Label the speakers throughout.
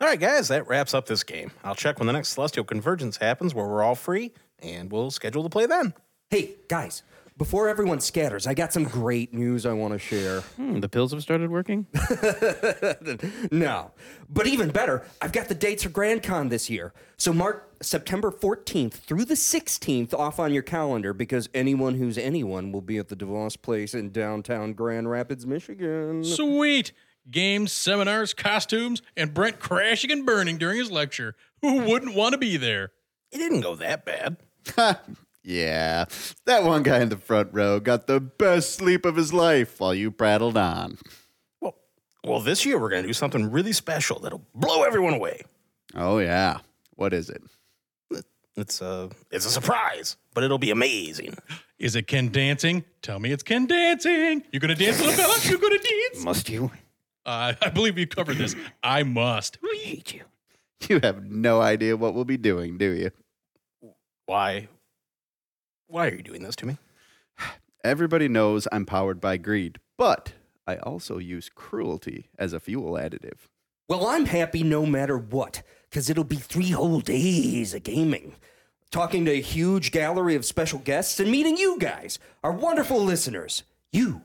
Speaker 1: All right, guys, that wraps up this game. I'll check when the next Celestial Convergence happens where we're all free, and we'll schedule the play then.
Speaker 2: Hey, guys, before everyone scatters, I got some great news I want to share.
Speaker 3: Hmm, the pills have started working?
Speaker 2: No. But even better, I've got the dates for Grand Con this year. So mark September 14th through the 16th off on your calendar because anyone who's anyone will be at the DeVos Place in downtown Grand Rapids, Michigan.
Speaker 4: Sweet. Games, seminars, costumes, and Brent crashing and burning during his lecture. Who wouldn't want to be there?
Speaker 1: It didn't go that bad.
Speaker 5: Yeah, that one guy in the front row got the best sleep of his life while you prattled on.
Speaker 1: Well, well, this year we're going to do something really special that'll blow everyone away.
Speaker 5: Oh, yeah. What is it?
Speaker 1: It's a, it's a surprise, but it'll be amazing.
Speaker 4: Is it Ken dancing? Tell me it's Ken dancing. You gonna dance, little fella? You gonna dance?
Speaker 6: Must you?
Speaker 4: Uh, I believe you covered this. I must.
Speaker 6: Hate you.
Speaker 5: You have no idea what we'll be doing, do you?
Speaker 1: Why? Why are you doing this to me?
Speaker 5: Everybody knows I'm powered by greed, but I also use cruelty as a fuel additive.
Speaker 2: Well, I'm happy no matter what, because it'll be three whole days of gaming. Talking to a huge gallery of special guests and meeting you guys, our wonderful listeners. You,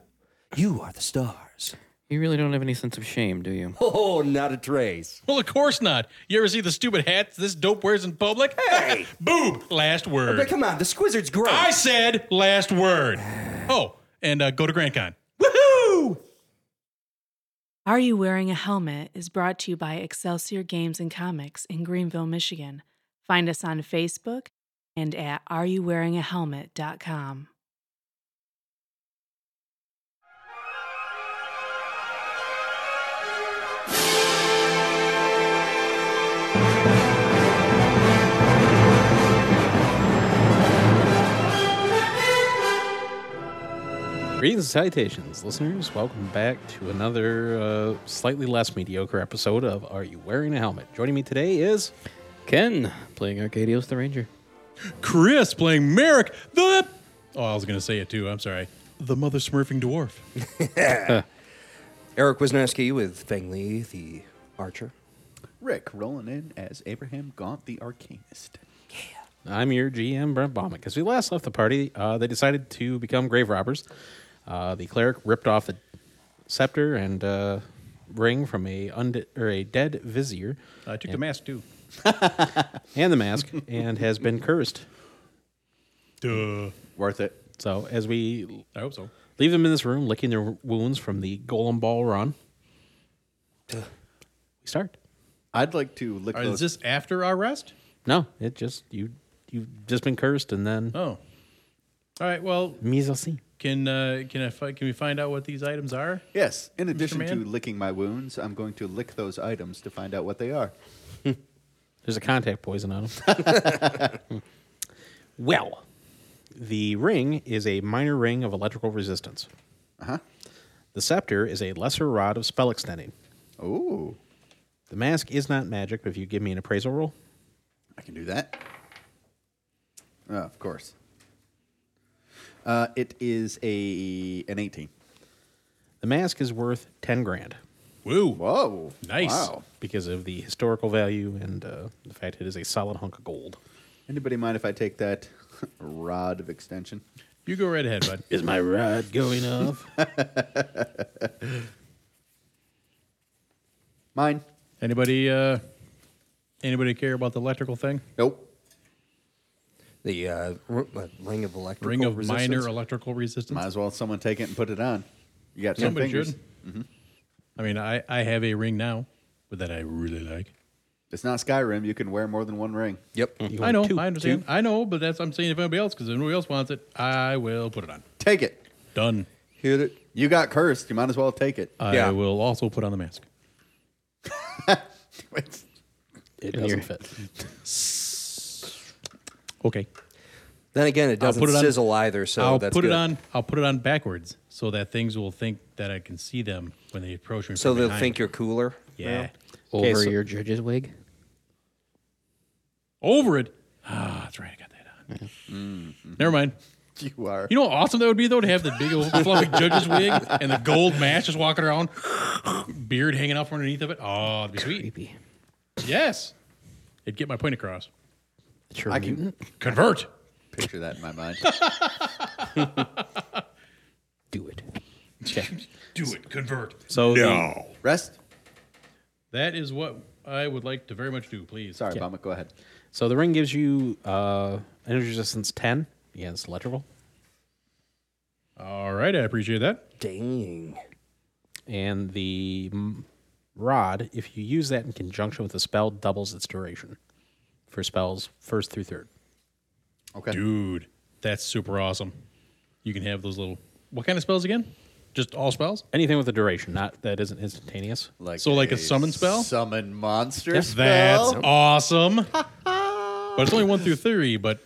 Speaker 2: you are the stars.
Speaker 3: You really don't have any sense of shame, do you?
Speaker 2: Oh, not a trace.
Speaker 4: Well, of course not. You ever see the stupid hats this dope wears in public?
Speaker 2: Hey!
Speaker 4: Boom! Last
Speaker 2: But
Speaker 4: word.
Speaker 2: come on, the Squizzard's great.
Speaker 4: I said last word. Oh, and uh, go to Grand Con.
Speaker 2: Woohoo!
Speaker 7: Are You Wearing a Helmet is brought to you by Excelsior Games and Comics in Greenville, Michigan. Find us on Facebook and at areyouwearingahelmet.com.
Speaker 1: Greetings and salutations, listeners. Welcome back to another uh, slightly less mediocre episode of Are You Wearing a Helmet? Joining me today is
Speaker 3: Ken, playing Arcadios the Ranger.
Speaker 4: Chris playing Merrick the. Oh, I was gonna say it too. I'm sorry. The mother smurfing dwarf.
Speaker 2: Eric Wisniewski with Feng Li, the archer.
Speaker 5: Rick rolling in as Abraham Gaunt the Arcanist.
Speaker 1: I'm your GM, Brent Baumick. As we last left the party, uh, they decided to become grave robbers. Uh, the cleric ripped off the scepter and uh, ring from a unde- or a dead vizier
Speaker 4: I took the mask too.
Speaker 1: and the mask, and has been cursed.
Speaker 4: Duh.
Speaker 5: Worth it.
Speaker 1: So as we
Speaker 4: I hope so.
Speaker 1: leave them in this room, licking their wounds from the golem ball run, we start.
Speaker 5: I'd like to lick
Speaker 4: All right,
Speaker 5: those.
Speaker 4: is this after our rest?
Speaker 1: No, it just you you've just been cursed, and then
Speaker 4: Oh. All right. Well,
Speaker 1: mise en scene.
Speaker 4: can uh, can I fi- can we find out what these items are?
Speaker 5: yes, in addition to
Speaker 4: Mann?
Speaker 5: licking my wounds, I'm going to lick those items to find out what they are.
Speaker 1: There's a contact poison on him. well, the ring is a minor ring of electrical resistance.
Speaker 5: Uh huh.
Speaker 1: The scepter is a lesser rod of spell extending.
Speaker 5: Ooh,
Speaker 1: The mask is not magic, but if you give me an appraisal roll,
Speaker 5: I can do that. Oh, of course. Uh, it is a an 18.
Speaker 1: the mask is worth 10 grand
Speaker 4: Woo.
Speaker 5: Whoa.
Speaker 4: Nice.
Speaker 5: Wow.
Speaker 1: because of the historical value and uh, the fact it is a solid hunk of gold.
Speaker 5: Anybody mind if I take that rod of extension?
Speaker 4: You go right ahead, bud.
Speaker 1: Is my rod going off?
Speaker 5: Mine?
Speaker 4: Anybody uh, anybody care about the electrical thing?
Speaker 5: Nope.
Speaker 2: The uh, r- uh, ring of electrical
Speaker 4: Ring of
Speaker 2: resistance.
Speaker 4: minor electrical resistance.
Speaker 5: Might as well someone take it and put it on. You got ten
Speaker 4: Somebody
Speaker 5: fingers.
Speaker 4: should. I mean, I I have a ring now, but that I really like.
Speaker 5: It's not Skyrim. You can wear more than one ring.
Speaker 2: Yep.
Speaker 1: You
Speaker 4: I know.
Speaker 1: want two-
Speaker 4: I understand. I know, but that's I'm saying if anybody else, because if anybody else wants it, I will put it on.
Speaker 5: Take it.
Speaker 4: Done.
Speaker 2: Hit it.
Speaker 5: You got cursed. You might as well take it.
Speaker 4: I
Speaker 2: Yeah.
Speaker 4: will also put on the mask.
Speaker 5: It's-
Speaker 1: two- It doesn't fit.
Speaker 4: Okay.
Speaker 2: Then again, it
Speaker 4: I'll
Speaker 2: doesn't
Speaker 4: put it on-
Speaker 2: sizzle either, so
Speaker 4: I'll
Speaker 2: that's
Speaker 4: put
Speaker 2: good.
Speaker 4: it on. I'll put it on backwards so that things will think that I can see them when they approach me.
Speaker 2: So
Speaker 4: from
Speaker 2: they'll
Speaker 4: behind.
Speaker 2: think you're cooler.
Speaker 4: yeah
Speaker 3: Over
Speaker 1: so-
Speaker 3: your judge's wig?
Speaker 4: over it. Ah, that's right. I got that on. Mm-hmm. Never mind.
Speaker 5: you are.
Speaker 4: You know how awesome that would be though to have the big old fluffy judge's wig and the gold mask just walking around, beard hanging out from underneath of it. Oh, that'd be sweet.
Speaker 3: Creepy.
Speaker 4: Yes. It'd get my point across.
Speaker 1: It's your
Speaker 5: I can-
Speaker 1: mutant.
Speaker 4: Convert.
Speaker 5: Picture that in my mind.
Speaker 1: Do it.
Speaker 4: Do it. Convert.
Speaker 1: So the-
Speaker 5: Rest.
Speaker 4: That is what I would like to very much do, please.
Speaker 5: Sorry, Obama. Go ahead.
Speaker 1: so the ring gives you uh, energy resistance ten against electrical,
Speaker 4: All right. I appreciate that.
Speaker 2: Dang.
Speaker 1: and the mm, rod, if you use that in conjunction with the spell, doubles its duration for spells first through third.
Speaker 5: Okay.
Speaker 4: Dude, that's super awesome. You can have those little. What kind of spells again? Just all spells?
Speaker 1: Anything with a duration, not that isn't instantaneous.
Speaker 4: So like a summon spell?
Speaker 5: Summon monster
Speaker 4: That's
Speaker 5: spell.
Speaker 4: awesome. but it's only one through three, but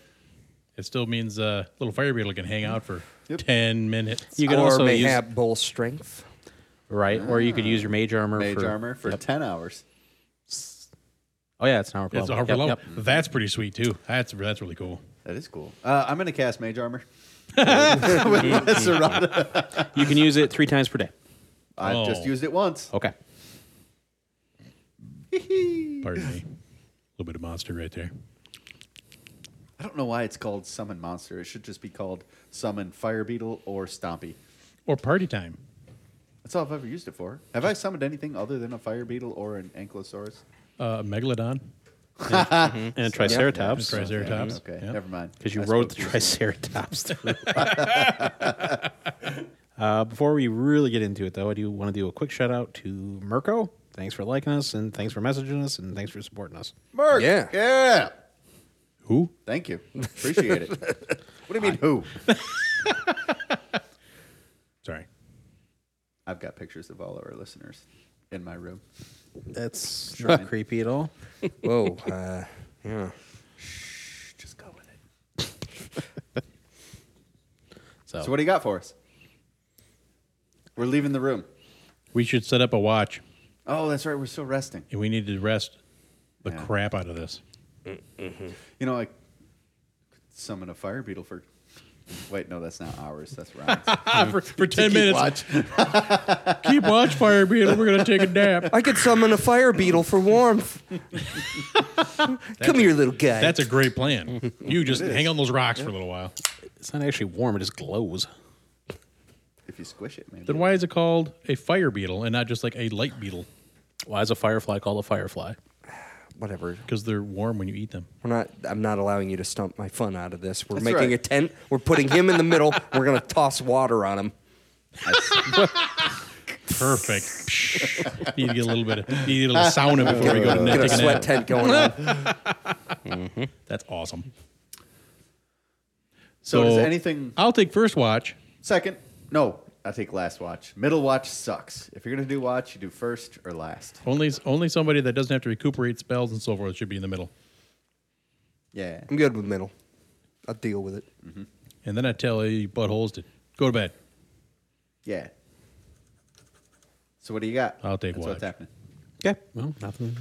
Speaker 4: it still means uh, little fire beetle can hang out for 10 minutes.
Speaker 1: You can
Speaker 2: or
Speaker 1: also use
Speaker 2: mayhap bull strength.
Speaker 1: right, or you could use your mage armor.
Speaker 5: mage
Speaker 1: for,
Speaker 5: armor for
Speaker 1: Yep.
Speaker 5: ten hours.
Speaker 1: Oh yeah, it's an hour.
Speaker 4: It's
Speaker 1: level.
Speaker 4: a
Speaker 1: Yep,
Speaker 4: level.
Speaker 1: yep.
Speaker 4: That's pretty sweet, too. That's, that's really cool.
Speaker 5: That is cool. Uh, I'm gonna cast mage armor. With Lacerata.
Speaker 1: You can use it three times per day.
Speaker 5: I've just
Speaker 4: Oh.
Speaker 5: used it once.
Speaker 1: Okay.
Speaker 4: Pardon me. A little bit of monster right there.
Speaker 5: I don't know why it's called summon monster. It should just be called summon fire beetle or stompy.
Speaker 4: Or party time.
Speaker 5: That's all I've ever used it for. Have I summoned anything other than a fire beetle or an ankylosaurus?
Speaker 4: Uh, Megalodon.
Speaker 1: And a triceratops.
Speaker 4: Triceratops.
Speaker 5: Okay,
Speaker 4: Yep.
Speaker 5: never mind.
Speaker 1: Because you
Speaker 5: I
Speaker 1: rode the
Speaker 5: spoke too
Speaker 1: Triceratops through. uh, before we really get into it, though, I do want to do a quick shout out to Mirko. Thanks for liking us, and thanks for messaging us, and thanks for supporting us.
Speaker 5: soon. Merc.
Speaker 2: Yeah.
Speaker 5: Yeah.
Speaker 4: Who?
Speaker 5: Thank you. Appreciate it. what do you mean who?
Speaker 4: Sorry.
Speaker 5: I've got pictures of all of our listeners in my room.
Speaker 1: That's not creepy at all.
Speaker 2: Whoa. Uh, yeah.
Speaker 5: Just go with it.
Speaker 1: So,
Speaker 5: So what do you got for us? We're leaving the room.
Speaker 4: We should set up a watch,
Speaker 5: Oh, that's right. We're still resting.
Speaker 4: and we need to rest the
Speaker 5: Yeah.
Speaker 4: crap out of this.
Speaker 5: You know, I could summon a fire beetle for. Wait, no, that's not ours. That's Ryan's.
Speaker 4: Ah, for, for
Speaker 5: To
Speaker 4: ten
Speaker 5: keep
Speaker 4: minutes.
Speaker 5: watch.
Speaker 4: Keep watch, Fire Beetle. We're gonna take a nap.
Speaker 2: I could summon a fire beetle for warmth. Come here, little guy.
Speaker 4: That's a great plan. You just hang on those rocks for a little while.
Speaker 1: it's not actually warm, it just glows.
Speaker 5: If you squish it, maybe.
Speaker 4: Then why is it called a fire beetle and not just like a light beetle?
Speaker 1: Why is a firefly called a firefly?
Speaker 2: whatever.
Speaker 4: Because they're warm when you eat them.
Speaker 2: We're not. I'm not allowing you to stump my fun out of this. We're
Speaker 5: That's
Speaker 2: making
Speaker 5: right.
Speaker 2: a tent. We're putting him in the middle. We're gonna toss water on him.
Speaker 4: Perfect. Psh. need to get a little bit. Of, need a little sauna before we go
Speaker 2: Get
Speaker 4: to nap,
Speaker 2: a
Speaker 4: take a
Speaker 2: sweat
Speaker 4: nap.
Speaker 2: tent going on.
Speaker 4: That's awesome.
Speaker 5: So does anything-
Speaker 4: I'll take first watch.
Speaker 5: Second, no, I take last watch. Middle watch sucks. If you're gonna do watch, you do first or last.
Speaker 4: Only only somebody that doesn't have to recuperate spells and so forth should be in the middle.
Speaker 5: Yeah.
Speaker 2: I'm good with middle. I'll deal with it.
Speaker 4: And then I tell you buttholes to go to bed.
Speaker 5: Yeah. So what do you got?
Speaker 4: I'll take
Speaker 5: That's
Speaker 4: watch.
Speaker 5: What's happening?
Speaker 1: Okay. Well, nothing.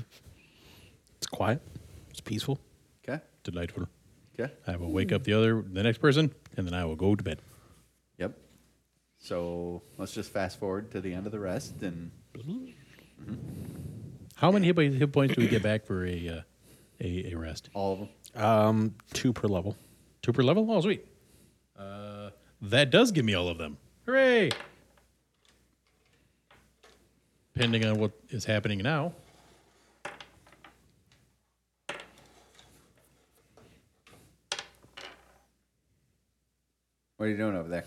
Speaker 1: It's quiet, it's peaceful.
Speaker 5: Okay.
Speaker 4: Delightful.
Speaker 5: Okay.
Speaker 4: I will wake up the other the next person, and then I will go to bed.
Speaker 5: Yep. So let's just fast forward to the end of the rest and
Speaker 4: How many hit, hit points do we get back for a uh, a, a rest?
Speaker 5: all of them.
Speaker 1: Um, Two per level.
Speaker 4: Two per level. Oh, sweet. Uh, that does give me all of them. Hooray! Depending on what is happening now.
Speaker 5: What are you doing over there?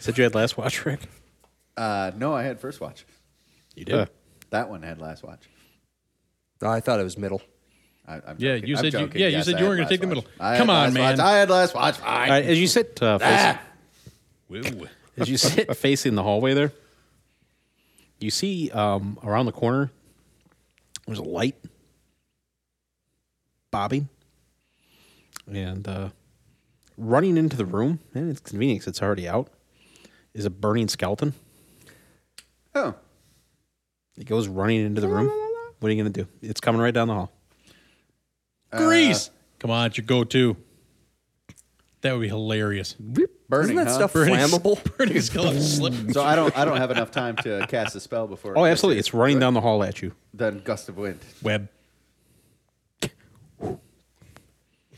Speaker 1: Said you had last watch, Rick?
Speaker 5: Uh, no, I had first watch.
Speaker 1: You did.
Speaker 5: That one had last watch.
Speaker 2: Oh, I thought it was middle.
Speaker 5: I, I'm
Speaker 4: Yeah,
Speaker 5: joking.
Speaker 4: you
Speaker 5: I'm
Speaker 4: said you-
Speaker 5: joking.
Speaker 4: yeah, you
Speaker 5: Yes,
Speaker 4: said
Speaker 5: I
Speaker 4: you
Speaker 5: had
Speaker 4: were gonna
Speaker 5: last
Speaker 4: take the
Speaker 5: watch.
Speaker 4: middle.
Speaker 5: I had
Speaker 4: Come on,
Speaker 5: last
Speaker 4: man.
Speaker 5: Watch. I had last watch.
Speaker 1: All
Speaker 5: Fine.
Speaker 1: right, as you sit uh, facing,
Speaker 4: Whoa.
Speaker 1: as you sit facing the hallway there, you see um, around the corner there's a light bobbing and uh, running into the room. And it's convenient 'cause it's already out. Is a burning skeleton.
Speaker 5: Oh,
Speaker 1: It goes running into the room. What are you gonna do? It's coming right down the hall.
Speaker 4: Grease. Come on, it's your go-to. That would be hilarious.
Speaker 2: Isn't
Speaker 5: burning.
Speaker 2: that
Speaker 5: huh?
Speaker 2: stuff flammable?
Speaker 4: Burning skeleton slip.
Speaker 5: So I don't. I don't have enough time to cast a spell before. it
Speaker 1: Oh,
Speaker 5: gets
Speaker 1: absolutely!
Speaker 5: here.
Speaker 1: It's running down the hall at you.
Speaker 5: Then gust of wind.
Speaker 4: Web.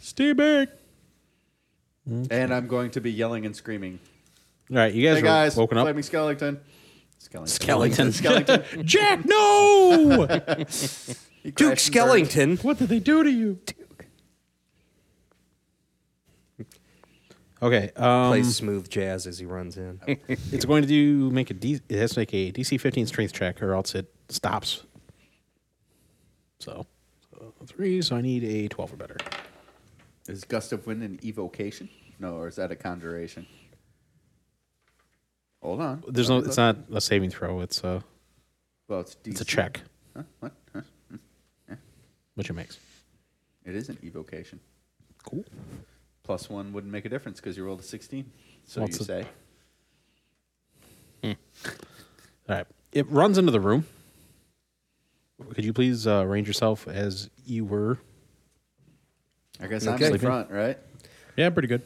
Speaker 4: Stay back.
Speaker 5: And I'm going to be yelling and screaming.
Speaker 1: All right, you guys,
Speaker 5: Hey
Speaker 1: were
Speaker 5: guys,
Speaker 1: woken up.
Speaker 5: Play me Skellington.
Speaker 1: Skellington.
Speaker 5: Skellington. Skellington.
Speaker 4: Jack, no!
Speaker 5: He
Speaker 2: Duke
Speaker 5: crashed and burned.
Speaker 2: Skellington.
Speaker 4: what did they do to you?
Speaker 1: Okay, um,
Speaker 2: Plays smooth jazz as he runs in.
Speaker 1: it's going to do make a D, it has to make a DC 15 strength check, or else it stops. So uh, three. So I need a 12 or better.
Speaker 5: Is gust of wind an evocation? No, or is that a conjuration? Hold on.
Speaker 1: There's no. It's not a saving throw. It's a
Speaker 5: Well, it's,
Speaker 1: it's a
Speaker 5: DC.
Speaker 1: check,
Speaker 5: Huh? What? Huh?
Speaker 1: which it makes.
Speaker 5: It is an evocation.
Speaker 1: Cool.
Speaker 5: Plus one wouldn't make a difference because you rolled a 16. So
Speaker 1: What's
Speaker 5: you
Speaker 1: it-
Speaker 5: say.
Speaker 1: All right. It runs into the room. Could you please uh, arrange yourself as you were?
Speaker 5: I guess
Speaker 2: Okay.
Speaker 5: I'm in front, right?
Speaker 4: Yeah, pretty good.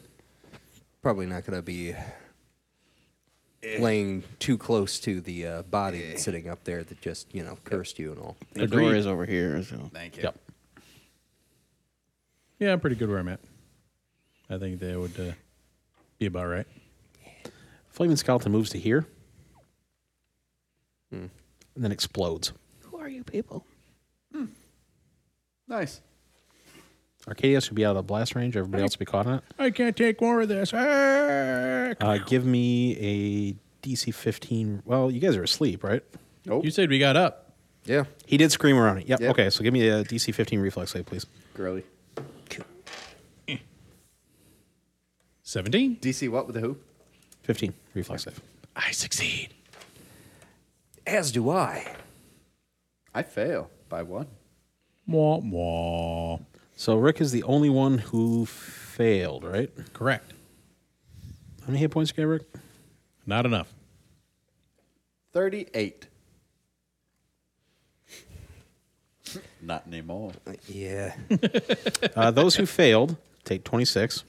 Speaker 2: Probably not going to be
Speaker 4: Eh.
Speaker 2: laying too close to the uh, body that's sitting up there that just, you know, cursed you and all.
Speaker 3: The door is over here. So.
Speaker 5: Thank you.
Speaker 1: Yep.
Speaker 4: Yeah, I'm pretty good where I'm at. I think they would uh, be about right.
Speaker 1: Flaming skeleton moves to here, Hmm. and then explodes.
Speaker 3: Who are you people?
Speaker 5: Nice.
Speaker 1: Arcadia should be out of the blast range. Everybody else will be caught on it.
Speaker 4: I can't take more of this. Ah!
Speaker 1: Uh, give me a DC 15. Well, you guys are asleep, right?
Speaker 5: Nope.
Speaker 4: You said we got up.
Speaker 2: Yeah.
Speaker 1: He did scream around it. Yep.
Speaker 5: Yep.
Speaker 1: Okay, so give me a DC 15 reflex save, please.
Speaker 5: Girly.
Speaker 4: 17.
Speaker 5: DC what with the who?
Speaker 1: 15 reflex save.
Speaker 4: I succeed.
Speaker 2: As do I.
Speaker 5: I fail by one.
Speaker 4: Mwah, mwah.
Speaker 1: So Rick is the only one who failed, right?
Speaker 4: Correct.
Speaker 1: How many hit points you got, Rick?
Speaker 4: Not enough.
Speaker 5: 38. Not anymore.
Speaker 2: Yeah.
Speaker 1: Uh, those who failed take 26.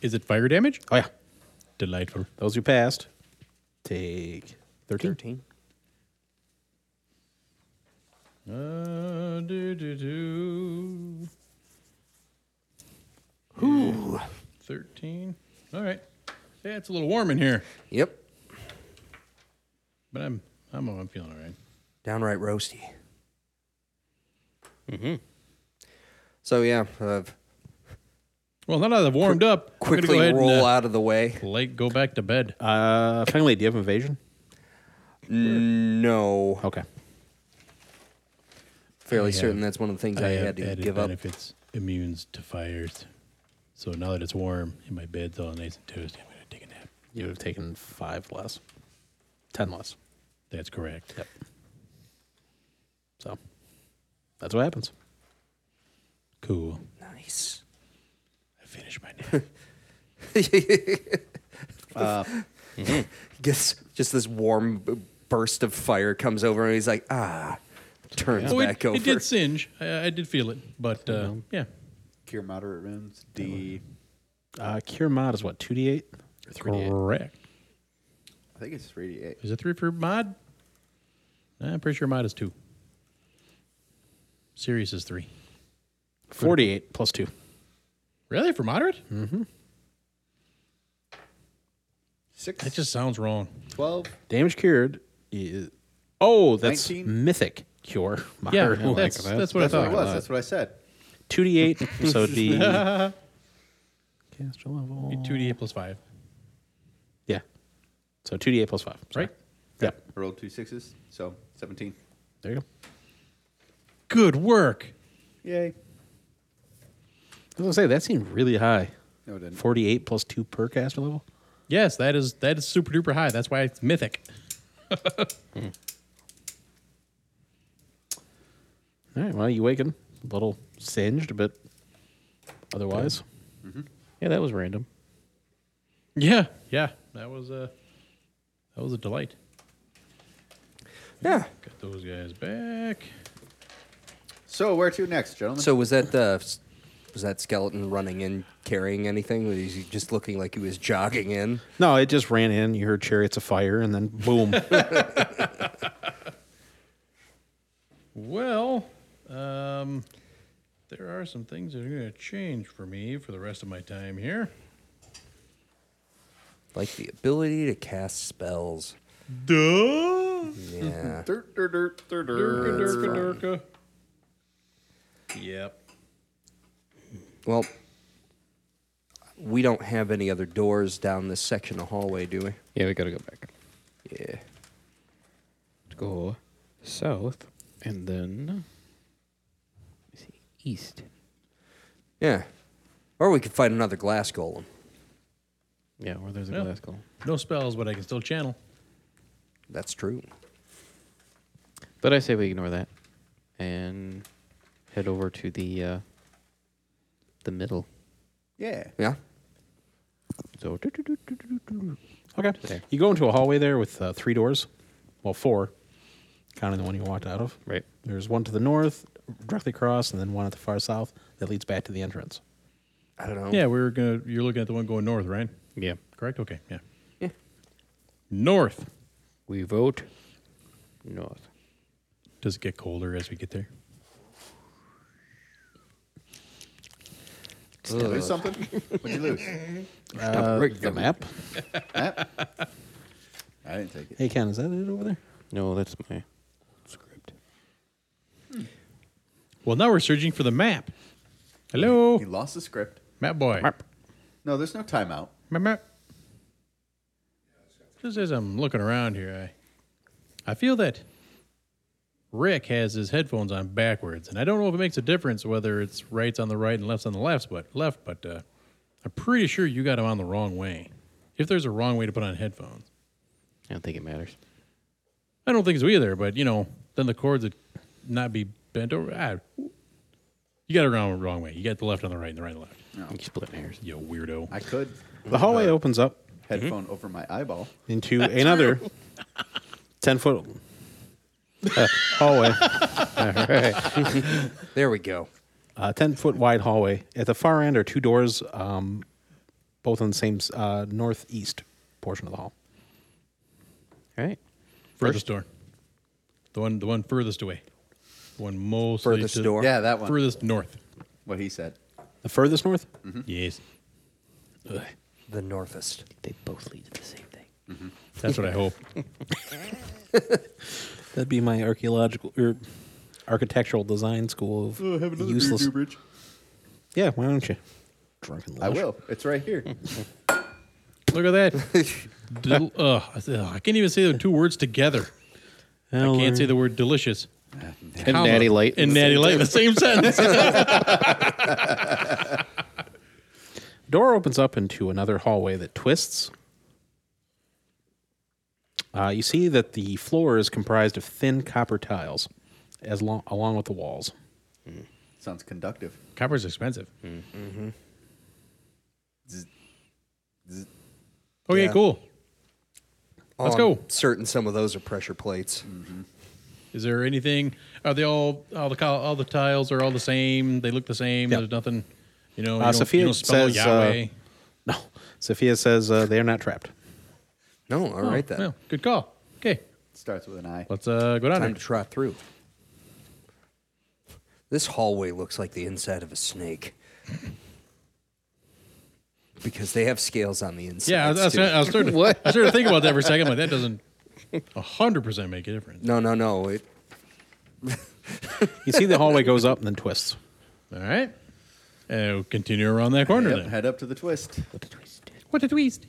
Speaker 4: Is it fire damage?
Speaker 1: Oh, yeah.
Speaker 4: Delightful.
Speaker 1: Those who passed take 13.
Speaker 2: 13.
Speaker 4: Uh, do, do, do. 13. All right. Yeah, it's a little warm in here,
Speaker 2: Yep.
Speaker 4: but I'm I'm, I'm feeling all right.
Speaker 2: Downright roasty. Mm-hmm.
Speaker 4: Mm-hmm.
Speaker 2: So, yeah, uh,
Speaker 4: Well, now that I've warmed up, I'm gonna
Speaker 2: quickly
Speaker 4: go ahead
Speaker 2: roll
Speaker 4: and, uh,
Speaker 2: out of the way.
Speaker 4: Like, go back to bed.
Speaker 1: Uh, family, do you have invasion?
Speaker 2: No.
Speaker 1: Okay.
Speaker 2: Fairly
Speaker 4: have-
Speaker 2: certain that's one of the things I,
Speaker 4: have
Speaker 2: had to
Speaker 4: added
Speaker 2: give up.
Speaker 4: benefits immunes to fires. So now that it's warm and my bed's all nice and toasty, I'm going to take a nap.
Speaker 1: You would have taken five less, 10 less.
Speaker 4: That's correct.
Speaker 1: Yep. So that's what happens.
Speaker 4: Cool.
Speaker 2: Nice.
Speaker 4: I finished my nap.
Speaker 2: Guess just this warm b- burst of fire comes over, and he's like, ah, turns
Speaker 4: Oh,
Speaker 2: back
Speaker 4: it,
Speaker 2: over.
Speaker 4: it did singe. I, I did feel it, but uh, yeah.
Speaker 5: Cure moderate wounds. D.
Speaker 1: Uh, cure mod is what, 2d8 or 3d8?
Speaker 4: Correct.
Speaker 5: I think it's 38.
Speaker 4: Is it three for mod? Nah, I'm pretty sure mod is two. Sirius is three.
Speaker 1: 48 plus 2.
Speaker 4: Really? For moderate?
Speaker 2: Mm-hmm.
Speaker 5: Six.
Speaker 4: That just sounds wrong.
Speaker 5: 12.
Speaker 1: Damage cured is. Oh, that's
Speaker 5: 19?
Speaker 1: mythic cure. Mod.
Speaker 4: Yeah,
Speaker 1: I like
Speaker 4: that's,
Speaker 1: that.
Speaker 4: that's what
Speaker 5: That's
Speaker 4: I
Speaker 5: what
Speaker 4: thought.
Speaker 5: it was. That's what I said.
Speaker 1: 2d8, so it'd be. caster level.
Speaker 4: Be 2d8 plus 5,
Speaker 1: Yeah. So 2d8 plus 5. Sorry.
Speaker 4: right?
Speaker 1: Yep.
Speaker 5: I rolled two sixes, so 17.
Speaker 1: There you go.
Speaker 4: Good work.
Speaker 5: Yay.
Speaker 1: I was going to say, that seemed really high.
Speaker 5: No, it didn't.
Speaker 1: 48 plus 2 per caster level?
Speaker 4: Yes, that is that is super duper high. That's why it's mythic.
Speaker 1: All right. Well, you waken. A little singed, but otherwise.
Speaker 3: Yeah, that was random.
Speaker 4: Yeah, yeah. That was a that was a delight.
Speaker 2: yeah.
Speaker 4: Got those guys back.
Speaker 5: So where to next, gentlemen?
Speaker 2: So was that uh, s- was that skeleton running in carrying anything? Was he just looking like he was jogging in?
Speaker 1: No, it just ran in. You heard chariots of fire, and then boom.
Speaker 4: Well, um, there are some things that are going to change for me for the rest of my time here.
Speaker 2: Like the ability to cast spells.
Speaker 4: Duh.
Speaker 2: Yeah.
Speaker 5: Dirt, dirt, dirt, dirt,
Speaker 4: Durka, durka,
Speaker 5: dirt.
Speaker 4: durka. Yep.
Speaker 2: well, we don't have any other doors down this section of hallway, do we?
Speaker 3: Yeah, we gotta go back.
Speaker 2: Yeah.
Speaker 3: To go south and then let's see, east.
Speaker 2: Yeah. Or we could find another glass golem.
Speaker 3: Yeah, where there's a
Speaker 4: Yeah.
Speaker 3: glass goal.
Speaker 4: No spells, but I can still channel.
Speaker 2: That's true.
Speaker 3: But I say we ignore that and head over to the uh, the middle.
Speaker 5: Yeah.
Speaker 2: Yeah.
Speaker 3: So do-do-do-do-do-do.
Speaker 1: Okay.
Speaker 3: There.
Speaker 1: You go into a hallway there with uh, three doors. Well, four, counting the one you walked out of.
Speaker 3: right.
Speaker 1: There's one to the north, directly across, and then one at the far south that leads back to the entrance.
Speaker 2: I don't know.
Speaker 4: Yeah, we were gonna. You're looking at the one going north, right?
Speaker 3: Oh. Yeah.
Speaker 4: Correct. Okay. Yeah.
Speaker 2: Yeah.
Speaker 4: North.
Speaker 3: We vote north.
Speaker 4: Does it get colder as we get there?
Speaker 5: Lose something? What'd you lose?
Speaker 1: the map.
Speaker 5: I didn't take it.
Speaker 1: Hey, Ken, is that it over there?
Speaker 3: No, that's my script.
Speaker 4: Well, now we're searching for the map. Hello,
Speaker 5: He lost the script.
Speaker 4: map boy.
Speaker 3: Marp.
Speaker 5: No, there's no timeout.
Speaker 4: Map, map. Just as I'm looking around here, I, I feel that Rick has his headphones on backwards, and I don't know if it makes a difference whether it's right's on the right and left's on the left, but left. But uh, I'm pretty sure you got him on the wrong way. If there's a wrong way to put on headphones.
Speaker 3: I don't think it matters.
Speaker 4: I don't think so either. But you know, then the cords would not be bent over. Ah, you got it wrong wrong way. You got the left on the right and the right on the left.
Speaker 3: You split hairs.
Speaker 4: You weirdo.
Speaker 5: I could.
Speaker 1: The hallway opens up
Speaker 5: Headphone over my eyeball.
Speaker 1: into another ten foot uh, hallway,
Speaker 2: There we go.
Speaker 1: uh, ten foot wide hallway. At the far end are two doors, um, both on the same s- uh, northeast portion of the hall.
Speaker 3: All right.
Speaker 4: Furthest door. The one the one furthest away. The one most
Speaker 2: Furthest door.
Speaker 5: Yeah, that one.
Speaker 4: Furthest north.
Speaker 5: What he said.
Speaker 1: The furthest north,
Speaker 4: Yes. Ugh,
Speaker 2: The northest.
Speaker 3: They both lead to the same thing.
Speaker 4: that's what I hope.
Speaker 1: that'd be my archaeological or architectural design school of
Speaker 5: Oh,
Speaker 1: useless. Yeah, why don't you? Drunken.
Speaker 5: I
Speaker 1: lush.
Speaker 5: will. It's right here.
Speaker 4: Look at that. Del- ugh, I said- ugh, I can't even say the two words together. I can't say the word delicious.
Speaker 3: And Natty Light.
Speaker 4: And natty light in the same sentence.
Speaker 1: Door opens up into another hallway that twists. Uh, you see that the floor is comprised of thin copper tiles, as long, along with the walls.
Speaker 5: Sounds conductive.
Speaker 4: Copper's expensive.
Speaker 5: Zzz, zzz.
Speaker 4: Okay,
Speaker 2: Yeah.
Speaker 4: cool. Let's
Speaker 2: Oh,
Speaker 4: go. Mm.
Speaker 2: I'm certain some of those are pressure plates.
Speaker 4: Is there anything? Are they all all the col- all the tiles are all the same? They look the same.
Speaker 1: Yeah.
Speaker 4: There's nothing, you know.
Speaker 1: Uh,
Speaker 4: you don't,
Speaker 1: Sophia
Speaker 4: you don't spell
Speaker 1: says, uh,
Speaker 4: Yahweh.
Speaker 1: No, Sophia says uh, they are not trapped.
Speaker 2: No, all right
Speaker 4: Oh,
Speaker 2: then.
Speaker 4: well, good call. Okay,
Speaker 5: Starts with an I.
Speaker 4: let's uh, go down
Speaker 2: Time
Speaker 4: there.
Speaker 2: to trot through. This hallway looks like the inside of a snake. Because they have scales on the inside.
Speaker 4: yeah, I, was- I, was- I was starting.
Speaker 3: What?
Speaker 4: I started thinking about that for a second. Like that doesn't hundred percent make a difference.
Speaker 2: no, no, no. It,
Speaker 1: You see the hallway goes up and then twists.
Speaker 4: All right, and we'll continue around that corner
Speaker 5: Yep,
Speaker 4: then.
Speaker 5: head up to the twist.
Speaker 4: What a twist!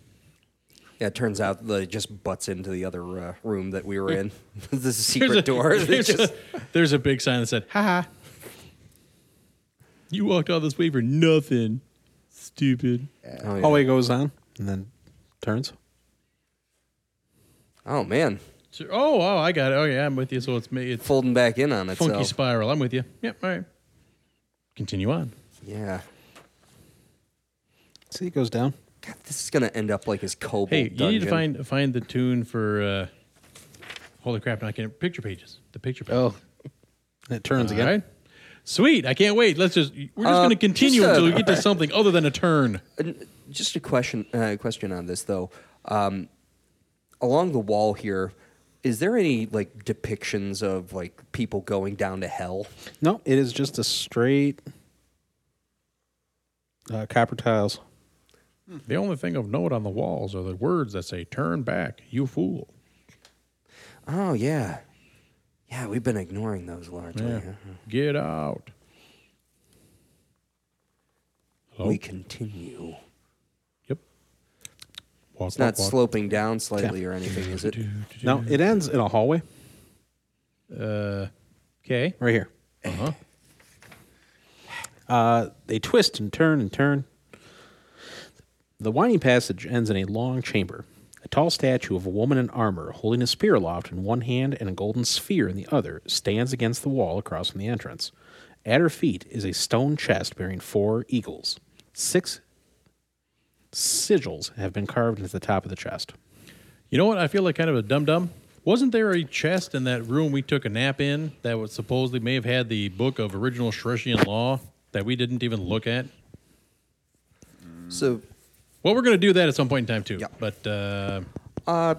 Speaker 2: yeah, it turns out that it just butts into the other uh, room that we were in. this is a secret
Speaker 4: There's a,
Speaker 2: door. It's
Speaker 4: There's,
Speaker 2: just-
Speaker 4: a, there's a big sign that said, "Ha ha." You walked all this way for nothing, stupid.
Speaker 2: oh, yeah.
Speaker 1: Hallway goes on and then turns.
Speaker 2: Oh, man.
Speaker 4: So- oh, oh, I got it. Okay, I'm with you. So it's ma- it's
Speaker 2: Folding back in on itself.
Speaker 4: funky spiral. I'm with you. Yep. All right. Continue on.
Speaker 2: yeah.
Speaker 1: See, it goes down.
Speaker 2: God, this is going to end up like his kobold
Speaker 4: Hey, you need to
Speaker 2: dungeon.
Speaker 4: find find the tune for. Uh, holy crap! Now I can't picture pages. The picture pages.
Speaker 3: Oh,
Speaker 1: And it turns
Speaker 4: All
Speaker 1: again.
Speaker 4: right. Sweet. I can't wait. Let's just we're just
Speaker 2: Uh,
Speaker 4: going to continue
Speaker 2: just, uh,
Speaker 4: until we get to something other than a turn.
Speaker 2: N- just a question uh, question on this though um, along the wall here is there any like depictions of like people going down to hell
Speaker 1: No, it is just a straight Uh, copper tiles.
Speaker 4: The only thing of note on the walls are the words that say "Turn back, you fool."
Speaker 2: Oh yeah, yeah. We've been ignoring those largely.
Speaker 4: Yeah.
Speaker 2: huh?
Speaker 4: Get out. Hello?
Speaker 2: We continue.
Speaker 4: Yep. Walk,
Speaker 2: It's not sloping down slightly or anything, is it?
Speaker 1: No, it ends in a hallway
Speaker 4: Uh, Okay.
Speaker 1: right here.
Speaker 4: Uh huh.
Speaker 2: Uh-huh.
Speaker 1: Uh, they twist and turn and turn. The winding passage ends in a long chamber. A tall statue of a woman in armor, holding a spear aloft in one hand and a golden sphere in the other, stands against the wall across from the entrance. At her feet is a stone chest bearing four eagles. Six sigils have been carved into the top of the chest.
Speaker 4: You know what? I feel like kind of a dum dum. Wasn't there a chest in that room we took a nap in that was supposedly may have had the book of original Shrishian law that we didn't even look at?
Speaker 5: So
Speaker 4: Well, we're going to do that at some point in time too.
Speaker 5: Yeah.
Speaker 4: But uh,
Speaker 2: Uh,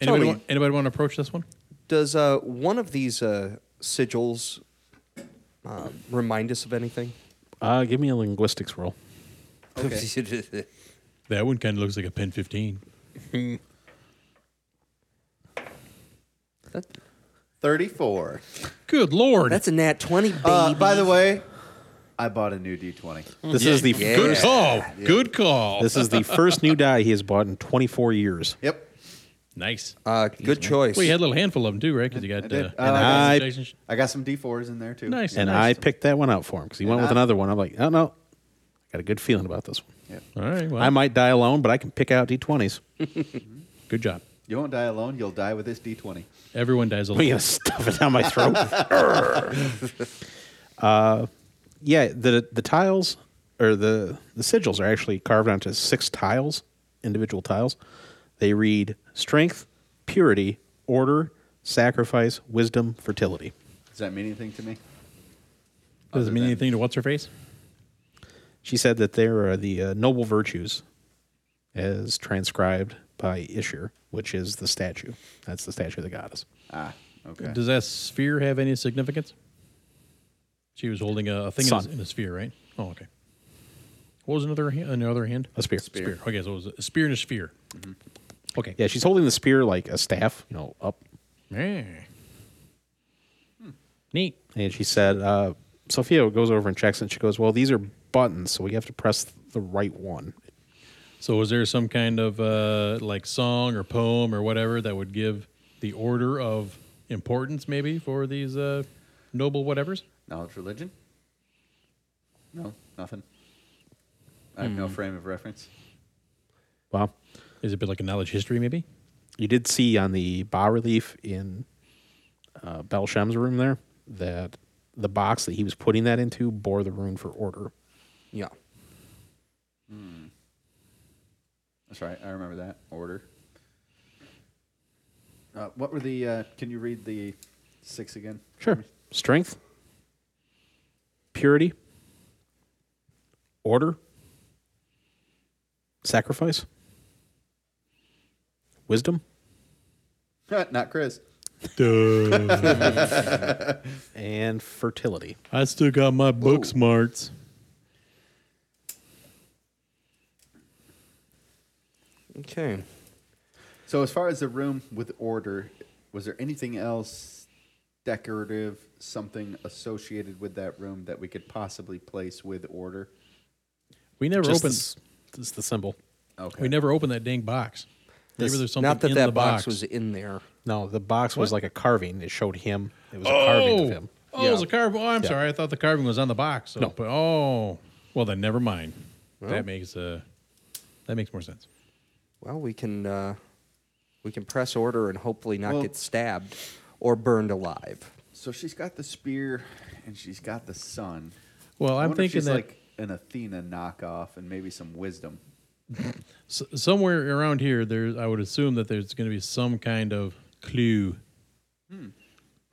Speaker 4: anybody,
Speaker 2: Tony.
Speaker 4: want, anybody want to approach this one?
Speaker 2: does uh, one of these uh, sigils uh, remind us of anything?
Speaker 1: Uh, give me a linguistics roll.
Speaker 2: Okay.
Speaker 4: That one kind of looks like a pen fifteen.
Speaker 2: that,
Speaker 5: 34.
Speaker 4: Good lord!
Speaker 2: that's a nat twenty, baby.
Speaker 5: Uh, by the way, I bought a new D20.
Speaker 1: This is the
Speaker 2: Yeah.
Speaker 4: good
Speaker 1: first,
Speaker 4: call. Oh, Good call.
Speaker 1: this is the first new die he has bought in 24 years.
Speaker 5: Yep.
Speaker 4: nice.
Speaker 2: uh, good choice.
Speaker 4: Well, you had a little handful of them too, right? Because you
Speaker 5: I
Speaker 4: got
Speaker 5: did.
Speaker 4: uh,
Speaker 5: Uh, I
Speaker 1: got
Speaker 4: some-
Speaker 5: I got some D4s in there too.
Speaker 4: nice.
Speaker 1: and I
Speaker 4: nice.
Speaker 1: picked that one out for him because he went with
Speaker 5: I-
Speaker 1: another one. I'm like, oh no, I got a good feeling about this one.
Speaker 5: Yep.
Speaker 4: All right. Well,
Speaker 1: I might die alone, but I can pick out d20s.
Speaker 4: good job.
Speaker 5: You won't die alone. You'll die with this D20.
Speaker 4: Everyone dies a
Speaker 1: I'm
Speaker 4: little.
Speaker 1: gonna stuff it down my throat. Uh, yeah, the the tiles or the the sigils are actually carved onto six tiles, individual tiles. They read strength, purity, order, sacrifice, wisdom, fertility.
Speaker 5: Does that mean anything to me?
Speaker 4: Does it mean
Speaker 5: than-
Speaker 4: anything to what's her face?
Speaker 1: She said that there are the uh, noble virtues as transcribed by Ishir, which is the statue. That's the statue of the goddess.
Speaker 5: Ah, okay.
Speaker 4: Does that sphere have any significance? She was holding a, a thing in a,
Speaker 1: Sun.
Speaker 4: in a sphere, right? Oh, okay. What was another hand? Another hand?
Speaker 1: A spear.
Speaker 4: Spear. Okay, so it was a spear and a sphere. Okay.
Speaker 1: Yeah, she's holding the spear like a staff, you know, up.
Speaker 4: Eh. Neat.
Speaker 1: And she said, uh, Sophia goes over and checks and she goes, Well, these are buttons, so we have to press the right one.
Speaker 4: So, was there some kind of uh, like song or poem or whatever that would give the order of importance, maybe for these uh, noble whatevers?
Speaker 5: Knowledge, religion? No, nothing. I have no frame of reference.
Speaker 1: Well,
Speaker 4: Is it been like a knowledge history, maybe?
Speaker 1: you did see on the bas relief in uh, Belshem's room there that the box that he was putting that into bore the rune for order.
Speaker 2: yeah.
Speaker 5: That's right. I remember that order. Uh, what were the? Uh, can you read the six again?
Speaker 1: Sure. Strength, purity, order, sacrifice, wisdom,
Speaker 5: Not Chris.
Speaker 1: and fertility.
Speaker 4: I still got my book smarts.
Speaker 2: Okay.
Speaker 5: So as far as the room with order, was there anything else decorative, something associated with that room that we could possibly place with order?
Speaker 4: We never
Speaker 1: Just
Speaker 4: opened.
Speaker 1: this- just the symbol.
Speaker 5: Okay.
Speaker 4: We never opened that dang box. Maybe there's something
Speaker 2: Not that
Speaker 4: in
Speaker 2: that
Speaker 4: the
Speaker 2: box, was in there.
Speaker 1: No, the box was like a carving. It showed him. It was a
Speaker 4: oh,
Speaker 1: carving of him.
Speaker 4: oh, it was a carving. Oh, I'm sorry. I thought the carving was on the box. So, but, oh, well then, never mind. that makes uh, that makes more sense.
Speaker 2: Well, we can uh, we can press order and hopefully not
Speaker 5: Well-
Speaker 2: get stabbed or burned alive.
Speaker 5: So she's got the spear, and she's got the sun.
Speaker 4: Well,
Speaker 5: I
Speaker 4: I'm
Speaker 5: wonder if
Speaker 4: thinking
Speaker 5: she's
Speaker 4: that
Speaker 5: like an Athena knockoff, and maybe some wisdom.
Speaker 4: s- somewhere around here, there, I would assume that there's going to be some kind of clue, Hmm.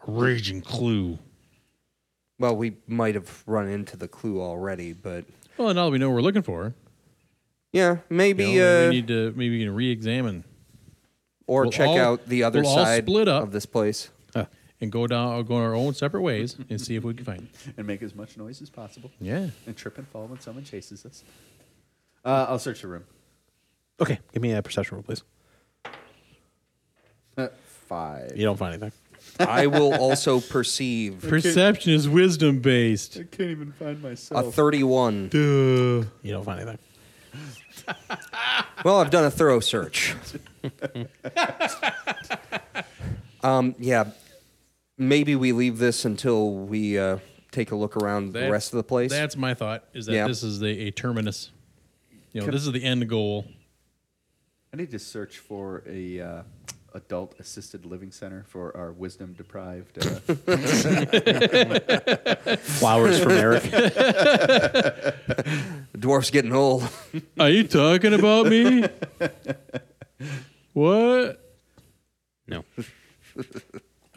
Speaker 4: raging clue.
Speaker 2: Well, we might have run into the clue already, but
Speaker 4: Well, now that we know what we're looking for,
Speaker 2: yeah, maybe
Speaker 4: you know,
Speaker 2: uh,
Speaker 4: we need to maybe we can re-examine
Speaker 2: or
Speaker 4: we'll
Speaker 2: check
Speaker 4: all-
Speaker 2: out the other
Speaker 4: we'll all
Speaker 2: side
Speaker 4: split up.
Speaker 2: of this place.
Speaker 4: and go down or go our own separate ways and see if we can find it.
Speaker 5: and make as much noise as possible
Speaker 4: Yeah.
Speaker 5: and trip and fall when someone chases us. Uh, I'll search the room.
Speaker 6: Okay, give me a perception roll, please.
Speaker 5: Five.
Speaker 6: You don't find anything.
Speaker 2: I will also perceive
Speaker 4: Perception is wisdom based.
Speaker 5: I can't even find myself.
Speaker 2: a 31.
Speaker 6: You don't find anything.
Speaker 2: Well, I've done a thorough search. um, yeah, maybe we leave this until we uh, take a look around the
Speaker 4: That's-
Speaker 2: rest of the place.
Speaker 4: That's my thought. Is that
Speaker 2: Yeah.
Speaker 4: this is the a terminus? You know,
Speaker 5: Could-
Speaker 4: this is the end goal.
Speaker 5: I need to search for a uh, adult assisted living center for our wisdom deprived. Uh,
Speaker 6: Flowers from Eric.
Speaker 2: the dwarf's getting old.
Speaker 4: Are you talking about me? what?
Speaker 3: No.
Speaker 4: All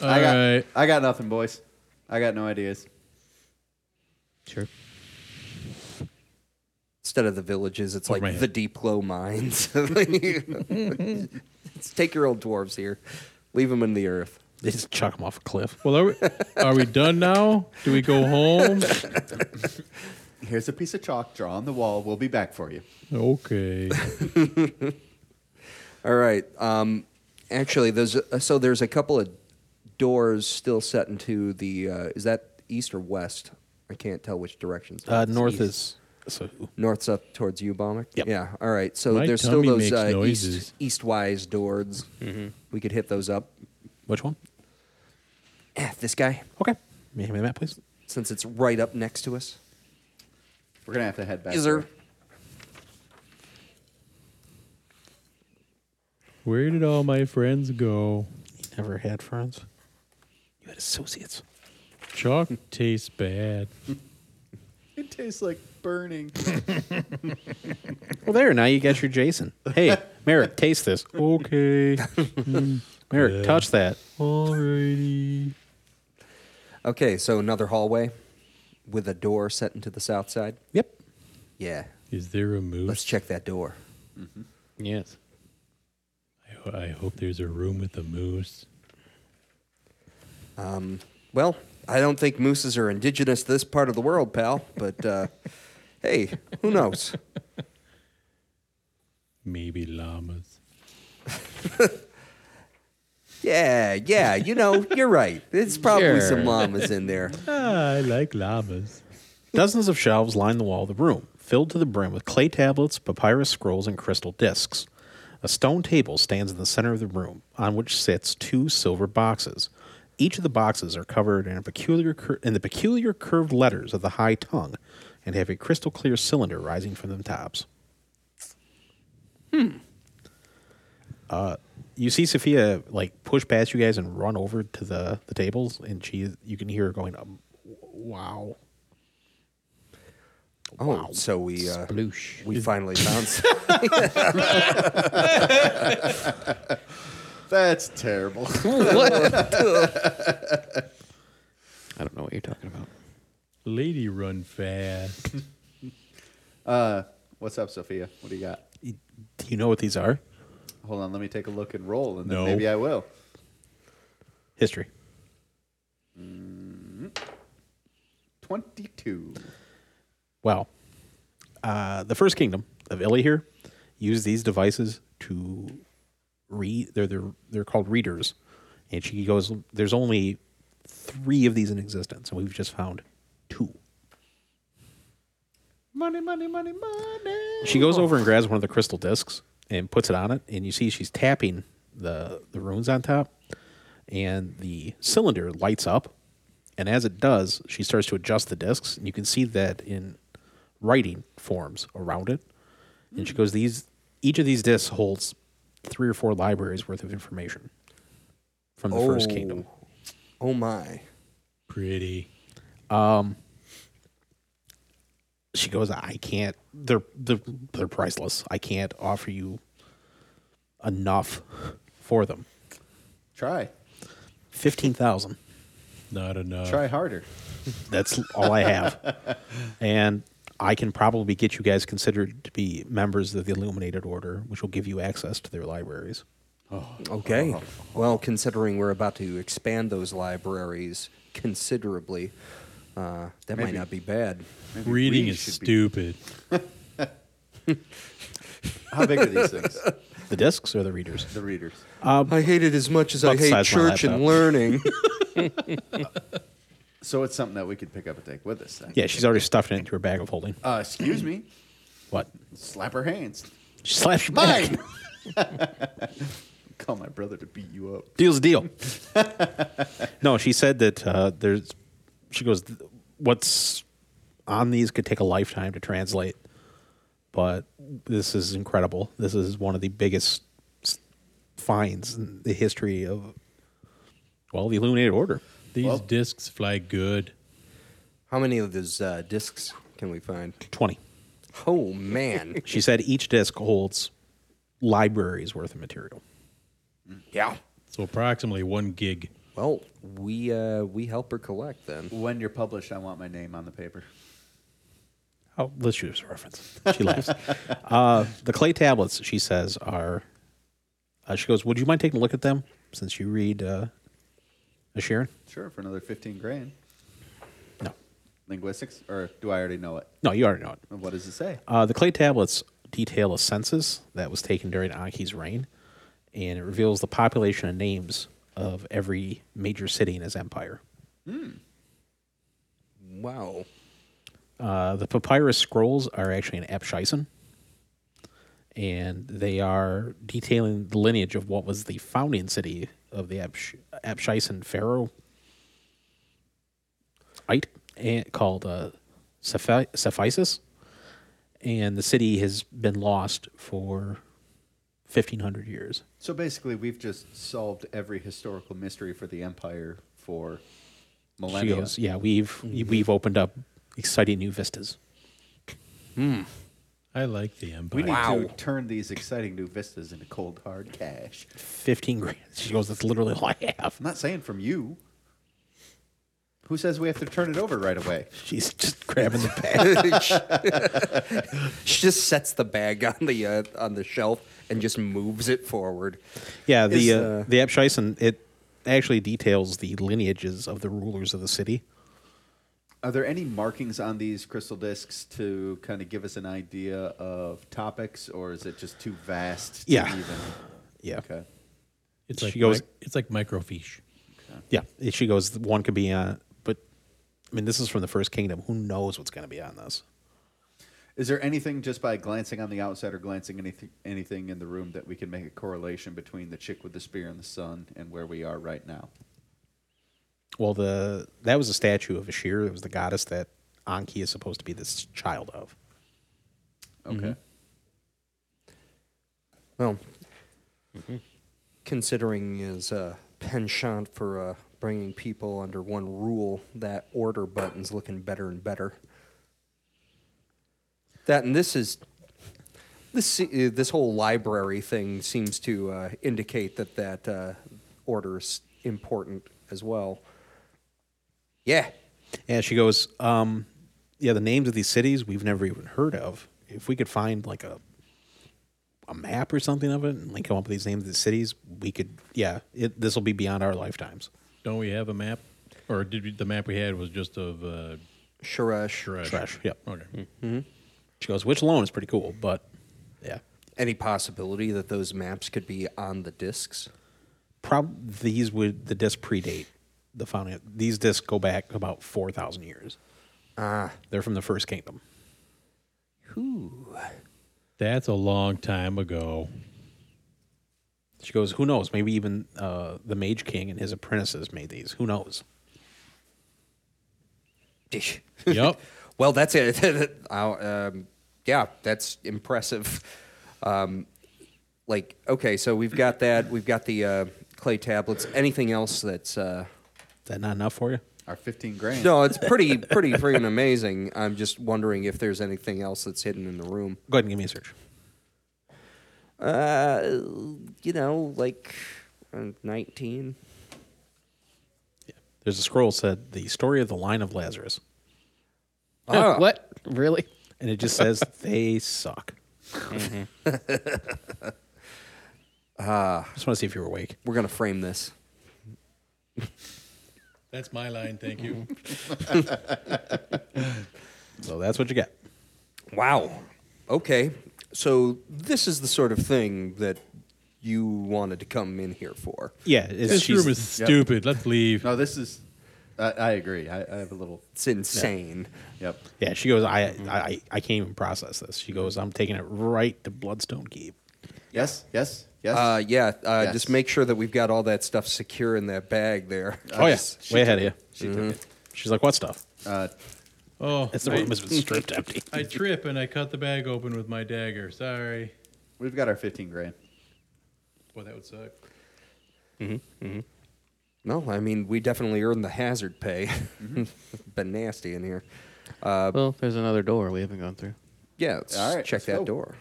Speaker 5: I got
Speaker 4: right.
Speaker 5: I got nothing, boys. I got no ideas.
Speaker 3: Sure.
Speaker 2: Instead of the villages, it's
Speaker 4: Over my
Speaker 2: like
Speaker 4: head.
Speaker 2: the deep low mines. Let's take your old dwarves here, leave them in the earth.
Speaker 6: they just chuck him off a cliff.
Speaker 4: Well, are we, are we done now? Do we go home?
Speaker 5: Here's a piece of chalk. Draw on the wall. We'll be back for you.
Speaker 4: Okay.
Speaker 2: All right. Um, actually, there's a, so there's a couple of doors still set into the. Uh, is that east or west? I can't tell which directions.
Speaker 6: Uh, north is so
Speaker 2: north's up towards you, Bomber.
Speaker 6: Yep.
Speaker 2: Yeah. All right. So
Speaker 4: My
Speaker 2: there's still
Speaker 4: tummy
Speaker 2: those
Speaker 4: makes
Speaker 2: uh, east
Speaker 4: noises. Mm-hmm.
Speaker 2: eastwise doors. We could hit those up.
Speaker 6: which one?
Speaker 2: Eh, this guy,
Speaker 6: Okay. May I Hand me the map, please.
Speaker 2: since it's right up next to us,
Speaker 5: We're gonna have to head back.
Speaker 2: is there?
Speaker 4: Where did all my friends go?
Speaker 6: You never had friends. You had associates.
Speaker 4: Chalk tastes bad.
Speaker 5: It tastes like burning.
Speaker 6: Well, there. Now you got your Jason. Hey, Merrick, taste this.
Speaker 4: Okay.
Speaker 6: Merrick,
Speaker 4: Yeah.
Speaker 6: touch that.
Speaker 4: Alrighty.
Speaker 2: Okay. So another hallway with a door set into the south side.
Speaker 6: Yep.
Speaker 2: Yeah.
Speaker 4: Is there a
Speaker 2: Let's
Speaker 4: moose?
Speaker 2: check that door.
Speaker 3: Yes.
Speaker 4: I ho- I hope there's a room with a moose.
Speaker 2: Um, well, I don't think mooses are indigenous to this part of the world, pal. But uh, hey, who knows?
Speaker 4: Maybe llamas.
Speaker 2: Yeah, yeah. You know, you're right. It's probably some
Speaker 3: Sure.
Speaker 2: llamas in there.
Speaker 4: Ah, I like llamas.
Speaker 6: Dozens of shelves line the wall of the room, filled to the brim with clay tablets, papyrus scrolls, and crystal discs. A stone table stands in the center of the room, on which sits two silver boxes. Each of the boxes are covered in, a peculiar cur- in the peculiar curved letters of the high tongue and have a crystal clear cylinder rising from the tops. Hmm. Uh, you see Sophia like push past you guys and run over to the, the tables, and she you can hear her going, um, w- "Wow."
Speaker 2: Oh, so we uh,
Speaker 3: Bloosh.
Speaker 2: we finally found. s-
Speaker 5: That's terrible.
Speaker 3: I don't know what you're talking about.
Speaker 4: Lady run fast.
Speaker 5: Uh, what's up, Sophia? What do you got?
Speaker 6: Do you know what these are?
Speaker 5: Hold on. Let me take a look and roll, and then
Speaker 4: No.
Speaker 5: maybe I will.
Speaker 6: History.
Speaker 5: Twenty-two.
Speaker 6: Wow. Uh, the first kingdom of Ilihir used these devices to read. They're, they're, they're called readers. And she goes, there's only three of these in existence, and we've just found two.
Speaker 5: Money, money, money, money.
Speaker 6: She goes over and grabs one of the crystal discs and puts it on it, and you see she's tapping the the runes on top, and the cylinder lights up, and as it does, she starts to adjust the discs, and you can see that in writing forms around it, and she goes these each of these discs holds three or four libraries worth of information from the first kingdom.
Speaker 2: Oh my.
Speaker 4: Pretty.
Speaker 6: she goes, I can't. They're they're they're priceless. I can't offer you enough for them.
Speaker 5: Try.
Speaker 6: Fifteen thousand.
Speaker 4: Not enough.
Speaker 5: Try harder.
Speaker 6: That's all I have, and I can probably get you guys considered to be members of the Illuminated Order, which will give you access to their libraries.
Speaker 2: Okay.
Speaker 6: Uh-huh.
Speaker 2: Well, considering we're about to expand those libraries considerably, uh, that might
Speaker 5: Maybe.
Speaker 2: not be bad.
Speaker 5: Maybe
Speaker 4: Reading
Speaker 5: we
Speaker 4: is
Speaker 5: should be-
Speaker 4: stupid.
Speaker 5: How big are these things?
Speaker 6: The discs or the readers?
Speaker 5: The readers.
Speaker 2: I hate it as much as
Speaker 6: About
Speaker 2: I
Speaker 6: the
Speaker 2: hate
Speaker 6: Um, size of my
Speaker 2: church and
Speaker 6: laptop.
Speaker 2: learning.
Speaker 5: So it's something that we could pick up and take with us. Then.
Speaker 6: Yeah, she's already stuffed it into her bag of holding.
Speaker 5: Uh, excuse me.
Speaker 6: What?
Speaker 5: Slap her hands.
Speaker 6: She slaps your back.
Speaker 5: Mine. Call my brother to beat you up.
Speaker 6: Deal's a deal. no, she said that uh, there's. She goes, "What's on these could take a lifetime to translate, but this is incredible. This is one of the biggest s- finds in the history of, well, the Illuminated Order.
Speaker 4: These discs fly good.
Speaker 2: How many of those uh, discs can we find?
Speaker 6: Twenty.
Speaker 2: Oh, man.
Speaker 6: She said each disc holds libraries worth of material.
Speaker 2: yeah.
Speaker 4: So approximately one gig.
Speaker 2: Well, we uh, we help her collect then.
Speaker 5: When you're published, I want my name on the paper.
Speaker 6: Oh, let's use a reference. She laughs. Uh, the clay tablets, she says, are. Uh, she goes, Would you mind taking a look at them since you read uh, Asheron?
Speaker 5: Sure, for another fifteen grand.
Speaker 6: No.
Speaker 5: Linguistics, or do I already know it?
Speaker 6: No, you already know it.
Speaker 5: What does it say?
Speaker 6: Uh, the clay tablets detail a census that was taken during Anki's reign, and it reveals the population and names of every major city in his empire.
Speaker 2: Wow.
Speaker 6: Uh, the papyrus scrolls are actually an Epshyson, and they are detailing the lineage of what was the founding city of the Epsh- Epshyson pharaoh, Ite, and called uh, Sephi- Sephisus. And the city has been lost for 1,500 years.
Speaker 5: So basically, we've just solved every historical mystery for the empire for
Speaker 6: She
Speaker 5: millennia.
Speaker 6: goes, yeah, we've we've opened up exciting new vistas.
Speaker 4: I like the Empire.
Speaker 5: We need
Speaker 2: Wow.
Speaker 5: to turn these exciting new vistas into cold hard cash.
Speaker 6: 15 grand. She goes, that's literally all I have.
Speaker 5: I'm not saying from you. Who says we have to turn it over right away?
Speaker 6: She's just grabbing the bag.
Speaker 2: She just sets the bag on the uh, on the shelf and just moves it forward.
Speaker 6: Yeah, the
Speaker 2: is,
Speaker 6: uh,
Speaker 2: uh,
Speaker 6: the Abshisan it actually details the lineages of the rulers of the city.
Speaker 5: Are there any markings on these crystal discs to kind of give us an idea of topics, or is it just too vast? To
Speaker 6: Yeah.
Speaker 5: Even?
Speaker 6: Yeah,
Speaker 5: Okay.
Speaker 4: It's like
Speaker 6: She goes-
Speaker 4: mic- it's like microfiche.
Speaker 6: yeah. It- She goes, one could be on, but I mean, this is from the first kingdom. Who knows what's going to be on this?
Speaker 5: Is there anything just by glancing on the outside or glancing anything anything in the room that we can make a correlation between the chick with the spear and the sun and where we are right now?
Speaker 6: Well, the that was a statue of Ashir. It was the goddess that Anki is supposed to be this child of.
Speaker 5: Okay.
Speaker 6: Mm-hmm.
Speaker 2: Well, considering his uh, penchant for uh, bringing people under one rule, that order button's looking better and better. That and this is this se- uh, this whole library thing seems to uh, indicate that that uh, order is important as well. Yeah,
Speaker 6: And she goes, um, yeah, the names of these cities we've never even heard of. If we could find like a a map or something of it and like come up with these names of the cities, we could. Yeah, it, this will be beyond our lifetimes.
Speaker 4: Don't we have a map? Or did we, the map we had was just of uh,
Speaker 2: Sharash.
Speaker 4: trash?
Speaker 6: Trash. Yep.
Speaker 4: Okay.
Speaker 6: She goes, which alone is pretty cool, but yeah,
Speaker 2: Any possibility that those maps could be on the discs?
Speaker 6: prob these would the disc predate the founding. These discs go back about four thousand years. Ah, they're from the first kingdom.
Speaker 4: That's a long time ago.
Speaker 6: She goes, who knows? Maybe even uh, the Mage King and his apprentices made these. Who knows?
Speaker 2: Dish.
Speaker 4: Yep.
Speaker 2: Well, that's it. I'll, um, yeah, that's impressive. Um, like, okay, so we've got that. We've got the uh, clay tablets. Anything else that's uh,
Speaker 6: Is that not enough for you?
Speaker 5: Our 15 grand.
Speaker 2: no? It's pretty, pretty freaking amazing. I'm just wondering if there's anything else that's hidden in the room.
Speaker 6: Go ahead and give me a search.
Speaker 2: Uh, you know, like uh, 19.
Speaker 6: There's a scroll said the story of the line of Lazarus,
Speaker 2: Oh,
Speaker 3: what? Really?
Speaker 6: and it just says they suck.
Speaker 2: Ah,
Speaker 6: Just want to see if you were awake.
Speaker 2: we're gonna frame this.
Speaker 4: That's my line. Thank you.
Speaker 6: So that's what you get.
Speaker 2: Wow. Okay. So this is the sort of thing that you wanted to come in here for.
Speaker 6: Yeah, it's,
Speaker 4: this
Speaker 6: she's-
Speaker 4: room is stupid. Let's leave.
Speaker 5: No, this is. I, I agree. I, I have a little.
Speaker 2: It's insane.
Speaker 5: Yep.
Speaker 6: Yeah, she goes. I,
Speaker 5: Mm-hmm.
Speaker 6: I I I can't even process this. She goes. I'm taking it right to Bloodstone Keep.
Speaker 5: Yes. Yes. Yes.
Speaker 2: Uh, yeah. Uh,
Speaker 5: Yes.
Speaker 2: Just make sure that we've got all that stuff secure in that bag there.
Speaker 6: oh
Speaker 5: yes,
Speaker 6: yes,
Speaker 5: she
Speaker 6: way ahead of you.
Speaker 5: she took it.
Speaker 6: She's like, what stuff?
Speaker 5: Uh,
Speaker 4: Oh,
Speaker 6: It's the
Speaker 4: I,
Speaker 6: room has been stripped empty.
Speaker 4: I trip and I cut the bag open with my dagger. Sorry.
Speaker 5: we've got our fifteen grand.
Speaker 4: Boy, that would suck.
Speaker 2: No, I mean we definitely earned the hazard pay. Been nasty in here. Uh,
Speaker 3: Well, there's another door we haven't gone through.
Speaker 2: yeah. Let's
Speaker 5: All right,
Speaker 2: check
Speaker 5: let's
Speaker 2: that
Speaker 5: go.
Speaker 2: door.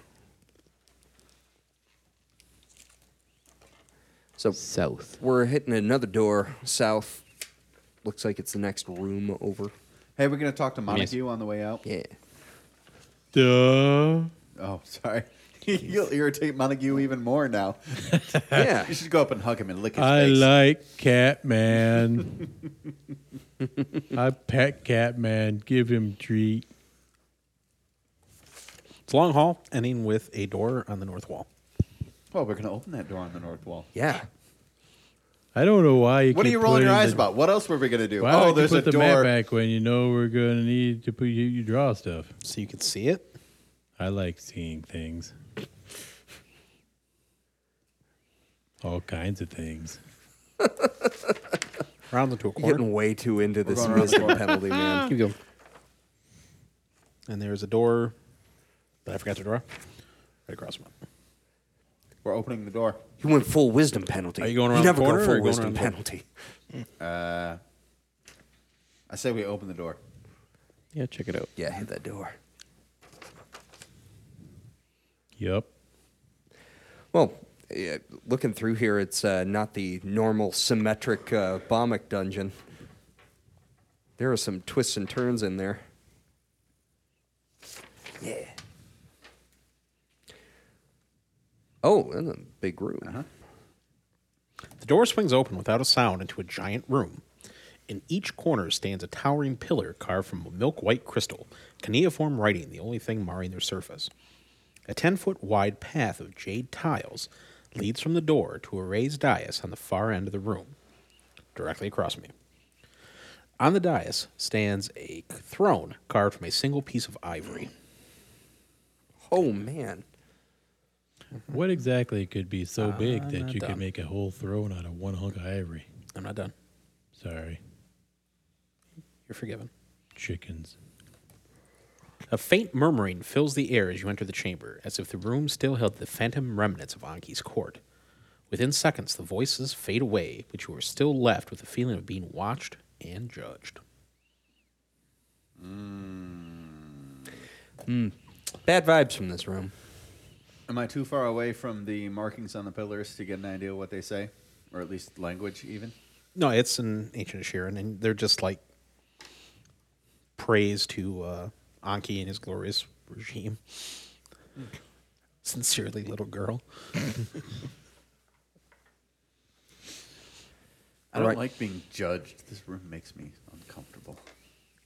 Speaker 2: So
Speaker 3: South.
Speaker 2: we're hitting another door south. Looks like it's the next room over.
Speaker 5: Hey, we're gonna talk to Montague on the way out.
Speaker 2: Yeah.
Speaker 4: Duh.
Speaker 5: Oh, sorry. You'll irritate Montague even more now.
Speaker 2: Yeah.
Speaker 5: You should go up and hug him and lick his
Speaker 4: I
Speaker 5: face.
Speaker 4: like Catman. I pet Catman. Give him treat.
Speaker 6: It's a long hall, ending with a door on the north wall.
Speaker 5: well, we're gonna open that door on the north wall.
Speaker 2: Yeah.
Speaker 4: I don't know why you.
Speaker 5: What are
Speaker 4: keep
Speaker 5: you rolling your
Speaker 4: putting
Speaker 5: eyes
Speaker 4: the-
Speaker 5: about? What else were we gonna do?
Speaker 4: Why don't
Speaker 5: oh,
Speaker 4: you
Speaker 5: there's
Speaker 4: put
Speaker 5: a
Speaker 4: the
Speaker 5: door.
Speaker 4: map back when you know we're gonna need to put you, you draw stuff.
Speaker 6: So you could see it.
Speaker 4: I like seeing things. All kinds of things.
Speaker 6: Rounds into a
Speaker 2: You're
Speaker 6: corner,
Speaker 2: getting way too into this
Speaker 5: going around the
Speaker 2: wisdom
Speaker 5: corner.
Speaker 2: penalty, man.
Speaker 3: Keep going.
Speaker 6: and there's a door that I forgot to draw. Right across from it.
Speaker 5: We're opening the door.
Speaker 2: You went full wisdom penalty.
Speaker 6: Are you going around
Speaker 2: You
Speaker 6: the
Speaker 2: never
Speaker 6: corner or
Speaker 2: go full
Speaker 6: going
Speaker 2: wisdom
Speaker 6: around the-
Speaker 2: penalty.
Speaker 5: I say we open the door.
Speaker 3: Yeah, check it out.
Speaker 2: Yeah, hit that door.
Speaker 4: Yep.
Speaker 2: Well, yeah, looking through here, it's uh, not the normal symmetric uh, bombic dungeon. There are some twists and turns in there. Yeah. Oh, that's a big room.
Speaker 6: The door swings open without a sound into a giant room. In each corner stands a towering pillar carved from milk white crystal, cuneiform writing the only thing marring their surface. A 10 foot wide path of jade tiles leads from the door to a raised dais on the far end of the room, directly across from you. On the dais stands a throne carved from a single piece of ivory.
Speaker 2: Oh, man.
Speaker 4: What exactly could be so big that you
Speaker 6: done.
Speaker 4: could make a whole throne out of one hunk of ivory?
Speaker 6: I'm not done.
Speaker 4: Sorry,
Speaker 6: You're forgiven.
Speaker 4: chickens.
Speaker 6: A faint murmuring fills the air as you enter the chamber, as if the room still held the phantom remnants of Anki's court. Within seconds, the voices fade away, but you are still left with the feeling of being watched and judged.
Speaker 2: Bad vibes from this room.
Speaker 5: Am I too far away from the markings on the pillars to get an idea of what they say, or at least language even?
Speaker 6: No, it's an ancient Asheran, and they're just like praise to uh, Anki and his glorious regime. Sincerely, little girl.
Speaker 5: I don't
Speaker 2: Right.
Speaker 5: like being judged. This room makes me uncomfortable.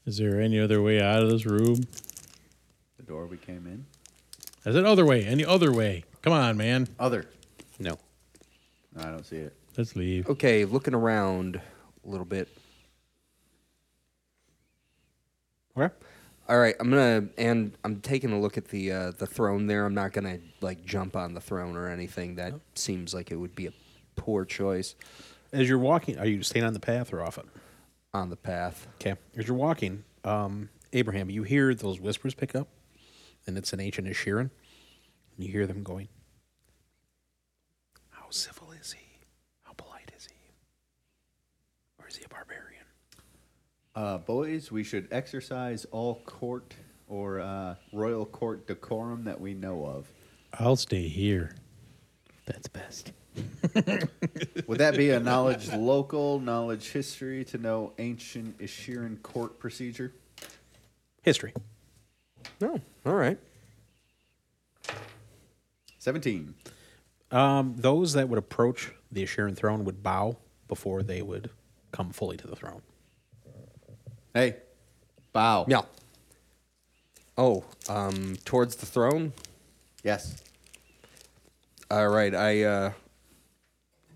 Speaker 4: Is there any other way out of this room?
Speaker 5: The door we came in.
Speaker 4: I said other way. Any other way? Come on, man.
Speaker 5: Other.
Speaker 6: No.
Speaker 5: No, I don't see it.
Speaker 4: Let's leave.
Speaker 2: Okay, looking around a little bit.
Speaker 6: Okay.
Speaker 2: All right, I'm gonna and I'm taking a look at the uh, the throne there. I'm not gonna like jump on the throne or anything. That seems like it would be a poor choice
Speaker 6: As you're walking, are you staying on the path or off it?
Speaker 2: on the path.
Speaker 6: Okay. As you're walking, um, Abraham, you hear those whispers pick up, and it's an ancient Asheran. And you hear them going, How civil is he? How polite is he? Or is he a barbarian?
Speaker 5: Uh, boys, we should exercise all court or uh, royal court decorum that we know of.
Speaker 4: I'll stay here.
Speaker 3: That's best.
Speaker 5: Would that be a knowledge local, knowledge history to know ancient Asheran court procedure?
Speaker 6: History.
Speaker 2: No, all right.
Speaker 5: 17.
Speaker 6: Uh,
Speaker 1: Um, those that would approach the Asheran throne would bow before they would come fully to the throne.
Speaker 5: Hey, bow.
Speaker 2: Yeah. Oh, um, towards the throne.
Speaker 5: Yes.
Speaker 2: All right, I uh,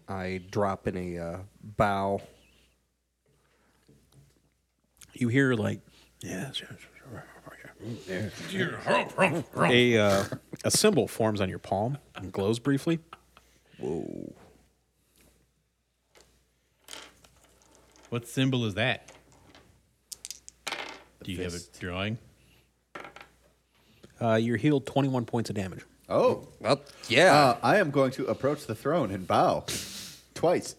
Speaker 2: I drop in a uh, bow.
Speaker 1: You hear like yes, yes, yes. a uh, a symbol forms on your palm and glows briefly.
Speaker 4: What symbol is that? Do you have a drawing?
Speaker 1: Uh, you're healed 21 points of damage.
Speaker 5: Oh,
Speaker 2: Well, yeah.
Speaker 5: uh, I am going to approach the throne and bow twice.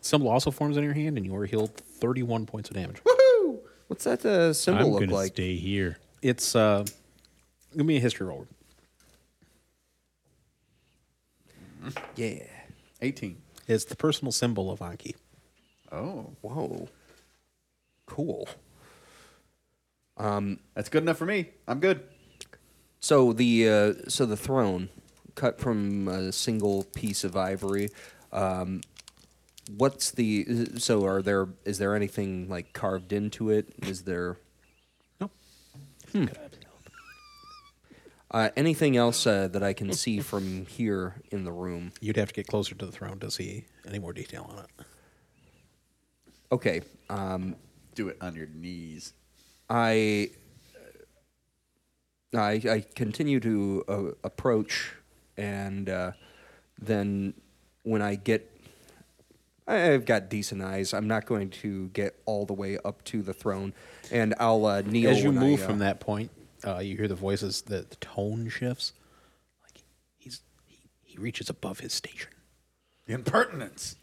Speaker 1: Symbol also forms on your hand, and you are healed 31 points of damage.
Speaker 2: Uh, Woohoo! What's that uh,
Speaker 4: I'm
Speaker 2: symbol
Speaker 4: going
Speaker 2: look
Speaker 4: to
Speaker 2: like?
Speaker 4: stay here.
Speaker 1: It's uh, give me a history roll.
Speaker 2: Yeah.
Speaker 5: 18.
Speaker 1: It's the personal symbol of Anki.
Speaker 5: Oh,
Speaker 2: Whoa. Cool.
Speaker 5: that's good enough for me. I'm good.
Speaker 2: So the uh, so the throne, cut from a single piece of ivory. Um, what's the so are there is there anything like carved into it? Is there Hmm.
Speaker 1: Nope.
Speaker 2: uh, anything else uh, that I can see from here in the room?
Speaker 1: You'd have to get closer to the throne to see any more detail on it.
Speaker 2: Okay. Um,
Speaker 5: Do it on your knees.
Speaker 2: I I, I continue to uh, approach, and uh, then when I get, I, I've got decent eyes. I'm not going to get all the way up to the throne, and I'll uh, kneel.
Speaker 1: As you
Speaker 2: when
Speaker 1: move
Speaker 2: I, uh,
Speaker 1: from that point, uh, you hear the voices. The, the tone shifts. Like he's he, he reaches above his station.
Speaker 5: Impertinence.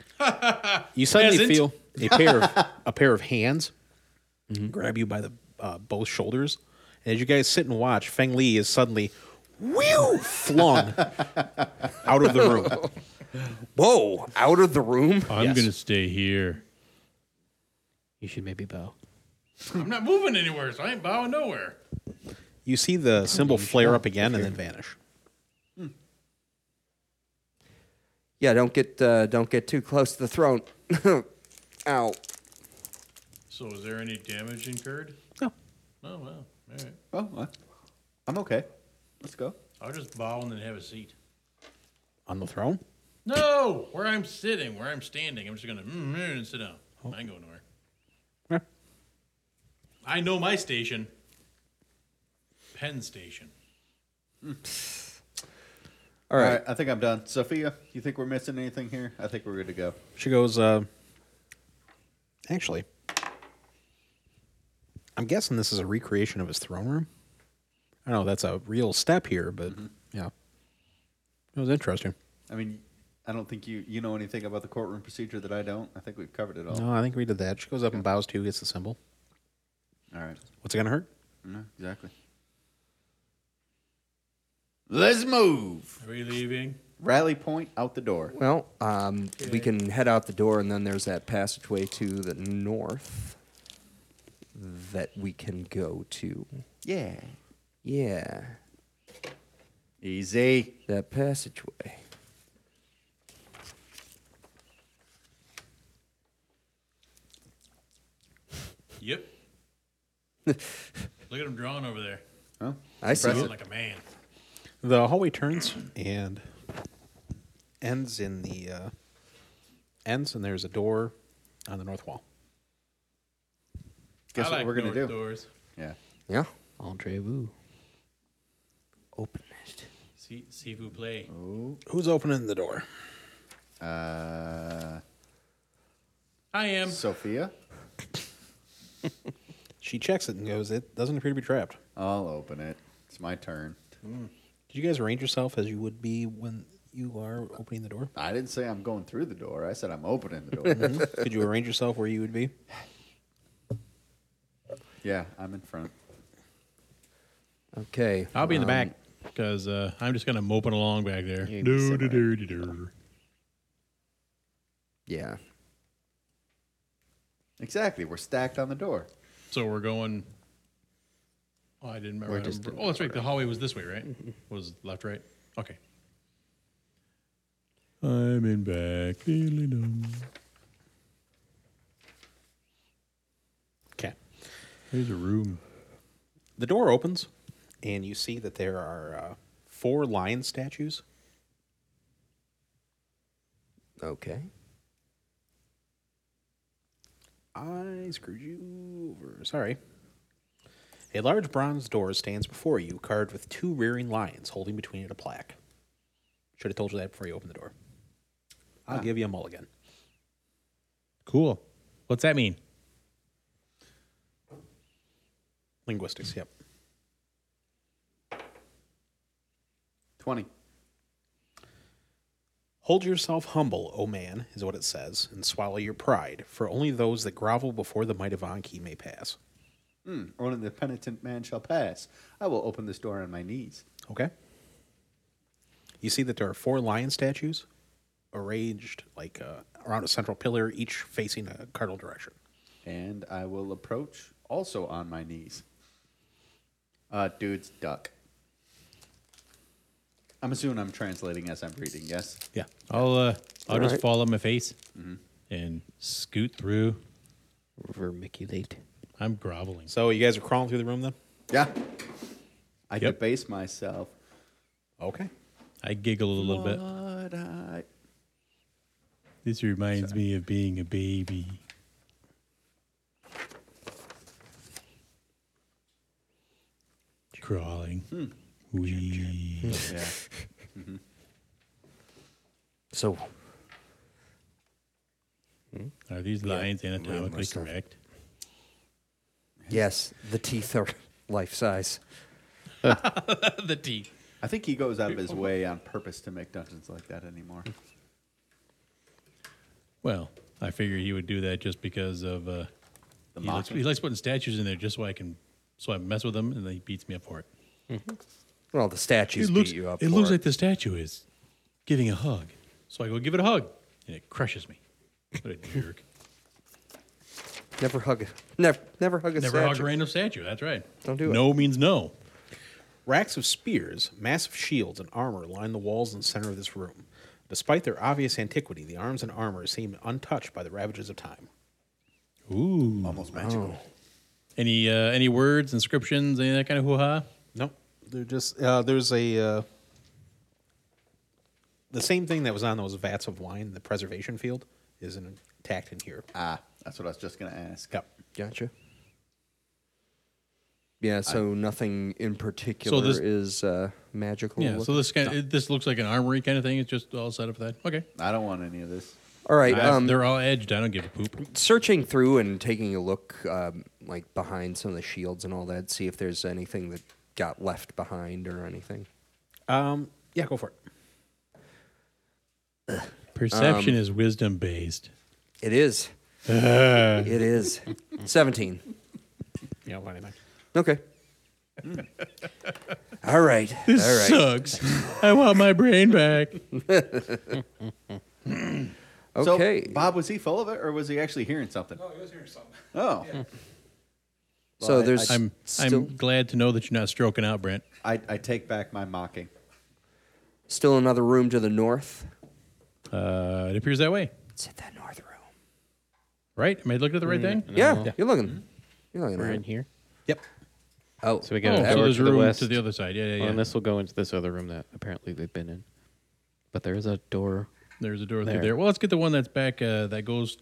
Speaker 1: You suddenly
Speaker 4: Peasant.
Speaker 1: feel a pair of a pair of hands grab you by the uh, both shoulders, and as you guys sit and watch, Feng Li is suddenly whew, flung out of the room.
Speaker 2: whoa out of the room.
Speaker 4: I'm going to stay here.
Speaker 3: You should maybe bow.
Speaker 4: I'm not moving anywhere, so I ain't bowing nowhere.
Speaker 1: You see the symbol flare up again and then vanish.
Speaker 2: Yeah, don't get uh, don't get too close to the throne. Ow.
Speaker 4: So, is there any damage incurred?
Speaker 1: No.
Speaker 4: Oh, wow. All right.
Speaker 5: Oh, uh, I'm okay. Let's go.
Speaker 4: I'll just bow and then have a seat.
Speaker 1: On the throne?
Speaker 4: No, where I'm sitting, where I'm standing. I'm just going to mm, mm, and sit down. I ain't going nowhere.
Speaker 1: Yeah.
Speaker 4: I know my station. Penn Station.
Speaker 2: All
Speaker 5: All
Speaker 2: right.
Speaker 5: right, I think I'm done. Sophia, you think we're missing anything here? I think we're good to go.
Speaker 1: She goes, uh, actually, I'm guessing this is a recreation of his throne room. I don't know that's a real step here, but yeah. It was interesting.
Speaker 5: I mean, I don't think you you know anything about the courtroom procedure that I don't. I think we've covered it all.
Speaker 1: No, Oh, I think we did that. She goes up and bows too, gets the symbol.
Speaker 5: All right.
Speaker 1: What's it going to hurt?
Speaker 5: No, exactly. Let's move.
Speaker 4: Are we leaving?
Speaker 5: Rally point out the door.
Speaker 2: Well, um, we can head out the door, and then there's that passageway to the north that we can go to.
Speaker 5: Yeah.
Speaker 2: Yeah,
Speaker 5: Easy.
Speaker 2: that passageway.
Speaker 4: Yep. Look at him drawing over there.
Speaker 5: Oh,
Speaker 2: I see.
Speaker 4: Drawing
Speaker 2: it.
Speaker 4: like a man.
Speaker 1: The hallway turns and ends in the uh, ends, and there's a door on the north wall.
Speaker 5: guess
Speaker 4: I
Speaker 5: what
Speaker 4: like
Speaker 5: we're gonna
Speaker 4: north
Speaker 5: do?
Speaker 4: Doors.
Speaker 5: Yeah.
Speaker 2: Yeah.
Speaker 3: Entrez vous.
Speaker 2: Open it.
Speaker 4: See, see who play.
Speaker 1: Who's opening the door?
Speaker 5: Uh,
Speaker 4: I am.
Speaker 5: Sophia,
Speaker 1: She checks it and goes, "It doesn't appear to be trapped."
Speaker 5: I'll open it. It's my turn.
Speaker 1: Did you guys arrange yourself as you would be when you are opening the door?
Speaker 5: I didn't say I'm going through the door. I said I'm opening the door.
Speaker 1: Could you arrange yourself where you would be?
Speaker 5: yeah, I'm in front.
Speaker 2: Okay.
Speaker 4: I'll be in the back because uh, I'm just gonna moping along back there. Doo,
Speaker 3: You can be
Speaker 4: doo,
Speaker 3: somewhere.
Speaker 4: doo, doo, doo.
Speaker 2: Yeah.
Speaker 5: Exactly. We're stacked on the door.
Speaker 4: So we're going Oh, I didn't remember.
Speaker 3: Or
Speaker 4: I
Speaker 3: just
Speaker 4: remember-
Speaker 3: in
Speaker 4: Oh, that's right. The hallway was this way, right? Was left, right? Okay. I'm in back, feeling numb.
Speaker 1: Okay.
Speaker 4: Here's a room.
Speaker 1: The door opens, and you see that there are uh, four lion statues.
Speaker 2: Okay.
Speaker 1: I screwed you over. Sorry. A large bronze door stands before you, carved with two rearing lions holding between it a plaque. Should have told you that before you opened the door. I'll give you a mulligan.
Speaker 4: Cool. What's that mean?
Speaker 1: Linguistics, yep.
Speaker 5: 20.
Speaker 1: Hold yourself humble, O man, is what it says, and swallow your pride, for only those that grovel before the might of Anki may pass.
Speaker 5: Hmm. Only the penitent man shall pass. I will open this door on my knees.
Speaker 1: Okay? You see that there are four lion statues arranged like uh, around a central pillar, each facing a cardinal direction.
Speaker 5: And I will approach also on my knees. Uh, dude's duck. I'm assuming I'm translating as I'm reading, yes?
Speaker 1: Yeah.
Speaker 4: I'll uh, I'll just
Speaker 2: Alright.
Speaker 4: fall on my face and scoot through.
Speaker 3: Vermiculate.
Speaker 4: I'm groveling.
Speaker 1: So you guys are crawling through the room then?
Speaker 5: Yeah. I
Speaker 4: Yep.
Speaker 5: debase myself.
Speaker 1: Okay.
Speaker 4: I giggle a little bit.
Speaker 5: But uh, I.
Speaker 4: This reminds me of being a baby. Crawling.
Speaker 2: Hmm.
Speaker 4: Wee.
Speaker 5: Yeah.
Speaker 2: So
Speaker 4: Are these lines anatomically
Speaker 2: stuff.
Speaker 4: correct?
Speaker 2: yes, the teeth are life size.
Speaker 4: the teeth.
Speaker 5: I think he goes out of his way on purpose to make dungeons like that anymore.
Speaker 4: Well, I figure he would do that just because of uh,
Speaker 5: The
Speaker 4: he, likes,
Speaker 5: mocking.
Speaker 4: he likes putting statues in there just so I can so I mess with him and then he beats me up for it.
Speaker 2: Well, the statues
Speaker 4: it looks,
Speaker 2: beat you up.
Speaker 4: it
Speaker 2: for
Speaker 4: looks like the statue is giving a hug. So I go give it a hug, and it crushes me. What a jerk!
Speaker 2: never hug, never, never hug a
Speaker 4: Never hug a
Speaker 2: statue.
Speaker 4: random statue. That's right.
Speaker 2: Don't do it.
Speaker 4: No means no.
Speaker 1: Racks of spears, massive shields, and armor line the walls and center of this room. Despite their obvious antiquity, the arms and armor seem untouched by the ravages of time.
Speaker 4: Ooh.
Speaker 5: Almost magical.
Speaker 4: Oh. Any uh, any words, inscriptions, any of that kind of hoo ha?
Speaker 1: No, they're just uh, there's a uh, the same thing that was on those vats of wine. The preservation field is intact in here.
Speaker 5: Ah, that's what I was just going to ask.
Speaker 1: Yep.
Speaker 2: Gotcha. Yeah, so nothing in particular
Speaker 4: this-
Speaker 2: is uh, magical.
Speaker 4: Yeah. So
Speaker 2: looking.
Speaker 4: this kind it, this looks like an armory kind of thing. It's just all set up for that. Okay.
Speaker 5: I don't want any of this.
Speaker 2: all right,
Speaker 4: I-
Speaker 2: um,
Speaker 4: they're all edged. I don't give a poop.
Speaker 2: searching through and taking a look, um, like behind some of the shields and all that, see if there's anything that got left behind or anything.
Speaker 1: Um. Yeah. Go for it.
Speaker 4: Perception
Speaker 2: Um,
Speaker 4: is wisdom based.
Speaker 2: It is.
Speaker 4: Uh.
Speaker 2: It is. Seventeen.
Speaker 1: You don't find anything.
Speaker 2: Okay. all right. all right.
Speaker 4: Sucks. I want my brain back.
Speaker 2: okay.
Speaker 5: So, Bob, was he full of it or was he actually hearing something? No, he was hearing something. Oh.
Speaker 2: So
Speaker 5: Well, I-
Speaker 2: there's.
Speaker 4: I'm
Speaker 2: still...
Speaker 4: I'm glad to know that you're not stroking out, Brent.
Speaker 5: I, I take back my mocking.
Speaker 2: Still another room to the north.
Speaker 4: Uh, it appears that way,
Speaker 2: It's in that north room.
Speaker 4: right? Am I looking at the right thing?
Speaker 2: Mm. Yeah, you're looking. You're looking.
Speaker 3: We're
Speaker 2: at
Speaker 3: in
Speaker 2: it.
Speaker 3: here.
Speaker 1: Yep.
Speaker 2: Oh,
Speaker 3: So we
Speaker 4: Oh,
Speaker 3: got a
Speaker 4: so
Speaker 3: door
Speaker 4: there's
Speaker 3: to the
Speaker 4: room
Speaker 3: west. Oh,
Speaker 4: to the other side. Yeah, yeah, yeah.
Speaker 3: And this will go into this other room that apparently they've been in. But there is a door.
Speaker 4: There's a door through
Speaker 3: There.
Speaker 4: there. Well, let's get the one that's back uh, that goes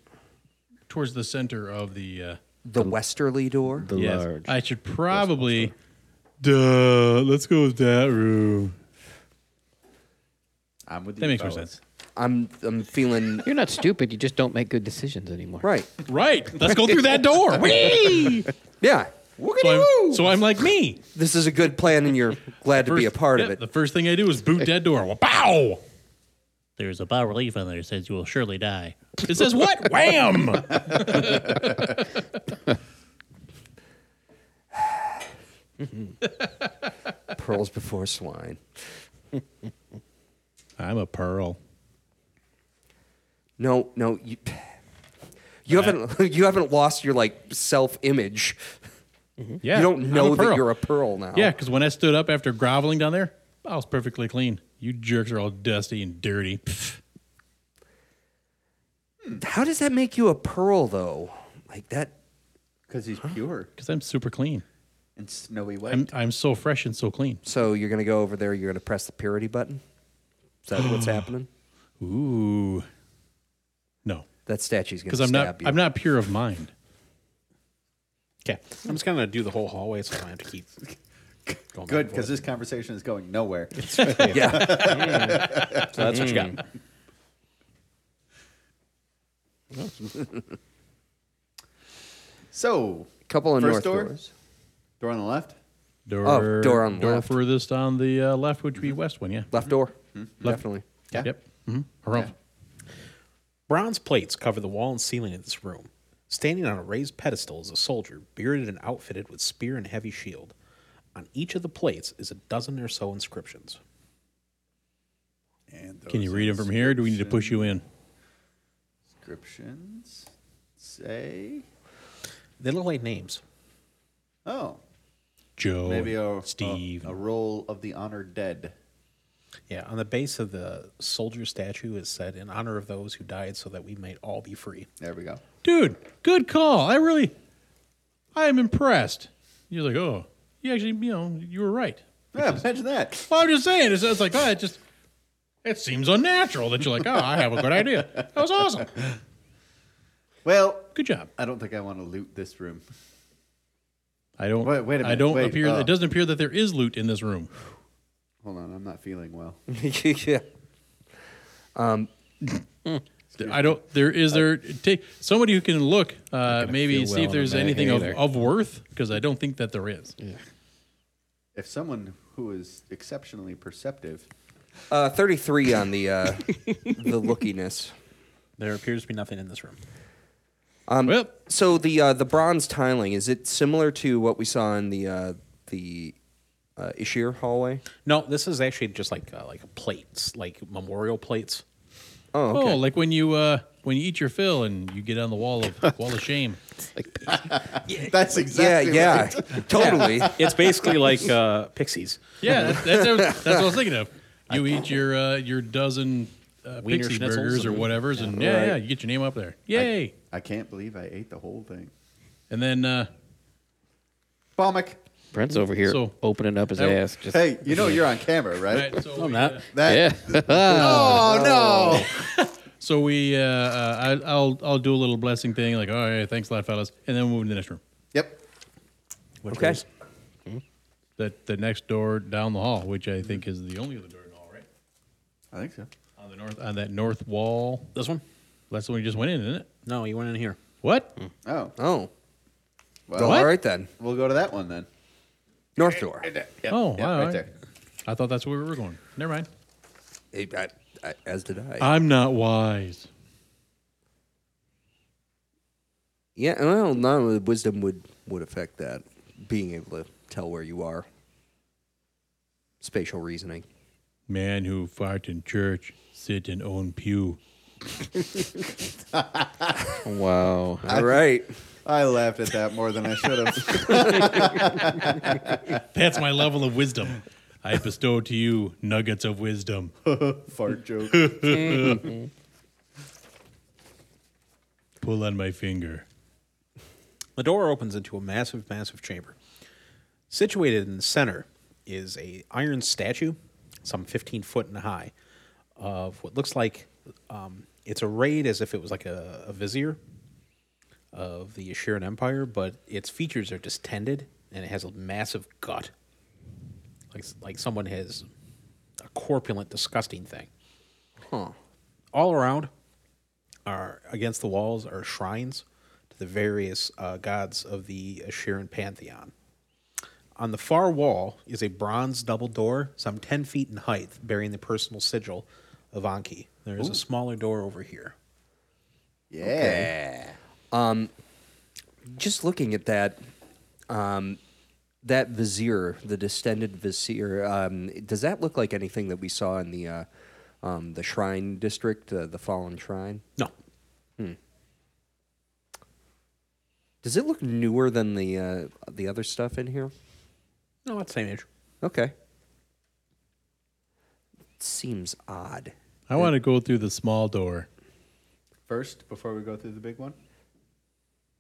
Speaker 4: towards the center of the. Uh,
Speaker 2: the westerly door.
Speaker 3: The
Speaker 4: yes.
Speaker 3: large.
Speaker 4: I should probably. Duh. Let's go with that room.
Speaker 5: I'm with you.
Speaker 4: That makes more
Speaker 5: fellas.
Speaker 4: sense.
Speaker 2: I'm I'm feeling
Speaker 3: You're not stupid. You just don't make good decisions anymore.
Speaker 2: right.
Speaker 4: Right. Let's go through that door. Whee!
Speaker 2: Yeah,
Speaker 4: So I'm, so I'm like me.
Speaker 2: this is a good plan, and you're glad to be a part of
Speaker 4: yeah,
Speaker 2: it.
Speaker 4: The first thing I do is boot that door. Bow. There's a bas relief on there that says you will surely die. It says what? Wham!
Speaker 2: Pearls before swine.
Speaker 4: I'm a pearl.
Speaker 2: No, no, you. You haven't you haven't lost your like self image.
Speaker 4: Yeah,
Speaker 2: you don't
Speaker 4: I'm
Speaker 2: know that
Speaker 4: pearl.
Speaker 2: you're a pearl now.
Speaker 4: Yeah, because when I stood up after groveling down there, I was perfectly clean. You jerks are all dusty and dirty. Pff,
Speaker 2: How does that make you a pearl though? Like that.
Speaker 5: because he's pure
Speaker 4: Because I'm super clean.
Speaker 5: and snowy white.
Speaker 4: I'm I'm so fresh and so clean.
Speaker 2: So you're gonna go over there. You're gonna press the purity button. Is that what's happening?
Speaker 4: Ooh, no,
Speaker 2: That statue's gonna
Speaker 4: because I'm
Speaker 2: stab
Speaker 4: not
Speaker 2: you.
Speaker 4: I'm not pure of mind.
Speaker 1: Okay. I'm just going to do the whole hallway so I don't have to keep going. back
Speaker 5: Good
Speaker 1: and
Speaker 5: because this conversation is going nowhere.
Speaker 2: Yeah.
Speaker 1: forth. So that's what you got.
Speaker 5: So
Speaker 2: couple of
Speaker 5: First
Speaker 2: north
Speaker 5: door?
Speaker 2: doors.
Speaker 5: door on the left.
Speaker 4: Door,
Speaker 2: Oh, door on the
Speaker 4: door
Speaker 2: left.
Speaker 4: furthest on the uh, left would
Speaker 2: Mm-hmm.
Speaker 4: be west one. Yeah.
Speaker 2: Left door.
Speaker 4: Left.
Speaker 2: Definitely.
Speaker 5: Yeah.
Speaker 4: Yep. hmm Harumph.
Speaker 1: Bronze plates cover the wall and ceiling of this room. Standing on a raised pedestal is a soldier, bearded and outfitted with spear and heavy shield. On each of the plates is a dozen or so inscriptions.
Speaker 5: And
Speaker 4: Can you
Speaker 5: those
Speaker 4: read them from here? Or do we need to push you in?
Speaker 5: Inscriptions say,
Speaker 1: They look like names.
Speaker 5: oh,
Speaker 4: Joe.
Speaker 5: maybe a,
Speaker 4: Oh, Steve.
Speaker 5: a, a roll of the honored dead.
Speaker 1: Yeah, on the base of the soldier statue is said, "In honor of those who died, so that we might all be free."
Speaker 5: There we go.
Speaker 4: dude, good call. I really, I am impressed. You're like, oh, you actually, you know, you were right.
Speaker 5: Yeah, imagine that.
Speaker 4: Well, I'm just saying, it's, it's like, oh, it just, it seems unnatural that you're like, oh, I have a good idea. That was awesome.
Speaker 5: Well,
Speaker 4: Good job.
Speaker 5: I don't think I want to loot this room.
Speaker 4: I don't.
Speaker 5: Wait- wait a
Speaker 4: I
Speaker 5: minute,
Speaker 4: don't
Speaker 5: wait,
Speaker 4: appear.
Speaker 5: uh,
Speaker 4: it doesn't appear that there is loot in this room.
Speaker 5: Hold on, I'm not feeling well.
Speaker 2: yeah.
Speaker 4: I don't. There
Speaker 5: Uh,
Speaker 4: is there. Take somebody who can look. Uh, maybe
Speaker 3: feel
Speaker 4: see
Speaker 3: well
Speaker 4: if
Speaker 3: in
Speaker 4: there's
Speaker 3: a minute
Speaker 4: anything of,
Speaker 3: either.
Speaker 4: of worth, because I don't think that there is.
Speaker 5: If someone who is exceptionally perceptive,
Speaker 2: Uh, 33 on the uh, the lookiness.
Speaker 1: There appears to be nothing in this room.
Speaker 4: Well,
Speaker 2: So the uh, the bronze tiling is it similar to what we saw in the uh, the uh, Ishir hallway?
Speaker 1: No, this is actually just like uh, like plates, like memorial plates.
Speaker 2: Oh, okay.
Speaker 4: oh, like when you uh, when you eat your fill and you get on the wall of wall of shame.
Speaker 5: that's exactly
Speaker 2: yeah,
Speaker 5: right.
Speaker 2: yeah, totally.
Speaker 1: It's basically like uh, pixies.
Speaker 4: Yeah, that's, that's, that's what I was thinking of. You eat your uh, your dozen uh,
Speaker 1: Wiener
Speaker 4: pixie
Speaker 1: schnitzels
Speaker 4: burgers or
Speaker 1: and-
Speaker 4: whatever's, and yeah,
Speaker 2: Right.
Speaker 4: yeah, you get your name up there. Yay!
Speaker 5: I can't believe I ate the whole thing.
Speaker 4: and then uh,
Speaker 5: Balmic,
Speaker 3: Brent's over here
Speaker 4: So-
Speaker 3: opening up his
Speaker 4: I-
Speaker 3: ass. Just,
Speaker 5: hey, you know you're on camera, right?
Speaker 4: right, so
Speaker 1: No,
Speaker 4: we,
Speaker 1: I'm not.
Speaker 4: uh,
Speaker 5: That.
Speaker 3: yeah.
Speaker 5: Oh no!
Speaker 4: so we uh, uh, I, I'll I'll do a little blessing thing, like oh yeah, thanks a lot, fellas, and then we'll move to the next room.
Speaker 5: Yep.
Speaker 1: Which
Speaker 2: Okay.
Speaker 1: was-
Speaker 4: That the next door down the hall, which I think is the only other door in the hall, right?
Speaker 5: I think so.
Speaker 4: On the north on that north wall.
Speaker 1: this one?
Speaker 4: That's the one you just went in, isn't it?
Speaker 1: No, you went in here.
Speaker 4: What?
Speaker 1: Hmm.
Speaker 5: Oh,
Speaker 2: Oh,
Speaker 5: well,
Speaker 2: all right then.
Speaker 5: we'll go to that one then.
Speaker 2: North door.
Speaker 4: oh,
Speaker 5: Yeah,
Speaker 4: all
Speaker 5: right
Speaker 4: right.
Speaker 5: there.
Speaker 4: I thought that's where we were going. Never mind.
Speaker 2: Eh, I- I- as did I.
Speaker 4: I'm not wise.
Speaker 2: yeah, well, no, wisdom would would affect that. Being able to tell where you are. Spatial reasoning.
Speaker 4: Man who fart in church, sit in own pew.
Speaker 3: Wow.
Speaker 2: All right.
Speaker 5: I laughed at that more than I should have.
Speaker 4: That's my level of wisdom. I bestow to you nuggets of wisdom.
Speaker 5: Fart joke.
Speaker 4: Pull on my finger.
Speaker 1: The door opens into a massive, massive chamber. Situated in the center is a iron statue, some 15 foot and high, of what looks like um, it's arrayed as if it was like a, a vizier of the Assyrian Empire, but its features are distended and it has a massive gut, like like someone has a corpulent, disgusting thing.
Speaker 2: Huh.
Speaker 1: All around, are against the walls are shrines to the various uh, gods of the Assyrian pantheon. On the far wall is a bronze double door, some 10 feet in height, bearing the personal sigil of Anki. There is a smaller door over here.
Speaker 5: Yeah.
Speaker 2: just looking at that, um, that vizier, the distended vizier, um, does that look like anything that we saw in the uh, um, the shrine district, uh, the fallen shrine?
Speaker 1: No.
Speaker 2: Does it look newer than the uh, the other stuff in here?
Speaker 1: No, that's same age.
Speaker 2: Okay. Seems odd.
Speaker 4: I want to go through the small door.
Speaker 5: First, before we go through the big one,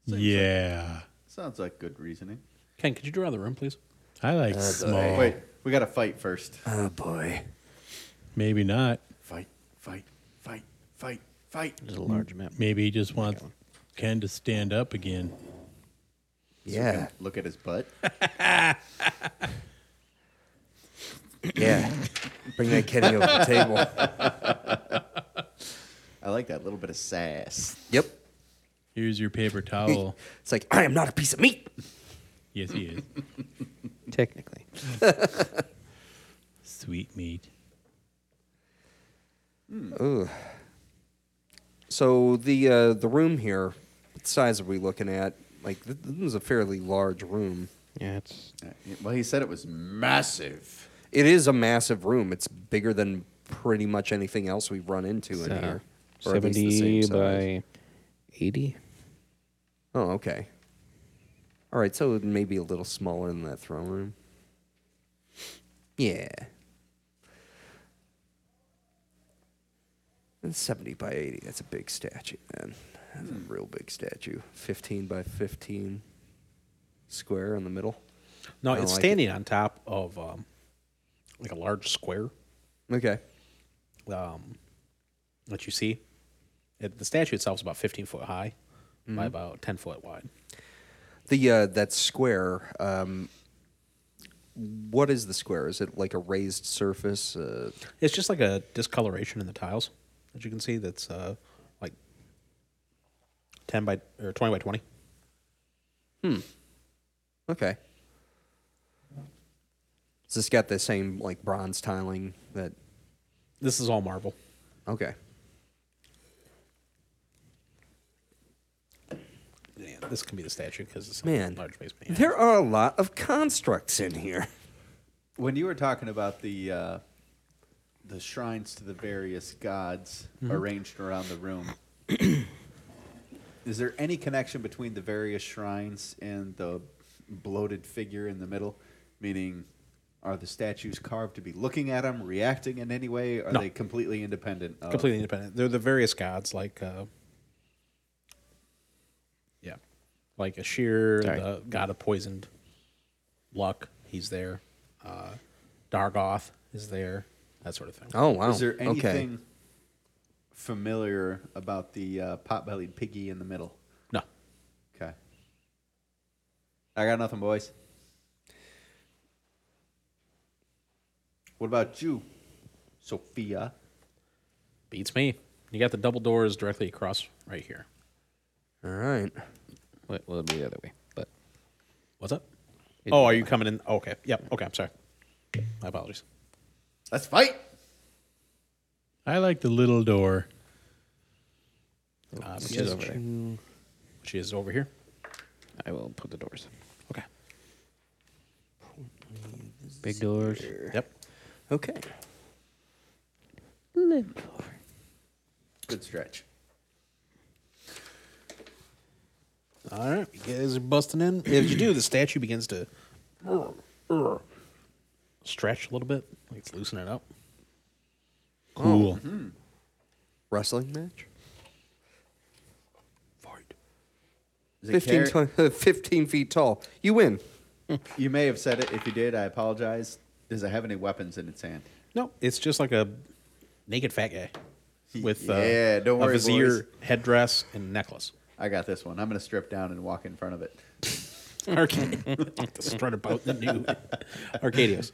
Speaker 4: yeah.
Speaker 5: sounds like good reasoning.
Speaker 1: Ken, could you draw the room, please?
Speaker 4: I like small.
Speaker 5: Wait, we got to fight first.
Speaker 2: Oh boy.
Speaker 4: Maybe not.
Speaker 5: Fight, fight, fight, fight, fight.
Speaker 3: There's a large map.
Speaker 4: Maybe he just wants Ken to stand up again.
Speaker 2: Yeah.
Speaker 5: Look at his butt.
Speaker 2: Yeah. Bring that kitty over the table.
Speaker 5: I like that little bit of sass.
Speaker 2: Yep.
Speaker 4: Here's your paper towel.
Speaker 2: It's like I am not a piece of meat.
Speaker 4: yes, he is.
Speaker 3: Technically.
Speaker 4: Sweet meat.
Speaker 2: So the uh, the room here, what size are we looking at? Like th- this is a fairly large room.
Speaker 3: Yeah, it's
Speaker 5: Well, he said it was massive.
Speaker 2: It is a massive room. It's bigger than pretty much anything else we've run into in
Speaker 3: uh,
Speaker 2: here. Or at least the same
Speaker 3: 70
Speaker 2: size.
Speaker 3: by 80.
Speaker 2: Oh, okay. All right, so maybe a little smaller than that throne room. Yeah. That's 70 by 80. That's a big statue, man. That's a real big statue. 15 by 15 square in the middle.
Speaker 1: No,
Speaker 2: I don't
Speaker 1: it's
Speaker 2: like it.
Speaker 1: standing on top of um, like a large square
Speaker 2: Okay.
Speaker 1: um, that you see. It, the statue itself is about 15 foot high
Speaker 2: Mm-hmm.
Speaker 1: by about 10 foot wide.
Speaker 2: The uh, that square. Um, what is the square? Is it like a raised surface? Uh,
Speaker 1: It's just like a discoloration in the tiles that you can see. That's uh, like 10 by or 20 by 20.
Speaker 2: okay. Does this got the same like bronze tiling that?
Speaker 1: This is all marble.
Speaker 2: Okay.
Speaker 1: Yeah, this can be the statue because it's
Speaker 2: Man.
Speaker 1: a large basement. yeah.
Speaker 2: There are a lot of constructs in here.
Speaker 5: When you were talking about the uh, the shrines to the various gods arranged around the room, is there any connection between the various shrines and the bloated figure in the middle? Meaning, are the statues carved to be looking at him, reacting in any way? Are
Speaker 1: No.
Speaker 5: they completely independent? Of,
Speaker 1: completely independent. They're the various gods, like uh, yeah, like Ashir,
Speaker 3: Sorry.
Speaker 1: the god of poisoned luck. He's there. Uh, Dargoth is there. That sort of thing.
Speaker 2: Oh wow.
Speaker 5: Is there anything
Speaker 2: Okay.
Speaker 5: familiar about the uh, pot-bellied piggy in the middle?
Speaker 1: No,
Speaker 5: Okay. I got nothing, boys. What about you, Sophia?
Speaker 1: beats me. You got the double doors directly across right here.
Speaker 2: All right.
Speaker 3: Well, it'll be the other way. But
Speaker 1: What's up?
Speaker 3: It-
Speaker 1: Oh, are you coming in? Okay. Yep. Okay. I'm sorry. My apologies.
Speaker 5: Let's fight.
Speaker 4: I like the little door.
Speaker 1: Uh, which,
Speaker 3: she's
Speaker 1: is,
Speaker 3: over there.
Speaker 1: which is over here.
Speaker 3: I will put the doors.
Speaker 1: Okay.
Speaker 3: Big doors.
Speaker 1: Yep.
Speaker 2: Okay.
Speaker 5: Good stretch.
Speaker 1: All right, you guys are busting in. As you do, the statue begins to stretch a little bit, like it's loosening up.
Speaker 4: Cool.
Speaker 2: Wrestling match.
Speaker 5: Is it
Speaker 2: 15,
Speaker 5: carry-
Speaker 2: tw- 15 feet tall. You win.
Speaker 5: you may have said it. If you did, I apologize. Does it have any weapons in its hand?
Speaker 1: No, it's just like a naked fat guy with uh,
Speaker 5: Yeah, don't worry,
Speaker 1: a vizier
Speaker 5: boys.
Speaker 1: headdress and necklace.
Speaker 5: I got this one. I'm going to strip down and walk in front of it.
Speaker 1: Arcade, the strut about the new Arcadios.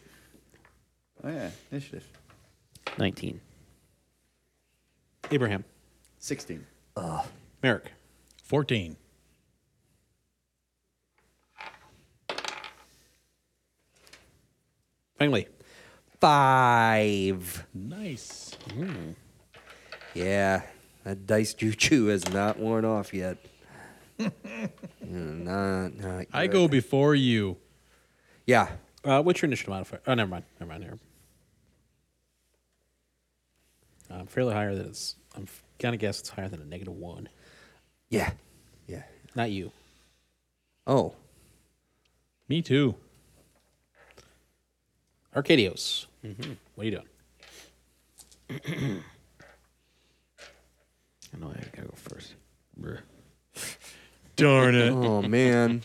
Speaker 5: Oh, yeah. Initiative.
Speaker 3: 19.
Speaker 1: Abraham,
Speaker 5: 16.
Speaker 1: Merrick,
Speaker 4: 14.
Speaker 1: Finally,
Speaker 2: Five.
Speaker 4: Nice.
Speaker 2: Yeah. That dice juju has not worn off yet. Mm, not, not
Speaker 4: I
Speaker 2: good.
Speaker 4: go before you.
Speaker 2: Yeah.
Speaker 1: uh, what's your initiative modifier? Oh, never mind, never mind. Never. I'm fairly higher than it's. I'm gonna guess it's higher than a negative one.
Speaker 2: Yeah. Yeah.
Speaker 1: Not you.
Speaker 2: Oh,
Speaker 4: Me too.
Speaker 1: Arcadios, what are you doing?
Speaker 3: I know I gotta go first.
Speaker 4: Darn it.
Speaker 2: oh man.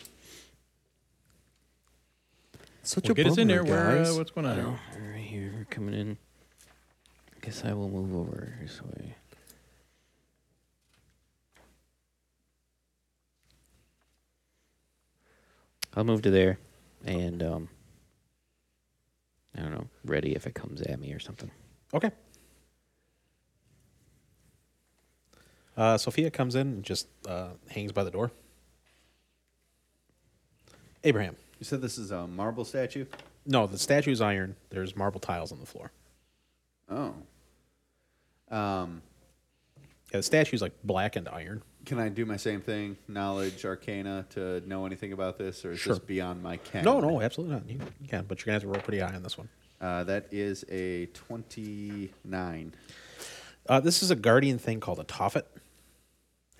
Speaker 2: Such
Speaker 4: Well,
Speaker 2: a
Speaker 4: get us in
Speaker 2: bummer,
Speaker 4: there. Where, uh,
Speaker 2: guys.
Speaker 4: what's going on? here?
Speaker 3: Right here, we're coming in. I guess I will move over this way. I'll move to there, and um, I don't know, ready if it comes at me or something.
Speaker 1: Okay. Uh, Sophia comes in and just uh, hangs by the door. Abraham.
Speaker 5: You said this is a marble statue?
Speaker 1: No, the statue's iron. There's marble tiles on the floor.
Speaker 5: Oh. Um,
Speaker 1: Yeah, the statue's like blackened iron.
Speaker 5: can I do my same thing? Knowledge, arcana, to know anything about this, or is
Speaker 1: Sure.
Speaker 5: this beyond my ken?
Speaker 1: No, no, absolutely not. You you can, but you're gonna have to roll pretty high on this one.
Speaker 5: Uh, that is a 29.
Speaker 1: Uh, this is a guardian thing called a Tophet.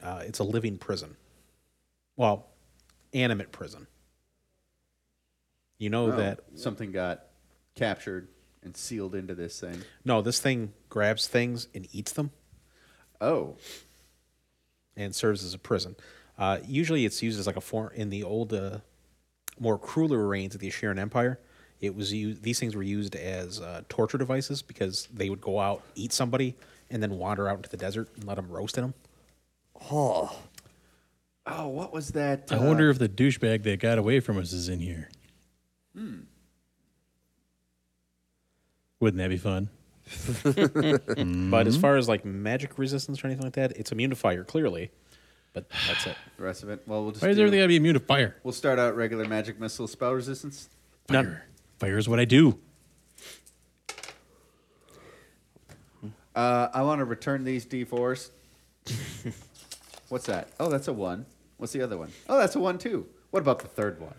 Speaker 1: Uh, it's a living prison. Well, animate prison. You know
Speaker 5: Oh,
Speaker 1: that
Speaker 5: something got captured and sealed into this thing.
Speaker 1: no, this thing grabs things and eats them.
Speaker 5: Oh,
Speaker 1: and serves as a prison. Uh, usually, it's used as like a form in the old, uh, more crueler reigns of the Assyrian Empire. It was used; these things were used as uh, torture devices because they would go out, eat somebody, and then wander out into the desert and let them roast in them.
Speaker 2: Oh,
Speaker 5: oh, what was that?
Speaker 4: I
Speaker 5: uh,
Speaker 4: wonder if the douchebag that got away from us is in here. Wouldn't that be fun?
Speaker 1: But
Speaker 3: Mm-hmm.
Speaker 1: as far as like magic resistance or anything like that, it's immune to fire clearly. But that's it.
Speaker 5: the rest of it. Well, we'll just.
Speaker 4: Why is
Speaker 5: do-
Speaker 4: everything gotta be immune to fire?
Speaker 5: We'll start out regular magic missile spell resistance.
Speaker 1: None.
Speaker 4: Fire. Fire is what I do.
Speaker 5: Uh, I want to return these d4s. What's that? Oh, that's a one. What's the other one? Oh, that's a one too. What about the third one?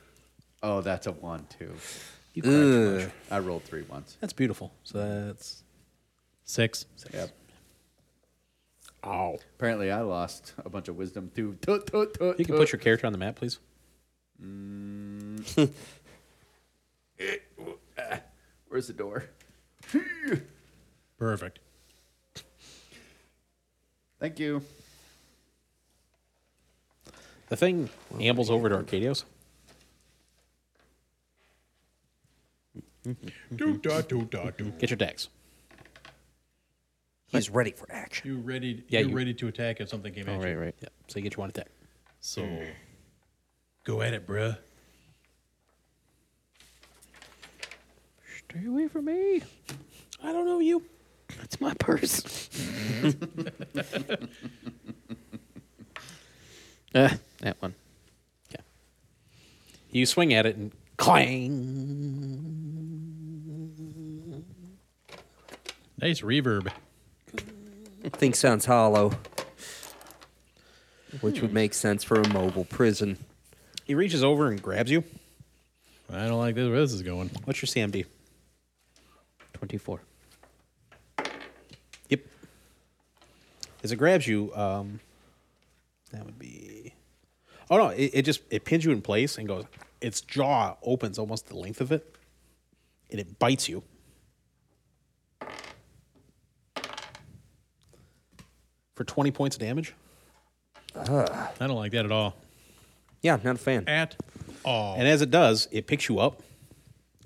Speaker 5: Oh, that's a one too.
Speaker 1: You cried too much.
Speaker 5: I rolled three ones.
Speaker 1: That's beautiful. So that's
Speaker 4: Six.
Speaker 5: Yep.
Speaker 1: ow.
Speaker 5: Apparently, I lost a bunch of wisdom too. Tut, tut, tut,
Speaker 1: You can
Speaker 5: tut.
Speaker 1: put your character on the map, please.
Speaker 5: Where's the door?
Speaker 4: Perfect.
Speaker 5: Thank you.
Speaker 1: The thing ambles over to Arcadios.
Speaker 4: Do da do da do.
Speaker 1: Get your decks.
Speaker 2: he's ready for action.
Speaker 4: You ready?
Speaker 1: Yeah,
Speaker 4: you're
Speaker 1: you-
Speaker 4: ready to attack if something came at
Speaker 3: All
Speaker 4: you.
Speaker 3: Oh, right, right.
Speaker 1: Yeah. So you get your one attack.
Speaker 4: So, go at it, bruh.
Speaker 3: Stay away from me.
Speaker 1: I don't know you.
Speaker 3: That's my purse. uh, that one.
Speaker 1: Yeah. You swing at it and clang.
Speaker 4: Nice reverb.
Speaker 2: Thing sounds hollow, which would make sense for a mobile prison.
Speaker 1: He reaches over and grabs you.
Speaker 4: I don't like this. Where this is going.
Speaker 1: What's your CMD?
Speaker 3: 24.
Speaker 1: Yep. As it grabs you, um, that would be. Oh no! It, it just it pins you in place and goes. Its jaw opens almost the length of it, and it bites you. For twenty points of damage.
Speaker 4: I don't like that at all.
Speaker 2: Yeah, not a fan.
Speaker 4: At all.
Speaker 1: And as it does, it picks you up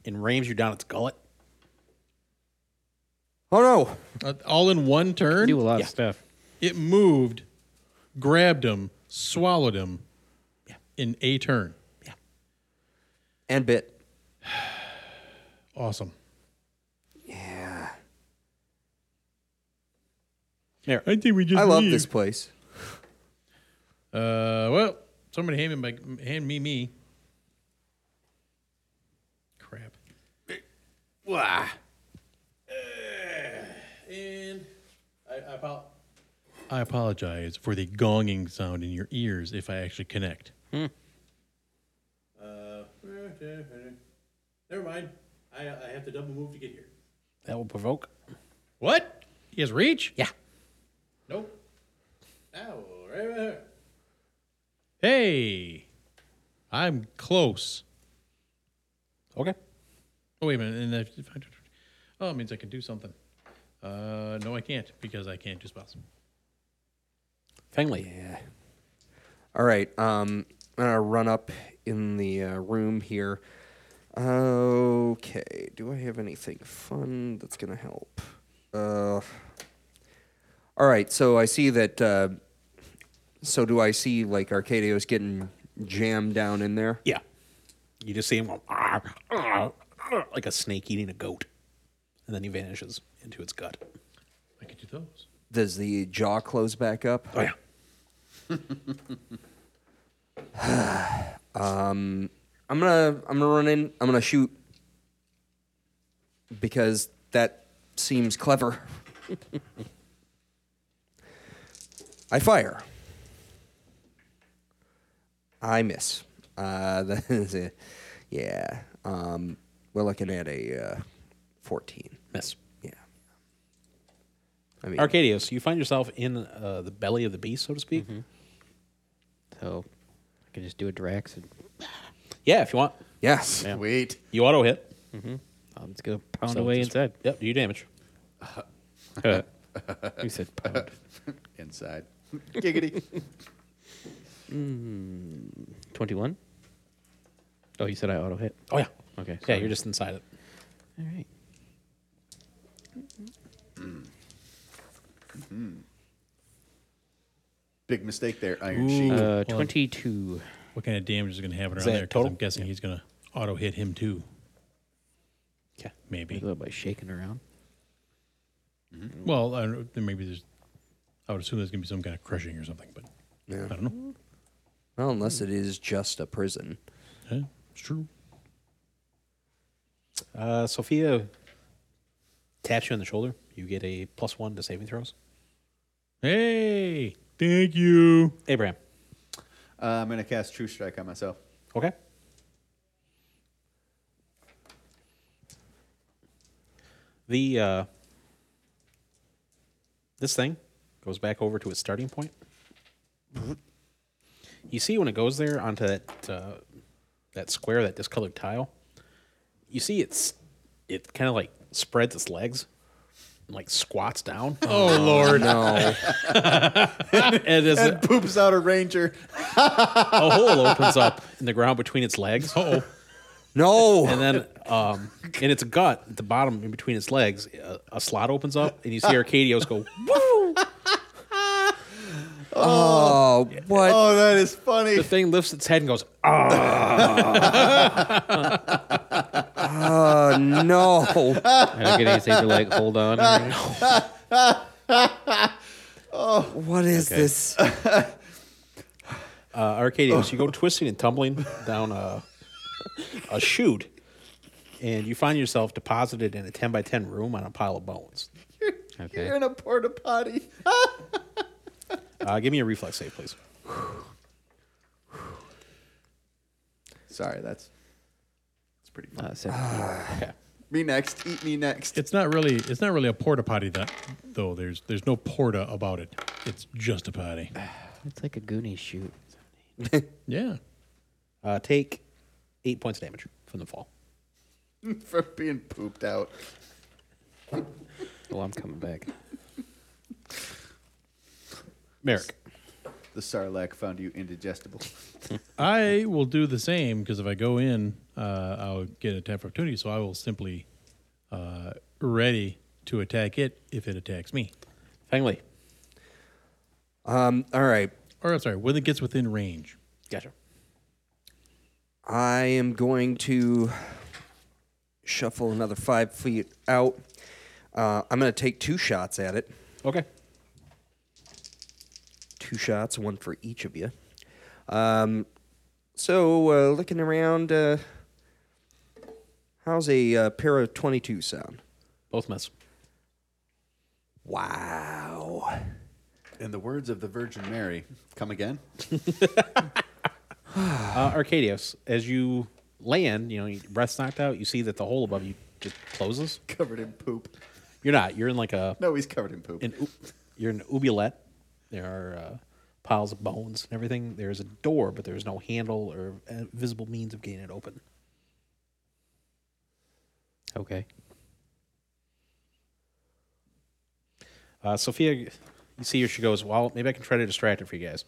Speaker 1: and rams you down its gullet.
Speaker 2: Oh no!
Speaker 4: Uh, all in one turn.
Speaker 3: Do a lot
Speaker 1: Yeah.
Speaker 3: of stuff.
Speaker 4: It moved, grabbed him, swallowed him
Speaker 1: Yeah.
Speaker 4: in a turn.
Speaker 2: And bit.
Speaker 4: Awesome.
Speaker 2: Yeah.
Speaker 1: There.
Speaker 4: I think we just.
Speaker 2: I love this place.
Speaker 4: Uh, well, somebody hand me my, hand me me. Crap.
Speaker 5: Wah.
Speaker 4: Uh, And I, I, apo- I apologize for the gonging sound in your ears if I actually connect.
Speaker 1: Hmm.
Speaker 4: Uh, never mind. I, I have to double move to get here.
Speaker 1: That will provoke.
Speaker 4: What? He has reach?
Speaker 1: Yeah.
Speaker 4: Nope. Ow. Right, right, right. Hey. I'm close.
Speaker 1: Okay.
Speaker 4: Oh wait a minute. And if, if I, oh, it means I can do something. Uh, no, I can't because I can't do spells.
Speaker 1: Finally, yeah.
Speaker 2: All right. Um, I'm gonna run up in the uh, room here. Okay. Do I have anything fun that's gonna help? Uh. All right. So I see that. Uh, so do I see like Arcadio's getting jammed down in there?
Speaker 1: Yeah. You just see him go, "Arr, arr, arr," like a snake eating a goat. And then he vanishes into its gut.
Speaker 4: I can do those.
Speaker 2: Does the jaw close back up?
Speaker 1: Oh, yeah.
Speaker 2: Um, I'm gonna I'm gonna run in. I'm gonna shoot because that seems clever. I fire. I miss. Uh, that is it. Yeah. Um, we're looking at a uh, 14.
Speaker 1: Miss.
Speaker 2: Yeah. I mean,
Speaker 1: Arcadius, you find yourself in uh, the belly of the beast, so to speak.
Speaker 3: So I can just do a Drax and
Speaker 1: Yeah, if you want.
Speaker 2: yes.
Speaker 5: Sweet.
Speaker 1: You auto hit.
Speaker 3: I'm just um, gonna pound
Speaker 1: So
Speaker 3: away
Speaker 1: just-
Speaker 3: inside.
Speaker 1: Yep, do you damage.
Speaker 3: you said pound.
Speaker 5: Inside. Giggity.
Speaker 3: Twenty-one. Oh, you said I auto hit.
Speaker 1: Oh, yeah.
Speaker 3: Okay.
Speaker 1: Yeah,
Speaker 3: sorry.
Speaker 1: you're just inside it.
Speaker 3: all right.
Speaker 5: Big mistake there, Iron Sheik.
Speaker 3: Uh,
Speaker 4: Well-
Speaker 3: twenty-two.
Speaker 4: What kind of damage is going to happen
Speaker 1: Is
Speaker 4: around
Speaker 1: that
Speaker 4: there? 'Cause
Speaker 1: total?
Speaker 4: I'm guessing he's going to auto hit him too.
Speaker 1: Okay.
Speaker 4: Maybe.
Speaker 3: Maybe by shaking around.
Speaker 4: Well, I don't know, then maybe there's. I would assume there's going to be some kind of crushing or something, but I don't know.
Speaker 2: Well, unless it is just a prison.
Speaker 4: Yeah, it's true.
Speaker 1: Uh, Sophia taps you on the shoulder. You get a plus one to saving throws.
Speaker 4: Hey, thank you.
Speaker 1: Abraham.
Speaker 5: Uh, I'm going to cast True Strike on myself.
Speaker 1: Okay. The uh, this thing goes back over to its starting point. You see when it goes there onto that uh, that square, that discolored tile. You see it's it kind of like spreads its legs, and like squats down,
Speaker 4: Oh, Lord.
Speaker 2: No.
Speaker 1: and as a,
Speaker 5: Poops out a ranger.
Speaker 1: a hole opens up in the ground between its legs.
Speaker 4: Oh,
Speaker 2: no.
Speaker 1: and then um, in its gut, at the bottom, in between its legs, a, a slot opens up, and you see Arcadios go woo.
Speaker 2: oh, what?
Speaker 5: Oh, that is funny.
Speaker 1: The thing lifts its head and goes, "Ah."
Speaker 2: Uh, no.
Speaker 3: I don't get anything to like hold on. or anything.
Speaker 2: What is this?
Speaker 1: uh, Arcadios, you go twisting and tumbling down a a chute, and you find yourself deposited in a ten by ten room on a pile of bones.
Speaker 3: Okay.
Speaker 5: You're in a porta potty.
Speaker 1: Uh, give me a reflex save, please.
Speaker 5: Sorry, that's that's pretty funny.
Speaker 3: Uh, seventeen.
Speaker 1: Okay.
Speaker 5: me next. Eat me next.
Speaker 4: it's not really. It's not really a porta potty that, though. There's there's no porta about it. It's just a potty.
Speaker 3: it's like a Goonie shoot.
Speaker 4: Yeah.
Speaker 1: Uh, take eight points of damage from the fall.
Speaker 5: from being pooped out.
Speaker 3: Well, I'm coming back.
Speaker 1: Merrick,
Speaker 5: The Sarlacc found you indigestible.
Speaker 4: I will do the same because if I go in, uh, I'll get an attack of opportunity. So I will simply uh, ready to attack it if it attacks me.
Speaker 1: Fangli,
Speaker 2: Um, all right.
Speaker 4: Or I'm sorry, when it gets within range.
Speaker 1: gotcha.
Speaker 2: I am going to shuffle another five feet out. Uh, I'm going to take two shots at it.
Speaker 1: Okay.
Speaker 2: Two shots, one for each of you. Um, so, uh, looking around, uh, how's a uh, pair of 22 sound?
Speaker 1: Both miss.
Speaker 2: Wow.
Speaker 5: In the words of the Virgin Mary, come again.
Speaker 1: Uh, Arcadios, as you land, you know, your breath's knocked out. You see that the hole above you just closes.
Speaker 5: covered in poop.
Speaker 1: You're not. You're in like a
Speaker 5: No, he's covered in poop.
Speaker 1: an oo- you're an oubulette. There are uh, piles of bones and everything. There's a door, but there's no handle or uh, visible means of getting it open.
Speaker 3: Okay.
Speaker 1: Uh, Sophia, you see her. She goes, "Well, maybe I can try to distract her for you guys."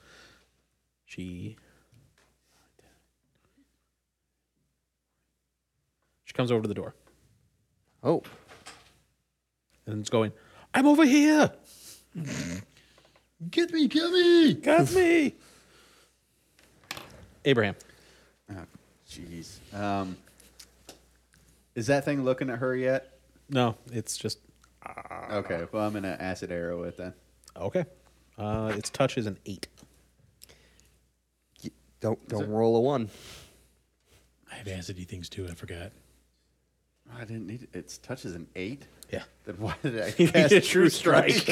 Speaker 1: She she comes over to the door
Speaker 3: Oh,
Speaker 1: and is going, "I'm over here.
Speaker 5: Get me, get me!
Speaker 1: Got me." Abraham,
Speaker 5: Jeez. Um, is that thing looking at her yet?
Speaker 1: no, it's just
Speaker 5: Okay. Well, I'm gonna acid arrow it then.
Speaker 1: okay. Uh, its touch is an eight.
Speaker 2: Y- Don't don't roll a one.
Speaker 4: I have acid things too. I forgot.
Speaker 5: Oh, I didn't need it. Its touch is an eight.
Speaker 1: Yeah.
Speaker 5: Then why did I cast True Strike?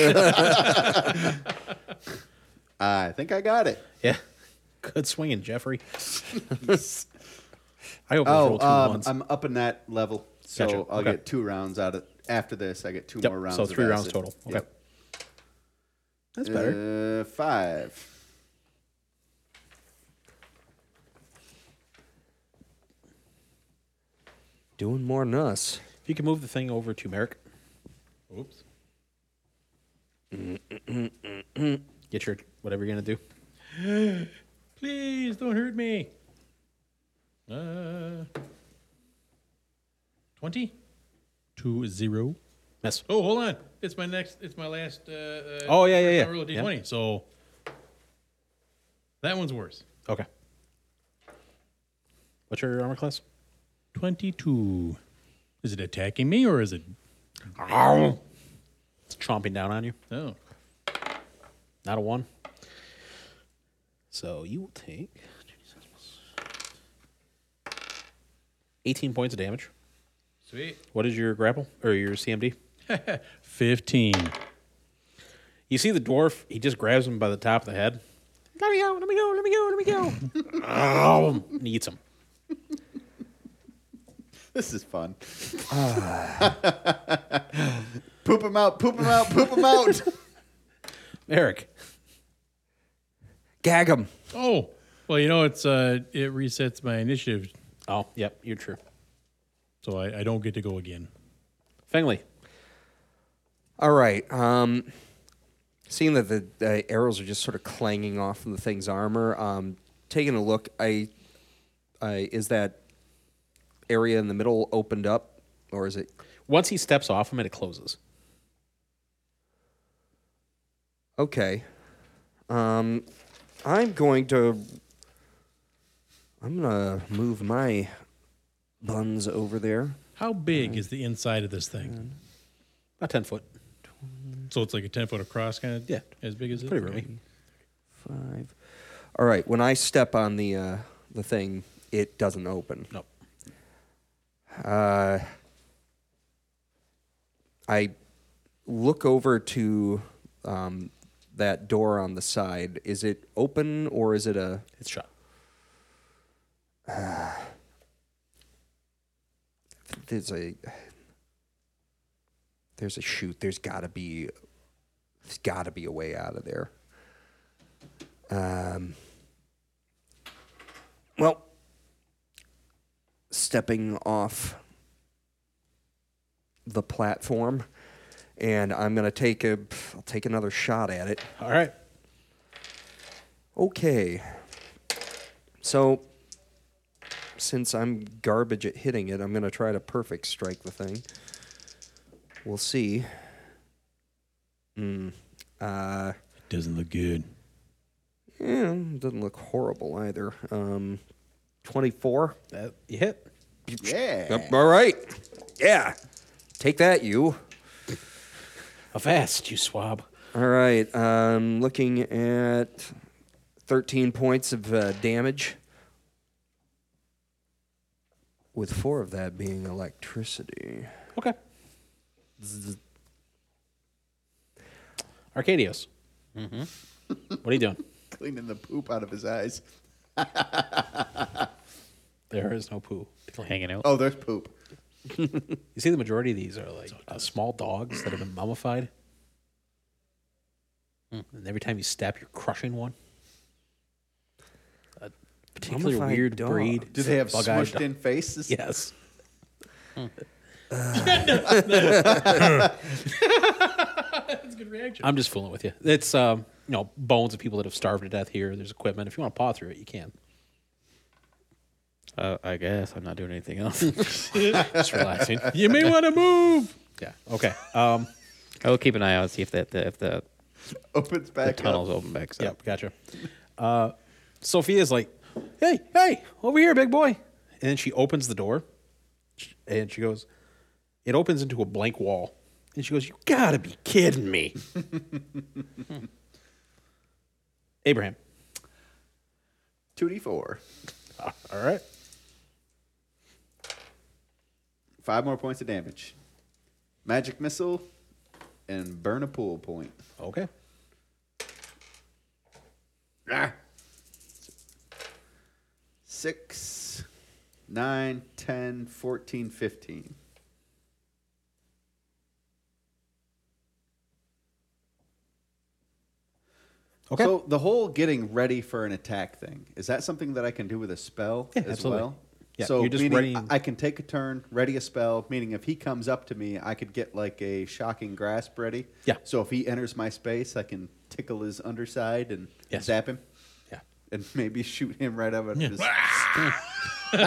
Speaker 5: I think I got it.
Speaker 1: yeah, good swinging, Jeffrey. I hope I
Speaker 5: Oh,
Speaker 1: rolled two
Speaker 5: um,
Speaker 1: ones.
Speaker 5: I'm up in that level, so
Speaker 1: Gotcha,
Speaker 5: I'll
Speaker 1: okay.
Speaker 5: get two rounds out of. After this, I get two
Speaker 1: Yep,
Speaker 5: more rounds.
Speaker 1: so
Speaker 5: of
Speaker 1: three rounds
Speaker 5: acid.
Speaker 1: total. Okay.
Speaker 5: Yep.
Speaker 1: That's better.
Speaker 5: Uh, five.
Speaker 2: Doing more than us.
Speaker 1: If you can move the thing over to Merrick,
Speaker 4: Oops.
Speaker 1: get your whatever you're gonna do.
Speaker 4: Please don't hurt me. Uh, 20? Two zero.
Speaker 1: Miss.
Speaker 4: Oh, hold on. It's my next, it's my last. Uh, uh,
Speaker 1: Oh, yeah, yeah,
Speaker 4: first
Speaker 1: yeah.
Speaker 4: time I roll a d20, so that one's worse.
Speaker 1: Okay. What's your armor class?
Speaker 4: 22. Is it attacking me or is it?
Speaker 1: It's chomping down on you.
Speaker 4: Oh,
Speaker 1: Not a one. So you will take 18 points of damage.
Speaker 4: sweet.
Speaker 1: What is your grapple or your CMD?
Speaker 4: 15.
Speaker 1: You see the dwarf, he just grabs him by the top of the head. Let me go, let me go, let me go, let me go. Ow! and he eats him.
Speaker 5: This is fun. poop him out, poop him out, poop him out.
Speaker 1: Eric,
Speaker 2: Gag him.
Speaker 4: Oh, well, you know, it's uh, it resets my initiative,
Speaker 1: Oh, yep, you're true.
Speaker 4: so I, I don't get to go again.
Speaker 1: Fengley.
Speaker 2: All right. Um, seeing that the uh, arrows are just sort of clanging off of the thing's armor, um, taking a look, I, I is that area in the middle opened up, or is it?
Speaker 1: Once he steps off him, it closes.
Speaker 2: Okay. Um, I'm going to. I'm gonna move my buns over there.
Speaker 4: How big is the inside of this thing?
Speaker 1: About 10 foot.
Speaker 4: So it's like a 10 foot across kind of?
Speaker 1: Yeah.
Speaker 4: As big as it?
Speaker 1: Pretty roomy.
Speaker 2: Five. All right. When I step on the uh, the thing, it doesn't open.
Speaker 1: No.
Speaker 2: Uh, I look over to um, that door on the side. Is it open or is it a?
Speaker 1: It's shot.
Speaker 2: There's a. There's a chute. There's gotta be. There's gotta be a way out of there. Um. Well, stepping off the platform, and I'm gonna take a. I'll take another shot at it.
Speaker 1: All right.
Speaker 2: Okay. So, since I'm garbage at hitting it, I'm going to try to perfect strike the thing. We'll see. Hmm. Uh,
Speaker 4: It doesn't look good.
Speaker 2: yeah, Eh, doesn't look horrible either. Um, 24.
Speaker 1: That, you hit.
Speaker 5: yeah.
Speaker 2: Yep, all right. Yeah. Take that, you.
Speaker 1: Avast, you swab.
Speaker 2: All right. Um, looking at 13 points of uh, damage, with four of that being electricity.
Speaker 1: Okay. Arcadios.
Speaker 5: Mm-hmm.
Speaker 1: What are you doing?
Speaker 5: Cleaning the poop out of his eyes.
Speaker 1: There is no poo. to clean.
Speaker 3: hanging out.
Speaker 5: Oh, there's poop.
Speaker 1: You see, the majority of these are like uh, small dogs Hmm. that have been mummified. And every time you step, you're crushing one. particular
Speaker 2: Mummified
Speaker 1: weird
Speaker 2: dog.
Speaker 1: breed.
Speaker 5: Do they have
Speaker 1: Bug-eyed
Speaker 5: smushed
Speaker 1: dog. Hmm.
Speaker 5: in faces?
Speaker 1: Yes.
Speaker 4: That's a good reaction.
Speaker 1: I'm just fooling with you. It's um, you know bones of people that have starved to death here. There's equipment. If you want to paw through it, you can.
Speaker 3: Uh, I guess I'm not doing anything else.
Speaker 1: Just relaxing.
Speaker 4: You may want to move.
Speaker 1: yeah. Okay. Um,
Speaker 3: I will keep an eye out see if that the, if the,
Speaker 5: Opens
Speaker 3: the
Speaker 5: back
Speaker 3: tunnels
Speaker 5: up.
Speaker 3: open back up.
Speaker 1: yep. Gotcha. Uh, Sophia's like, "Hey, hey, over here, big boy!" And then she opens the door, and she goes, "It opens into a blank wall." And she goes, "You gotta be kidding me." Abraham.
Speaker 5: Two D four.
Speaker 1: All right.
Speaker 5: Five more points of damage. Magic missile and burn a pool point.
Speaker 1: Okay.
Speaker 5: Ah. Six, nine, ten, fourteen, fifteen.
Speaker 1: Okay.
Speaker 5: So the whole getting ready for an attack thing is that something that I can do with a spell
Speaker 1: Yeah,
Speaker 5: as
Speaker 1: absolutely.
Speaker 5: well?
Speaker 1: Yeah,
Speaker 5: so
Speaker 1: you're just
Speaker 5: meaning
Speaker 1: readying-
Speaker 5: I I can take a turn, ready a spell, meaning if he comes up to me, I could get like a shocking grasp ready.
Speaker 1: Yeah.
Speaker 5: So if he enters my space, I can tickle his underside and
Speaker 1: Yes.
Speaker 5: zap him
Speaker 1: yeah.
Speaker 5: and maybe shoot him right out of his. Do-
Speaker 4: Well,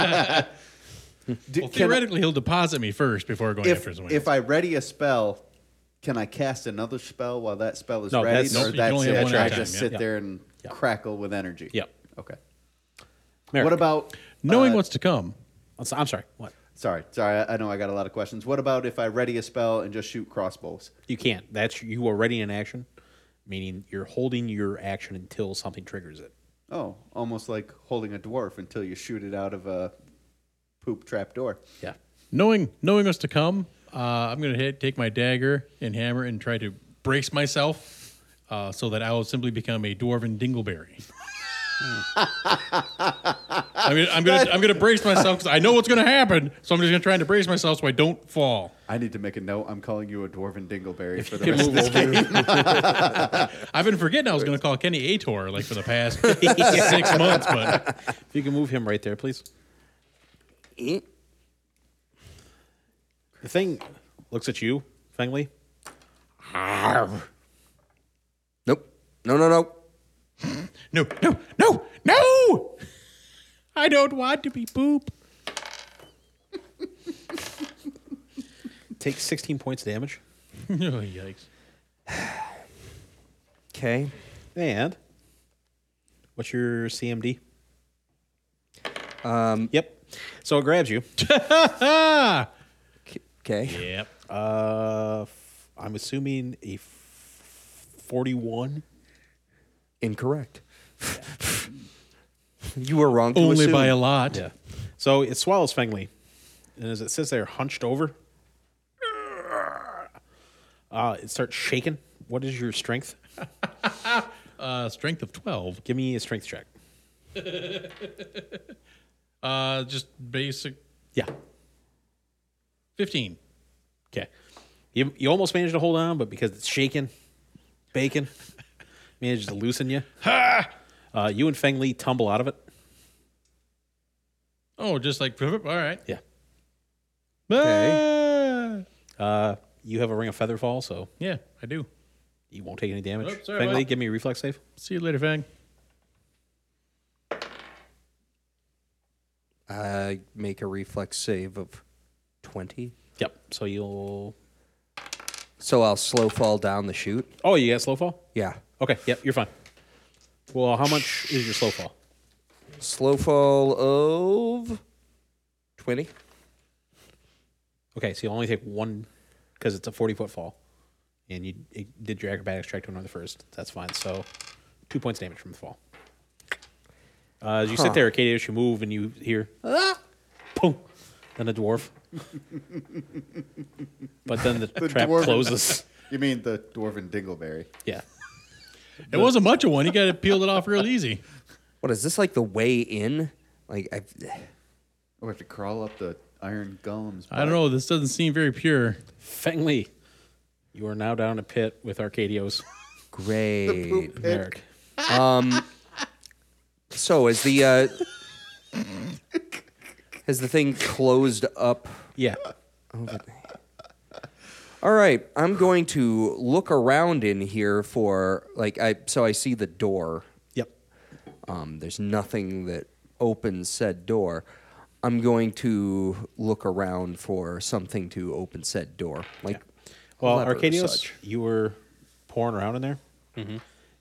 Speaker 5: can I-
Speaker 4: theoretically, he'll deposit me first before going
Speaker 5: if,
Speaker 4: after his wing.
Speaker 5: if I ready a spell, can I cast another spell while that spell is
Speaker 1: No,
Speaker 5: ready?
Speaker 1: that's-
Speaker 4: Nope,
Speaker 5: or
Speaker 4: you can only
Speaker 5: that's
Speaker 4: have
Speaker 5: it?
Speaker 4: one
Speaker 5: I
Speaker 4: at a
Speaker 5: just
Speaker 4: time,
Speaker 5: sit
Speaker 1: yeah.
Speaker 5: there and
Speaker 1: Yeah.
Speaker 5: crackle with energy.
Speaker 1: Yep.
Speaker 5: Okay.
Speaker 1: Merrick.
Speaker 5: What about
Speaker 4: Knowing
Speaker 5: uh,
Speaker 4: what's to come.
Speaker 1: I'm so- I'm sorry. What?
Speaker 5: Sorry, sorry. I I know I got a lot of questions. What about if I ready a spell and just shoot crossbows?
Speaker 1: You can't. That's you are ready in action, meaning you're holding your action until something triggers it.
Speaker 5: Oh, almost like holding a dwarf until you shoot it out of a poop trap door.
Speaker 1: Yeah.
Speaker 4: Knowing knowing what's to come, uh, I'm going to take my dagger and hammer and try to brace myself uh, so that I will simply become a dwarven dingleberry. I mean, I'm gonna I'm gonna brace myself because I know what's gonna happen. So I'm just gonna try and brace myself so I don't fall.
Speaker 5: I need to make a note. I'm calling you a dwarven dingleberry for the
Speaker 1: You
Speaker 5: rest
Speaker 1: can
Speaker 5: of
Speaker 1: move
Speaker 5: this
Speaker 1: over.
Speaker 4: I've been forgetting I was gonna call Kenny Ator like for the past six months, but
Speaker 1: If you can move him right there, please.
Speaker 2: Eh.
Speaker 1: The thing looks at you, Fengley.
Speaker 2: Nope. No, no, no.
Speaker 4: no, no, no, no! I don't want to be poop.
Speaker 1: Take 16 points of damage,
Speaker 4: oh, yikes!
Speaker 2: Okay.
Speaker 1: and what's your CMD?
Speaker 2: Um,
Speaker 1: Yep. So it grabs you.
Speaker 4: Ah,
Speaker 2: okay.
Speaker 4: yep.
Speaker 1: Uh, f- I'm assuming a f- 41.
Speaker 2: Incorrect. you were wrong. To
Speaker 4: Only
Speaker 2: assume.
Speaker 4: by a lot.
Speaker 1: Yeah. So it swallows Fengley. And as it sits there hunched over, uh, it starts shaking. What is your strength?
Speaker 4: Uh, strength of 12.
Speaker 1: Give me a strength check.
Speaker 4: Uh, just basic
Speaker 1: Yeah.
Speaker 4: 15.
Speaker 1: Okay. You, you almost managed to hold on, but because it's shaking, bacon, managed to loosen you. Uh, you and Fengley tumble out of it.
Speaker 4: Oh, just like, all right.
Speaker 1: Yeah.
Speaker 4: Okay.
Speaker 1: Uh, you have a ring of feather fall, so
Speaker 4: yeah, I do.
Speaker 1: you won't take any damage.
Speaker 4: Oops, sorry,
Speaker 1: Fengley,
Speaker 4: well-
Speaker 1: give me a reflex save.
Speaker 4: See you later, Fang.
Speaker 2: I make a reflex save of twenty,
Speaker 1: Yep. So you'll.
Speaker 2: so I'll slow fall down the chute.
Speaker 1: Oh, you got slow fall?
Speaker 2: Yeah.
Speaker 1: Okay. Yep. You're fine. Well, how much is your slow fall?
Speaker 2: Slow fall of twenty.
Speaker 1: Okay, so you only take one because it's a forty foot fall, and you it did your acrobatics check to another first. That's fine. So, two points damage from the fall. Uh, as you sit there, Arcadius, you move and you hear, ah! boom, then a dwarf. but then the, trap
Speaker 5: dwarven-
Speaker 1: closes.
Speaker 5: You mean the dwarven dingleberry?
Speaker 1: Yeah,
Speaker 4: It wasn't much of one. You got to peel it off real easy.
Speaker 2: What is this like? The way in? Like I?
Speaker 5: Or Oh, have to crawl up the iron golems.
Speaker 4: I don't know. This doesn't seem very pure.
Speaker 1: Fengley, you are now down a pit with Arcadios.
Speaker 2: Great.
Speaker 5: Poop pit.
Speaker 1: Merrick.
Speaker 2: So is the uh, Has the thing closed up?
Speaker 1: Yeah.
Speaker 2: All right, I'm going to look around in here for like I so I see the door.
Speaker 1: Yep.
Speaker 2: Um, there's nothing that opens said door. I'm going to look around for something to open said door. Like
Speaker 1: Well,
Speaker 2: lever or
Speaker 1: Arcadios,
Speaker 2: such.
Speaker 1: you were pouring around in there.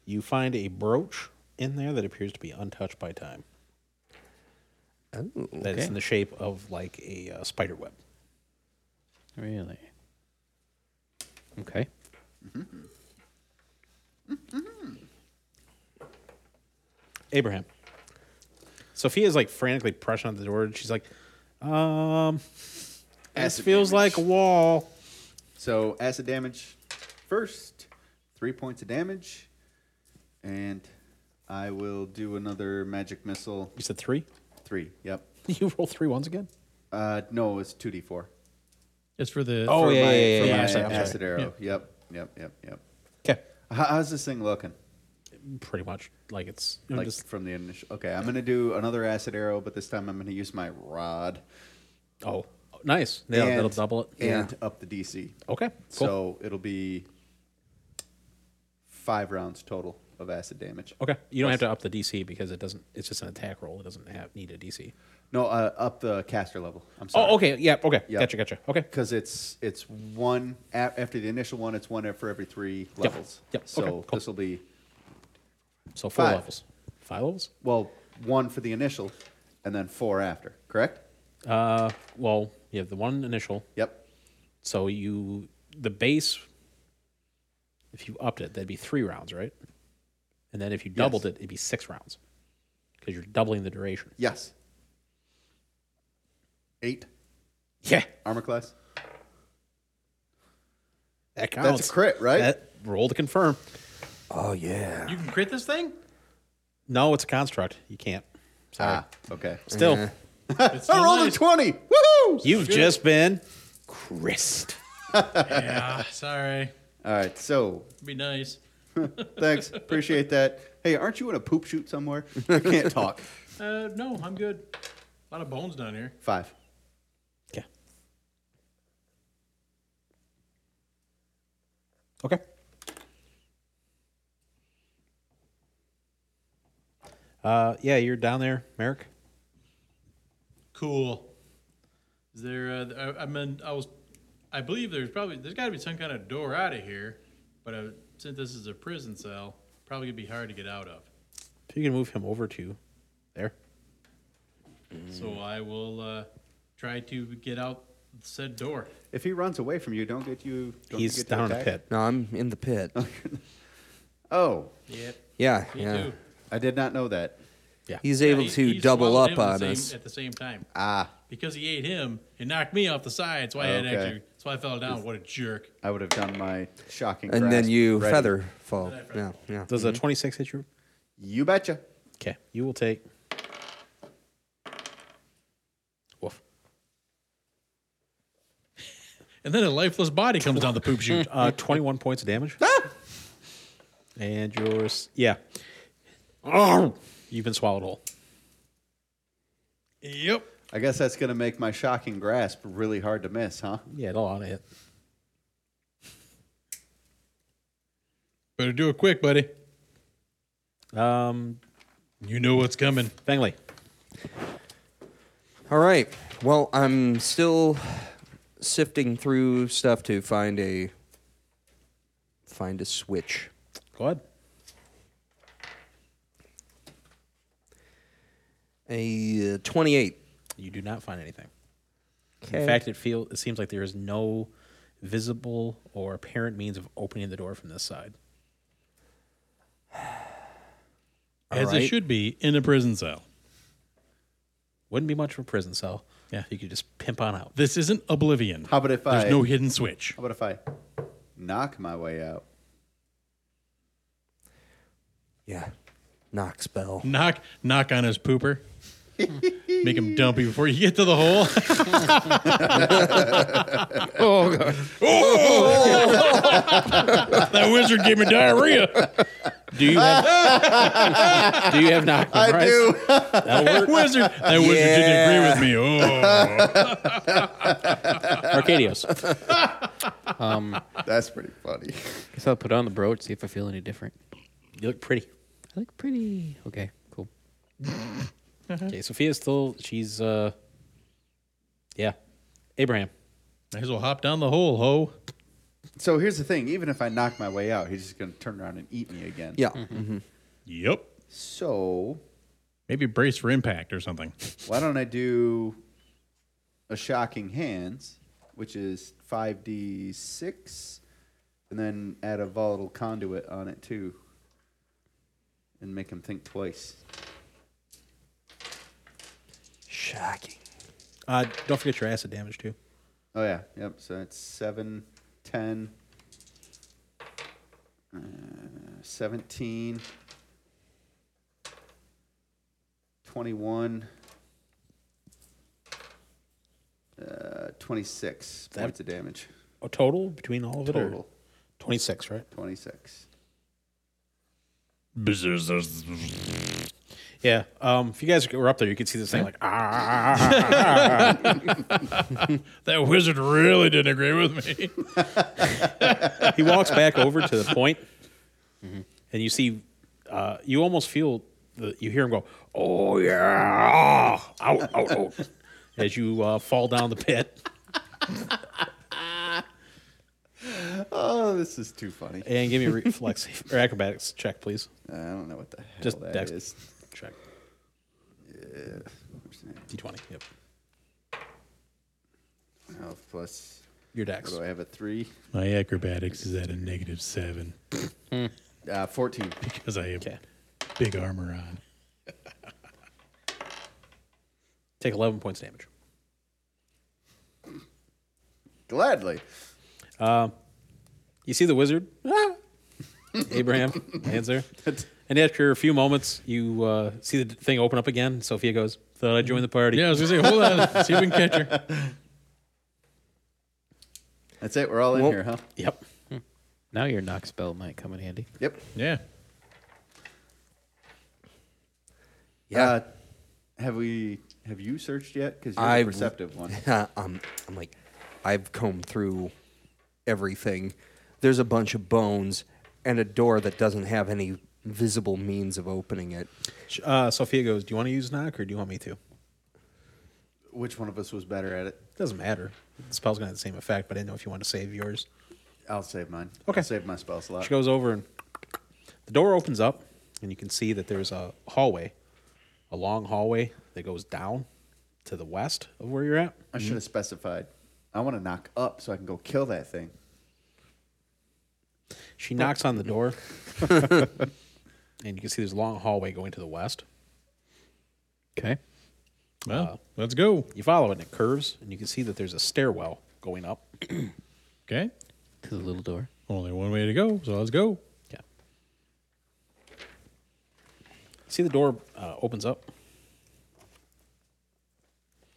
Speaker 1: You find a brooch in there that appears to be untouched by time.
Speaker 2: Oh,
Speaker 1: That is
Speaker 3: Okay.
Speaker 1: in the shape of like a uh, spider web.
Speaker 3: Really? Okay.
Speaker 1: Abraham. Sophia's like frantically pressing on the door, and she's like, "Um, this
Speaker 5: Acid
Speaker 1: feels
Speaker 5: damage.
Speaker 1: like a wall."
Speaker 5: So acid damage first, three points of damage, and I will do another magic missile.
Speaker 1: You said three.
Speaker 5: Three. Yep.
Speaker 1: You roll three ones again.
Speaker 5: Uh, no, it's two d four.
Speaker 4: Just for the.
Speaker 1: Oh,
Speaker 4: for
Speaker 1: yeah,
Speaker 4: my-
Speaker 1: yeah, yeah,
Speaker 5: for
Speaker 1: yeah,
Speaker 5: my
Speaker 1: I'm sorry, I'm sorry.
Speaker 5: acid arrow. Yep. Yep. Yep. Yep.
Speaker 1: Okay,
Speaker 5: How, how's this thing looking?
Speaker 1: pretty much like it's you know,
Speaker 5: Like
Speaker 1: just
Speaker 5: from the initial. Okay, I'm gonna do another acid arrow, but this time I'm gonna use my rod.
Speaker 1: oh nice. Yeah,
Speaker 5: and-
Speaker 1: that'll double it.
Speaker 5: And up the DC.
Speaker 1: Okay, cool.
Speaker 5: So it'll be five rounds total of acid damage.
Speaker 1: okay, you don't have to up the DC because it doesn't. It's just an attack roll. It doesn't have need a DC.
Speaker 5: No, uh, up the caster level. I'm sorry.
Speaker 1: Oh, okay. Yeah. Okay.
Speaker 5: Yeah.
Speaker 1: Gotcha. Gotcha. Okay.
Speaker 5: Because it's it's one a- after the initial one, it's one for every three levels.
Speaker 1: Yep. Okay,
Speaker 5: So
Speaker 1: cool.
Speaker 5: this will be
Speaker 1: So four
Speaker 5: Five.
Speaker 1: levels. Five levels.
Speaker 5: well one for the initial, and then four after. Correct?
Speaker 1: Uh, well, you have the one initial.
Speaker 5: Yep.
Speaker 1: So you the base. If you upped it, that'd be three rounds, right? And then if you doubled
Speaker 5: Yes.
Speaker 1: it, it'd be six rounds because you're doubling the duration.
Speaker 5: Yes. Eight
Speaker 1: Yeah,
Speaker 5: armor class.
Speaker 1: that counts.
Speaker 5: That's a crit, right?
Speaker 1: That- roll to confirm.
Speaker 2: oh yeah.
Speaker 4: You can crit this thing?
Speaker 1: No, it's a construct. You can't. Sorry.
Speaker 5: ah, okay.
Speaker 1: Still,
Speaker 4: It's
Speaker 5: I rolled a
Speaker 4: nice.
Speaker 5: twenty. Woohoo!
Speaker 1: you've just been Christ.
Speaker 4: Yeah, Ah, sorry.
Speaker 5: All right, so
Speaker 4: Be nice.
Speaker 5: thanks, appreciate that. Hey, aren't you in a poop shoot somewhere? I can't talk.
Speaker 4: Uh, no, I'm good. A lot of bones down here.
Speaker 5: Five.
Speaker 1: Okay. Okay. Uh, yeah, you're down there, Merrick.
Speaker 4: Cool. Is there? Uh, I, I mean, I was, I believe there's probably there's got to be some kind of door out of here, but uh, since this is a prison cell, probably gonna be hard to get out of.
Speaker 1: If you can move him over to there.
Speaker 4: So I will uh, try to get out said door.
Speaker 5: If he runs away from you, don't get you. Don't you
Speaker 1: He's
Speaker 5: get to
Speaker 1: down in the
Speaker 5: attack?
Speaker 1: pit.
Speaker 2: No, I'm in the pit.
Speaker 5: Oh,
Speaker 4: Yep.
Speaker 2: Yeah,
Speaker 4: Me
Speaker 2: yeah.
Speaker 4: too.
Speaker 5: I did not know that.
Speaker 2: He's
Speaker 4: Yeah,
Speaker 2: able
Speaker 4: he-
Speaker 2: to
Speaker 4: he
Speaker 2: double up
Speaker 4: swallowed him at
Speaker 2: on
Speaker 4: the
Speaker 2: us.
Speaker 4: same, at the same time
Speaker 5: Ah,
Speaker 4: because he ate him and knocked me off the side. So I had
Speaker 5: Okay.
Speaker 4: actually, so I fell down. What a jerk!
Speaker 5: I would have done my shocking.
Speaker 2: And then
Speaker 5: grasp
Speaker 2: you
Speaker 5: ready.
Speaker 2: feather fall.
Speaker 4: Then I feather
Speaker 2: Yeah, yeah.
Speaker 1: Does
Speaker 5: Mm-hmm.
Speaker 1: a 26 hit you?
Speaker 5: You betcha.
Speaker 1: Okay. You will take. Woof.
Speaker 4: And then a lifeless body comes down the poop chute.
Speaker 1: Uh, 21 points of damage.
Speaker 5: Ah!
Speaker 1: And yours. Yeah.
Speaker 5: Oh!
Speaker 1: You've been swallowed whole.
Speaker 4: yep.
Speaker 5: I guess that's gonna make my shocking grasp really hard to miss, huh?
Speaker 1: Yeah, it'll auto hit.
Speaker 4: Better do it quick, buddy.
Speaker 1: Um,
Speaker 4: You know what's coming.
Speaker 1: Fengley.
Speaker 2: All right. Well, I'm still sifting through stuff to find a find a switch.
Speaker 1: Go ahead.
Speaker 2: A uh, 28.
Speaker 1: You do not find anything. In fact, it feel it seems like there is no visible or apparent means of opening the door from this side.
Speaker 4: As it
Speaker 2: Alright.
Speaker 4: should be in a prison cell.
Speaker 1: Wouldn't be much of a prison cell.
Speaker 4: Yeah.
Speaker 1: if you could just pimp on out.
Speaker 4: This isn't Oblivion.
Speaker 5: How about if
Speaker 4: There's
Speaker 5: I?
Speaker 4: no hidden switch.
Speaker 5: how about if I knock my way out?
Speaker 2: Yeah. Knock spell.
Speaker 4: Knock, knock on his pooper. Make him dumpy before you get to the hole.
Speaker 3: Oh god.
Speaker 4: Oh! that wizard gave me diarrhea.
Speaker 1: Do you have Do you have knock
Speaker 5: I
Speaker 1: memorized?
Speaker 5: do.
Speaker 4: That wizard, that wizard didn't agree with me. Oh,
Speaker 1: Arcadios.
Speaker 5: That's pretty funny.
Speaker 3: Guess I'll put on the brooch, see if I feel any different.
Speaker 1: You look pretty.
Speaker 3: I look pretty. Okay, cool.
Speaker 1: Okay, Sophia's still she's uh Yeah. Abraham.
Speaker 4: might as well hop down the hole, ho.
Speaker 5: So here's the thing: even if I knock my way out, he's just gonna turn around and eat me again.
Speaker 2: Yeah.
Speaker 4: Yep.
Speaker 5: So
Speaker 4: Maybe brace for impact or something.
Speaker 5: why don't I do a shocking hands, which is five d six, and then add a volatile conduit on it too, and make him think twice.
Speaker 2: Shocking.
Speaker 1: Uh don't forget your acid damage too.
Speaker 5: Oh yeah, yep. So that's seven, ten, uh, seventeen, twenty-one, uh, twenty-six
Speaker 1: That-
Speaker 5: points of damage
Speaker 1: Oh, total between all of it?
Speaker 5: total.
Speaker 1: Twenty six, right?
Speaker 5: Twenty-six.
Speaker 1: Yeah. Um if you guys were up there you could see this thing like ah
Speaker 4: That wizard really didn't agree with me.
Speaker 1: he walks back over to the point, mm-hmm, and you see, uh, you almost feel the, you hear him go, "Oh yeah, out, out, out," as you uh, fall down the pit
Speaker 5: Oh, this is too funny.
Speaker 1: and give me a reflex save- or acrobatics check, please.
Speaker 5: I don't know what the hell
Speaker 1: Just
Speaker 5: Oh, that
Speaker 1: dex
Speaker 5: is.
Speaker 1: check. D twenty. Yep.
Speaker 5: Health plus.
Speaker 1: Your
Speaker 5: What
Speaker 1: dex.
Speaker 5: do I have? A three.
Speaker 4: My acrobatics is at a negative seven
Speaker 5: Uh, Fourteen.
Speaker 4: because I have
Speaker 1: Okay.
Speaker 4: big armor on.
Speaker 1: Take eleven points damage.
Speaker 5: Gladly.
Speaker 1: You see the wizard, Ah! Abraham, hands there. And after a few moments, you uh, see the thing open up again. Sophia goes, "Thought I'd join the party."
Speaker 4: Yeah, I was gonna say, hold on, see if we can catch her.
Speaker 5: That's it. We're all in
Speaker 2: Well-
Speaker 5: here, huh?
Speaker 1: Yep.
Speaker 3: Now your knock spell might come in handy.
Speaker 5: Yep.
Speaker 4: Yeah.
Speaker 2: Yeah.
Speaker 5: Uh, have we? Have you searched yet? Because you're
Speaker 2: I've-
Speaker 5: the perceptive one.
Speaker 2: um, I'm like, I've combed through everything. There's a bunch of bones and a door that doesn't have any visible means of opening it.
Speaker 1: Uh, Sophia goes, "Do you want to use knock or do you want me to?"
Speaker 5: Which one of us was better at it?
Speaker 1: Doesn't matter. The spell's gonna have the same effect, but I didn't know if you want to save yours.
Speaker 5: I'll save mine.
Speaker 1: Okay.
Speaker 5: I'll save my spell slot.
Speaker 1: She goes over and the door opens up, and you can see that there's a hallway, a long hallway that goes down to the west of where you're at.
Speaker 5: I should have specified. I want to knock up so I can go kill that thing.
Speaker 1: She knocks on the door, and you can see there's a long hallway going to the west.
Speaker 3: Okay.
Speaker 4: Well, let's go.
Speaker 1: You follow it, and it curves, and you can see that there's a stairwell going up.
Speaker 4: Okay.
Speaker 3: To the little door.
Speaker 4: Only one way to go, so let's go.
Speaker 1: Yeah. See the door uh, opens up,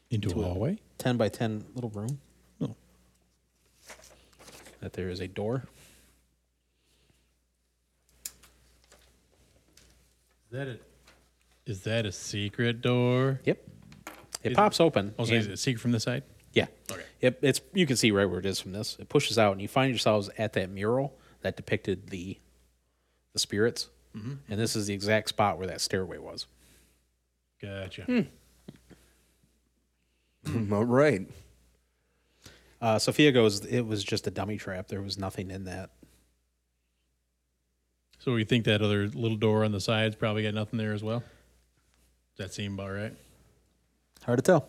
Speaker 4: Into a hallway.
Speaker 1: ten by ten little room.
Speaker 4: Oh.
Speaker 1: that there is a door.
Speaker 4: Is that a, is that a secret door?
Speaker 1: Yep. It pops open.
Speaker 4: Also,
Speaker 1: and-
Speaker 4: is it a secret from this side?
Speaker 1: yeah.
Speaker 4: Okay.
Speaker 1: Yep. It's you can see right where it is from this. It pushes out, and you find yourselves at that mural that depicted the the spirits. And this is the exact spot where that stairway was.
Speaker 4: Gotcha.
Speaker 2: All right.
Speaker 1: Uh, Sophia goes, "It was just a dummy trap. There was nothing in that."
Speaker 4: So we think that other little door on the side's probably got nothing there as well. Does that seem about right?
Speaker 1: Hard to tell.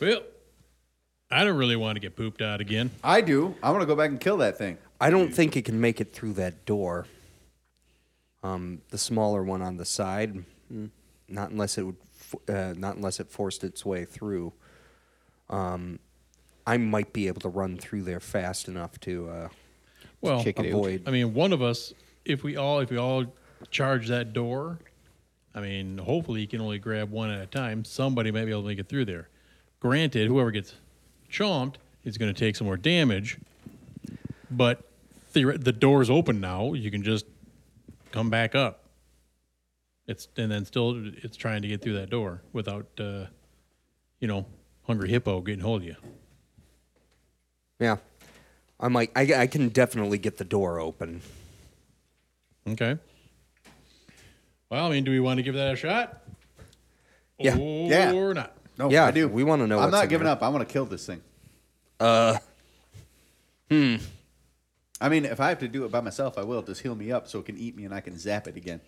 Speaker 4: Well, I don't really want to get pooped out again.
Speaker 5: I do. I want to go back and kill that thing.
Speaker 2: I don't think it can make it through that door. Um, the smaller one on the side, not unless it would, f- uh, not unless it forced its way through. Um, I might be able to run through there fast enough to uh,
Speaker 4: Well,
Speaker 3: Kick it out.
Speaker 2: avoid.
Speaker 4: I mean, one of us, if we all, if we all charge that door, I mean, hopefully you can only grab one at a time. Somebody might be able to make it through there. Granted, whoever gets chomped is going to take some more damage, but theore- the door's open now. You can just come back up. It's and then still it's trying to get through that door without, uh, you know, hungry hippo getting hold of you.
Speaker 2: Yeah. I'm like, I, I can definitely get the door open.
Speaker 4: Okay. Well, I mean, do we want to give that a shot?
Speaker 2: Yeah.
Speaker 4: Or
Speaker 5: Yeah.
Speaker 4: not?
Speaker 5: No,
Speaker 2: yeah,
Speaker 5: I do.
Speaker 2: we wanna know
Speaker 5: I'm
Speaker 2: what's
Speaker 5: not
Speaker 2: in
Speaker 5: giving
Speaker 2: there.
Speaker 5: up. I want to kill this thing. Uh. Hmm. I mean, if I have to do it by myself, I will. Just heal me up so it can eat me and I can zap it again.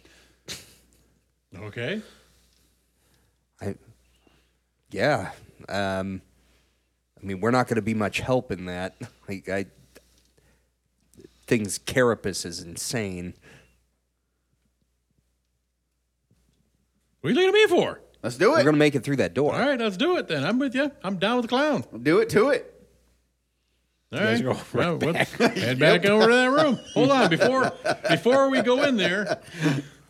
Speaker 4: Okay.
Speaker 2: I, yeah. Um, I mean, we're not going to be much help in that. Like, I, things Carapace is insane.
Speaker 4: What are you looking at me for?
Speaker 5: Let's do
Speaker 2: We're
Speaker 5: it.
Speaker 2: going to make it through that door.
Speaker 4: All right, let's do it then. I'm with you. I'm down with the clown.
Speaker 5: Do it to it.
Speaker 4: All right.
Speaker 1: go right
Speaker 4: Well, well, Head back over to that room. Hold on before before we go in there.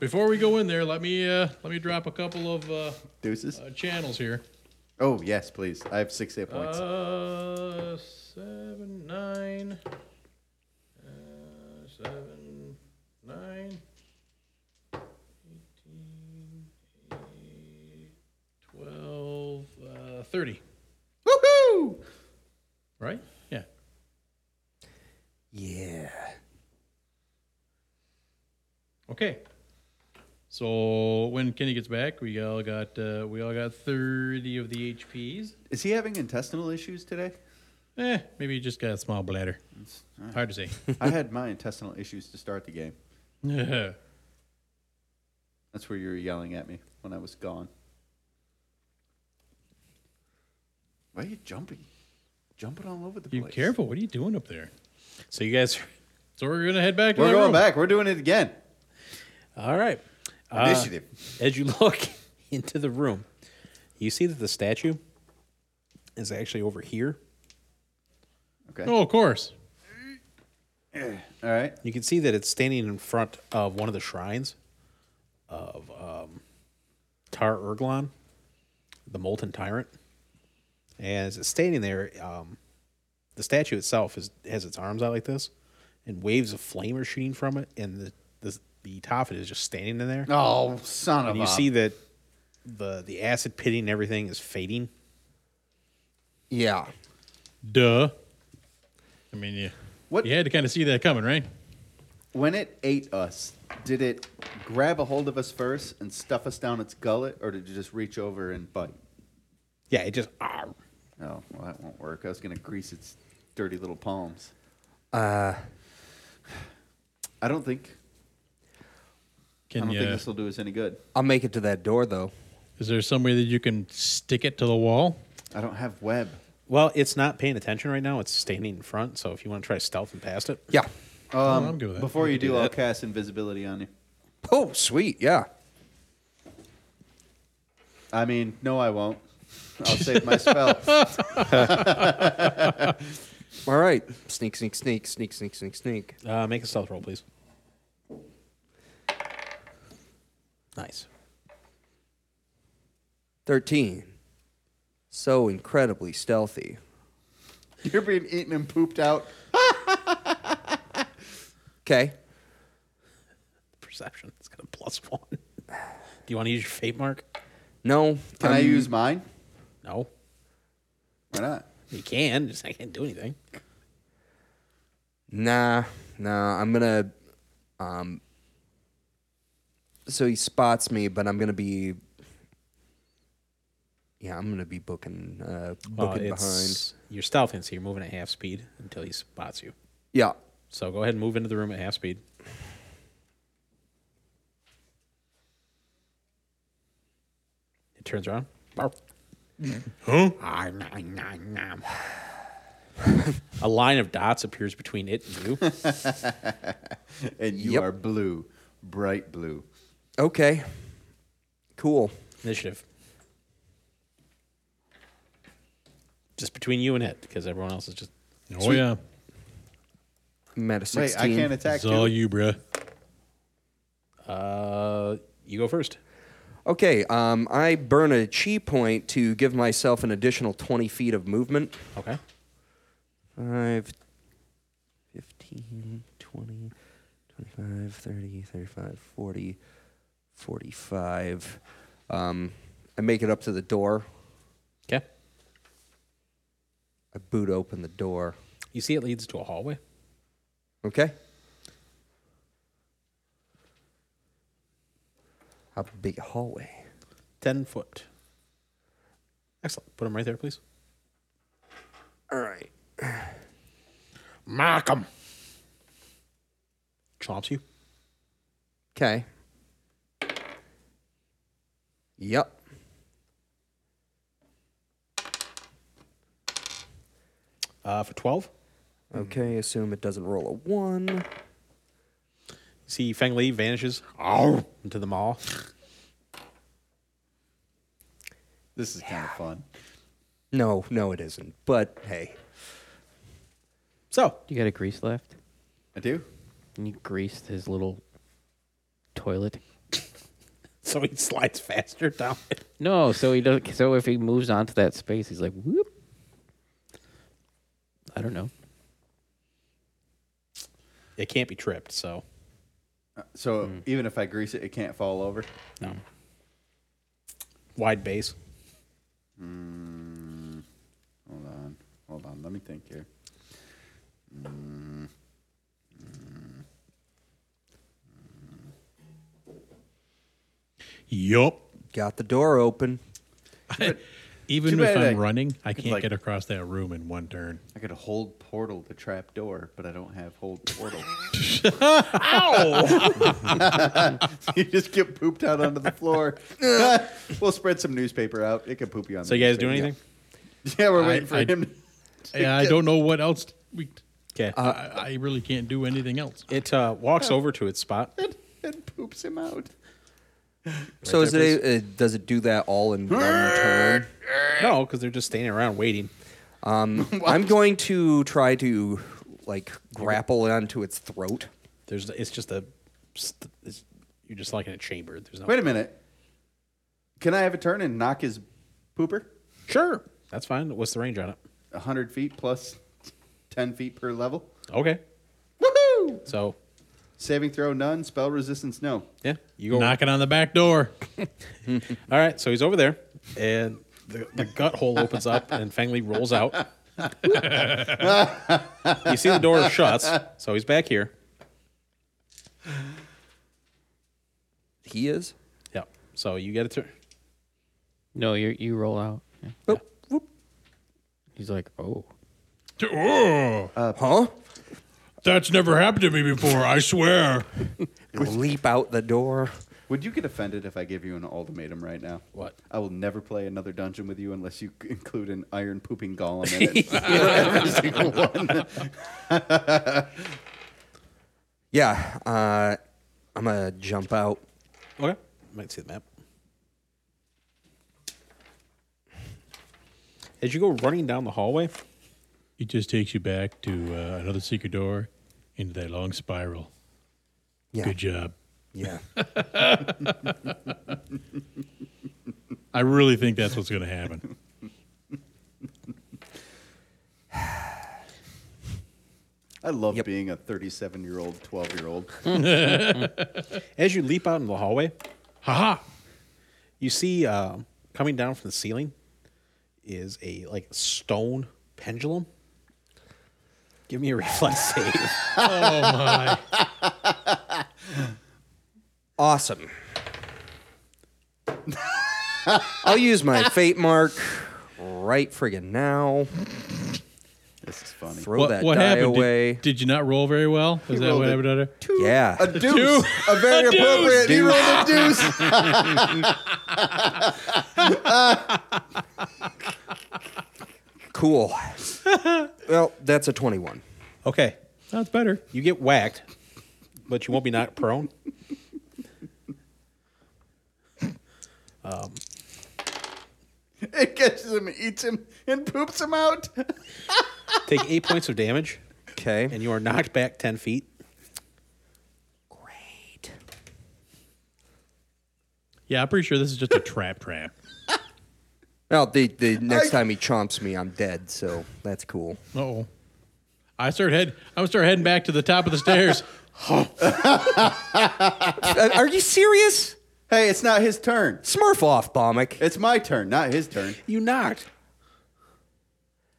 Speaker 4: Before we go in there, let me uh, let me drop a couple of uh,
Speaker 5: Deuces.
Speaker 4: uh, channels here.
Speaker 5: Oh yes, please. I have six hit points.
Speaker 4: Uh, seven, nine, uh, seven, nine, 18, eight, 12, uh, 30.
Speaker 5: Woohoo!
Speaker 4: Right? Yeah.
Speaker 2: Yeah.
Speaker 4: Okay. So when Kenny gets back, we all got uh, we all got thirty of the HPs.
Speaker 5: Is he having intestinal issues today?
Speaker 4: Eh, maybe you just got a small bladder. Hard to say.
Speaker 5: I had my intestinal issues to start the game.
Speaker 4: yeah,
Speaker 5: That's where you were yelling at me when I was gone. Why are you jumping? Jumping all over the
Speaker 4: you
Speaker 5: place.
Speaker 4: careful. What are you doing up there?
Speaker 1: So you guys,
Speaker 4: So we're gonna head back. To
Speaker 5: We're
Speaker 4: that
Speaker 5: going
Speaker 4: room.
Speaker 5: back. We're doing it again.
Speaker 1: all right. Uh,
Speaker 5: Initiative.
Speaker 1: as you look into the room, you see that the statue is actually over here.
Speaker 5: Okay.
Speaker 4: Oh, of course.
Speaker 5: All right.
Speaker 1: You can see that it's standing in front of one of the shrines of um, Tar Erglon, the Molten Tyrant. And as it's standing there, um, the statue itself is has its arms out like this, and waves of flame are shooting from it, and the the, the top of it is just standing in there.
Speaker 5: Oh, son of
Speaker 1: and
Speaker 5: a.
Speaker 1: you see that the the acid pitting and everything is fading.
Speaker 2: Yeah.
Speaker 4: Duh. I mean, you
Speaker 5: What-
Speaker 4: you had to kind of see that coming, right?
Speaker 5: when it ate us, did it grab a hold of us first and stuff us down its gullet, or did it just reach over and bite?
Speaker 1: Yeah, it just ah,
Speaker 5: Oh, well, that won't work. I was going to grease its dirty little palms. Uh, I don't think. I
Speaker 4: Can
Speaker 5: don't
Speaker 4: you?
Speaker 5: think this will do us any good.
Speaker 2: I'll make it to that door, though.
Speaker 4: Is there some way that you can stick it to the wall?
Speaker 5: I don't have web.
Speaker 1: Well, it's not paying attention right now. It's standing in front. So if you want to try stealth and past it,
Speaker 2: Yeah.
Speaker 5: Um,
Speaker 4: Oh, I'm good with that.
Speaker 5: Before you do, I'll
Speaker 1: that.
Speaker 5: cast invisibility on you.
Speaker 2: Oh, sweet. Yeah.
Speaker 5: I mean, no, I won't. I'll save my spell.
Speaker 2: All right. Sneak, sneak, sneak, sneak, sneak, sneak, sneak.
Speaker 1: uh, make a stealth roll, please. Nice.
Speaker 2: 13. So incredibly stealthy.
Speaker 5: You're being eaten and pooped out.
Speaker 2: Okay.
Speaker 1: Perception. It's got a plus one. do you want to use your fate mark?
Speaker 2: No.
Speaker 5: Can I
Speaker 2: I'm-
Speaker 5: use mine?
Speaker 1: No.
Speaker 5: Why not?
Speaker 1: You can. Just I can't do anything.
Speaker 2: Nah, nah. I'm gonna. Um. So he spots me, but I'm gonna be. Yeah, I'm gonna be booking,
Speaker 5: Oh,
Speaker 2: uh,
Speaker 1: Uh,
Speaker 2: booking behind.
Speaker 1: it's- You're stealthing, so you're moving at half speed until he spots you.
Speaker 2: Yeah,
Speaker 1: So go ahead and move into the room at half speed. It turns around. Barf. Ah, nah, nah, nah. A line of dots appears between it and you.
Speaker 5: And you
Speaker 2: Yep.
Speaker 5: are blue, bright blue.
Speaker 2: Okay. Cool.
Speaker 1: Initiative. Just between you and it, because everyone else is just.
Speaker 4: Oh yeah,
Speaker 2: I'm at a
Speaker 5: Wait,
Speaker 2: sixteen.
Speaker 5: I can't attack
Speaker 4: it's all
Speaker 5: you.
Speaker 4: you, bruh.
Speaker 1: Uh, you go first.
Speaker 2: Okay. Um, I burn a chi point to give myself an additional twenty feet of movement.
Speaker 1: Okay.
Speaker 2: Five, 15, 20, 25, 30, 35, 40, 45. Um, I make it up to the door.
Speaker 1: Okay.
Speaker 2: I boot open the door.
Speaker 1: You see, it leads to a hallway.
Speaker 2: Okay? How big a hallway?
Speaker 1: 10 foot. Excellent. Put him right there, please.
Speaker 2: All right.
Speaker 1: Mark him. Chomps you.
Speaker 2: Okay. Yep.
Speaker 1: Uh, for 12,
Speaker 2: Okay, assume it doesn't roll a one.
Speaker 1: you see Feng Li vanishes ow, into the mall.
Speaker 5: This is kind of fun.
Speaker 2: No, no, it isn't. But hey,
Speaker 1: So,
Speaker 3: You got a grease left?
Speaker 5: I do.
Speaker 3: And you greased his little toilet.
Speaker 1: so he slides faster down.
Speaker 3: No, so he doesn't. So if he moves onto that space, he's like, whoop. I don't know.
Speaker 1: It can't be tripped, so.
Speaker 5: Uh, So even if I grease it, it can't fall over.
Speaker 1: No. Wide base.
Speaker 5: Hold on. Hold on. Let me think here.
Speaker 4: Yup.
Speaker 2: got the door open.
Speaker 4: Even
Speaker 5: Too
Speaker 4: if
Speaker 5: bad
Speaker 4: I'm
Speaker 5: I-
Speaker 4: running, I
Speaker 5: could,
Speaker 4: can't
Speaker 5: like-
Speaker 4: get across that room in one turn.
Speaker 5: I could hold portal to trap door, but I don't have hold portal. you just get pooped out onto the floor. we'll spread some newspaper out. It can poop you on.
Speaker 1: So
Speaker 5: the
Speaker 1: you guys do
Speaker 5: newspaper.
Speaker 1: anything?
Speaker 5: Yeah, we're
Speaker 4: I-
Speaker 5: waiting for
Speaker 4: I-
Speaker 5: him. to-
Speaker 4: Yeah, I don't know what else we.
Speaker 1: Okay.
Speaker 5: Uh,
Speaker 4: I, I really can't do anything else.
Speaker 1: it uh, walks over to its spot.
Speaker 5: It, it Oh. poops him out.
Speaker 2: so is it? A, uh, does it do that all in one turn? Um,
Speaker 1: No, because they're just standing around waiting.
Speaker 2: I'm going to try to like grapple onto its throat.
Speaker 1: There's it's just a st- it's, you're just like in a chamber. There's no
Speaker 5: Wait a minute. Can I have a turn and knock his pooper?
Speaker 1: Sure, that's fine. What's the range on it?
Speaker 5: hundred feet plus ten feet per level.
Speaker 1: Okay,
Speaker 5: Woohoo!
Speaker 1: so
Speaker 5: Saving throw none. Spell resistance no.
Speaker 1: yeah, you go.
Speaker 4: Knocking on the back door.
Speaker 1: All right, so he's over there, and the, the gut hole opens up, and Fang Li rolls out. you see the door shuts, so he's back here.
Speaker 2: He is.
Speaker 1: Yep. So you get a turn.
Speaker 3: No, you you roll out. Yeah.
Speaker 2: Oh, whoop.
Speaker 3: He's like, oh.
Speaker 4: Oh,
Speaker 2: huh?
Speaker 4: that's never happened to me before. I swear.
Speaker 2: Leap out the door.
Speaker 5: Would you get offended if I gave you an ultimatum right now?
Speaker 1: What?
Speaker 5: I will never play another dungeon with you unless you c- include an iron pooping golem in it. Every single one.
Speaker 2: Yeah. Uh, I'm gonna jump out.
Speaker 1: Okay, might see the map. As you go running down the hallway,
Speaker 4: It just takes you back to uh, another secret door into that long spiral.
Speaker 2: Yeah.
Speaker 4: Good job.
Speaker 2: Yeah.
Speaker 4: I really think that's what's going to happen.
Speaker 5: I love
Speaker 2: Yep.
Speaker 5: being a 37 year old, 12 year old.
Speaker 1: as you leap out into the hallway,
Speaker 4: Haha.
Speaker 1: you see uh, coming down from the ceiling is a like stone pendulum. Give me a reflex save.
Speaker 4: Oh my.
Speaker 2: Awesome. I'll use my fate mark right friggin' now.
Speaker 5: This is funny.
Speaker 2: Throw
Speaker 4: What,
Speaker 2: that
Speaker 4: what
Speaker 2: die
Speaker 4: happened? Did-
Speaker 2: away.
Speaker 4: Did, you not roll very well? Is that
Speaker 5: rolled
Speaker 4: what
Speaker 5: a
Speaker 4: happened? Otter?
Speaker 2: yeah.
Speaker 5: A deuce. A very appropriate. He rolled a deuce.
Speaker 2: Cool. well, that's a 21.
Speaker 1: okay,
Speaker 4: That's better.
Speaker 1: you get whacked, but you won't be knocked prone. Um,
Speaker 5: It catches him, eats him, and poops him out.
Speaker 1: take eight points of damage,
Speaker 2: Okay.
Speaker 1: and you are knocked back ten feet.
Speaker 2: Great.
Speaker 4: Yeah, I'm pretty sure this is just a trap trap.
Speaker 2: Well, the, the next time he chomps me, I'm dead, so that's cool.
Speaker 4: Uh oh. I start head. I'm gonna start heading back to the top of the stairs.
Speaker 2: Uh, Are you serious?
Speaker 5: Hey, it's not his turn.
Speaker 2: Smurf off, Bombic.
Speaker 5: It's my turn, not his turn.
Speaker 1: You knocked.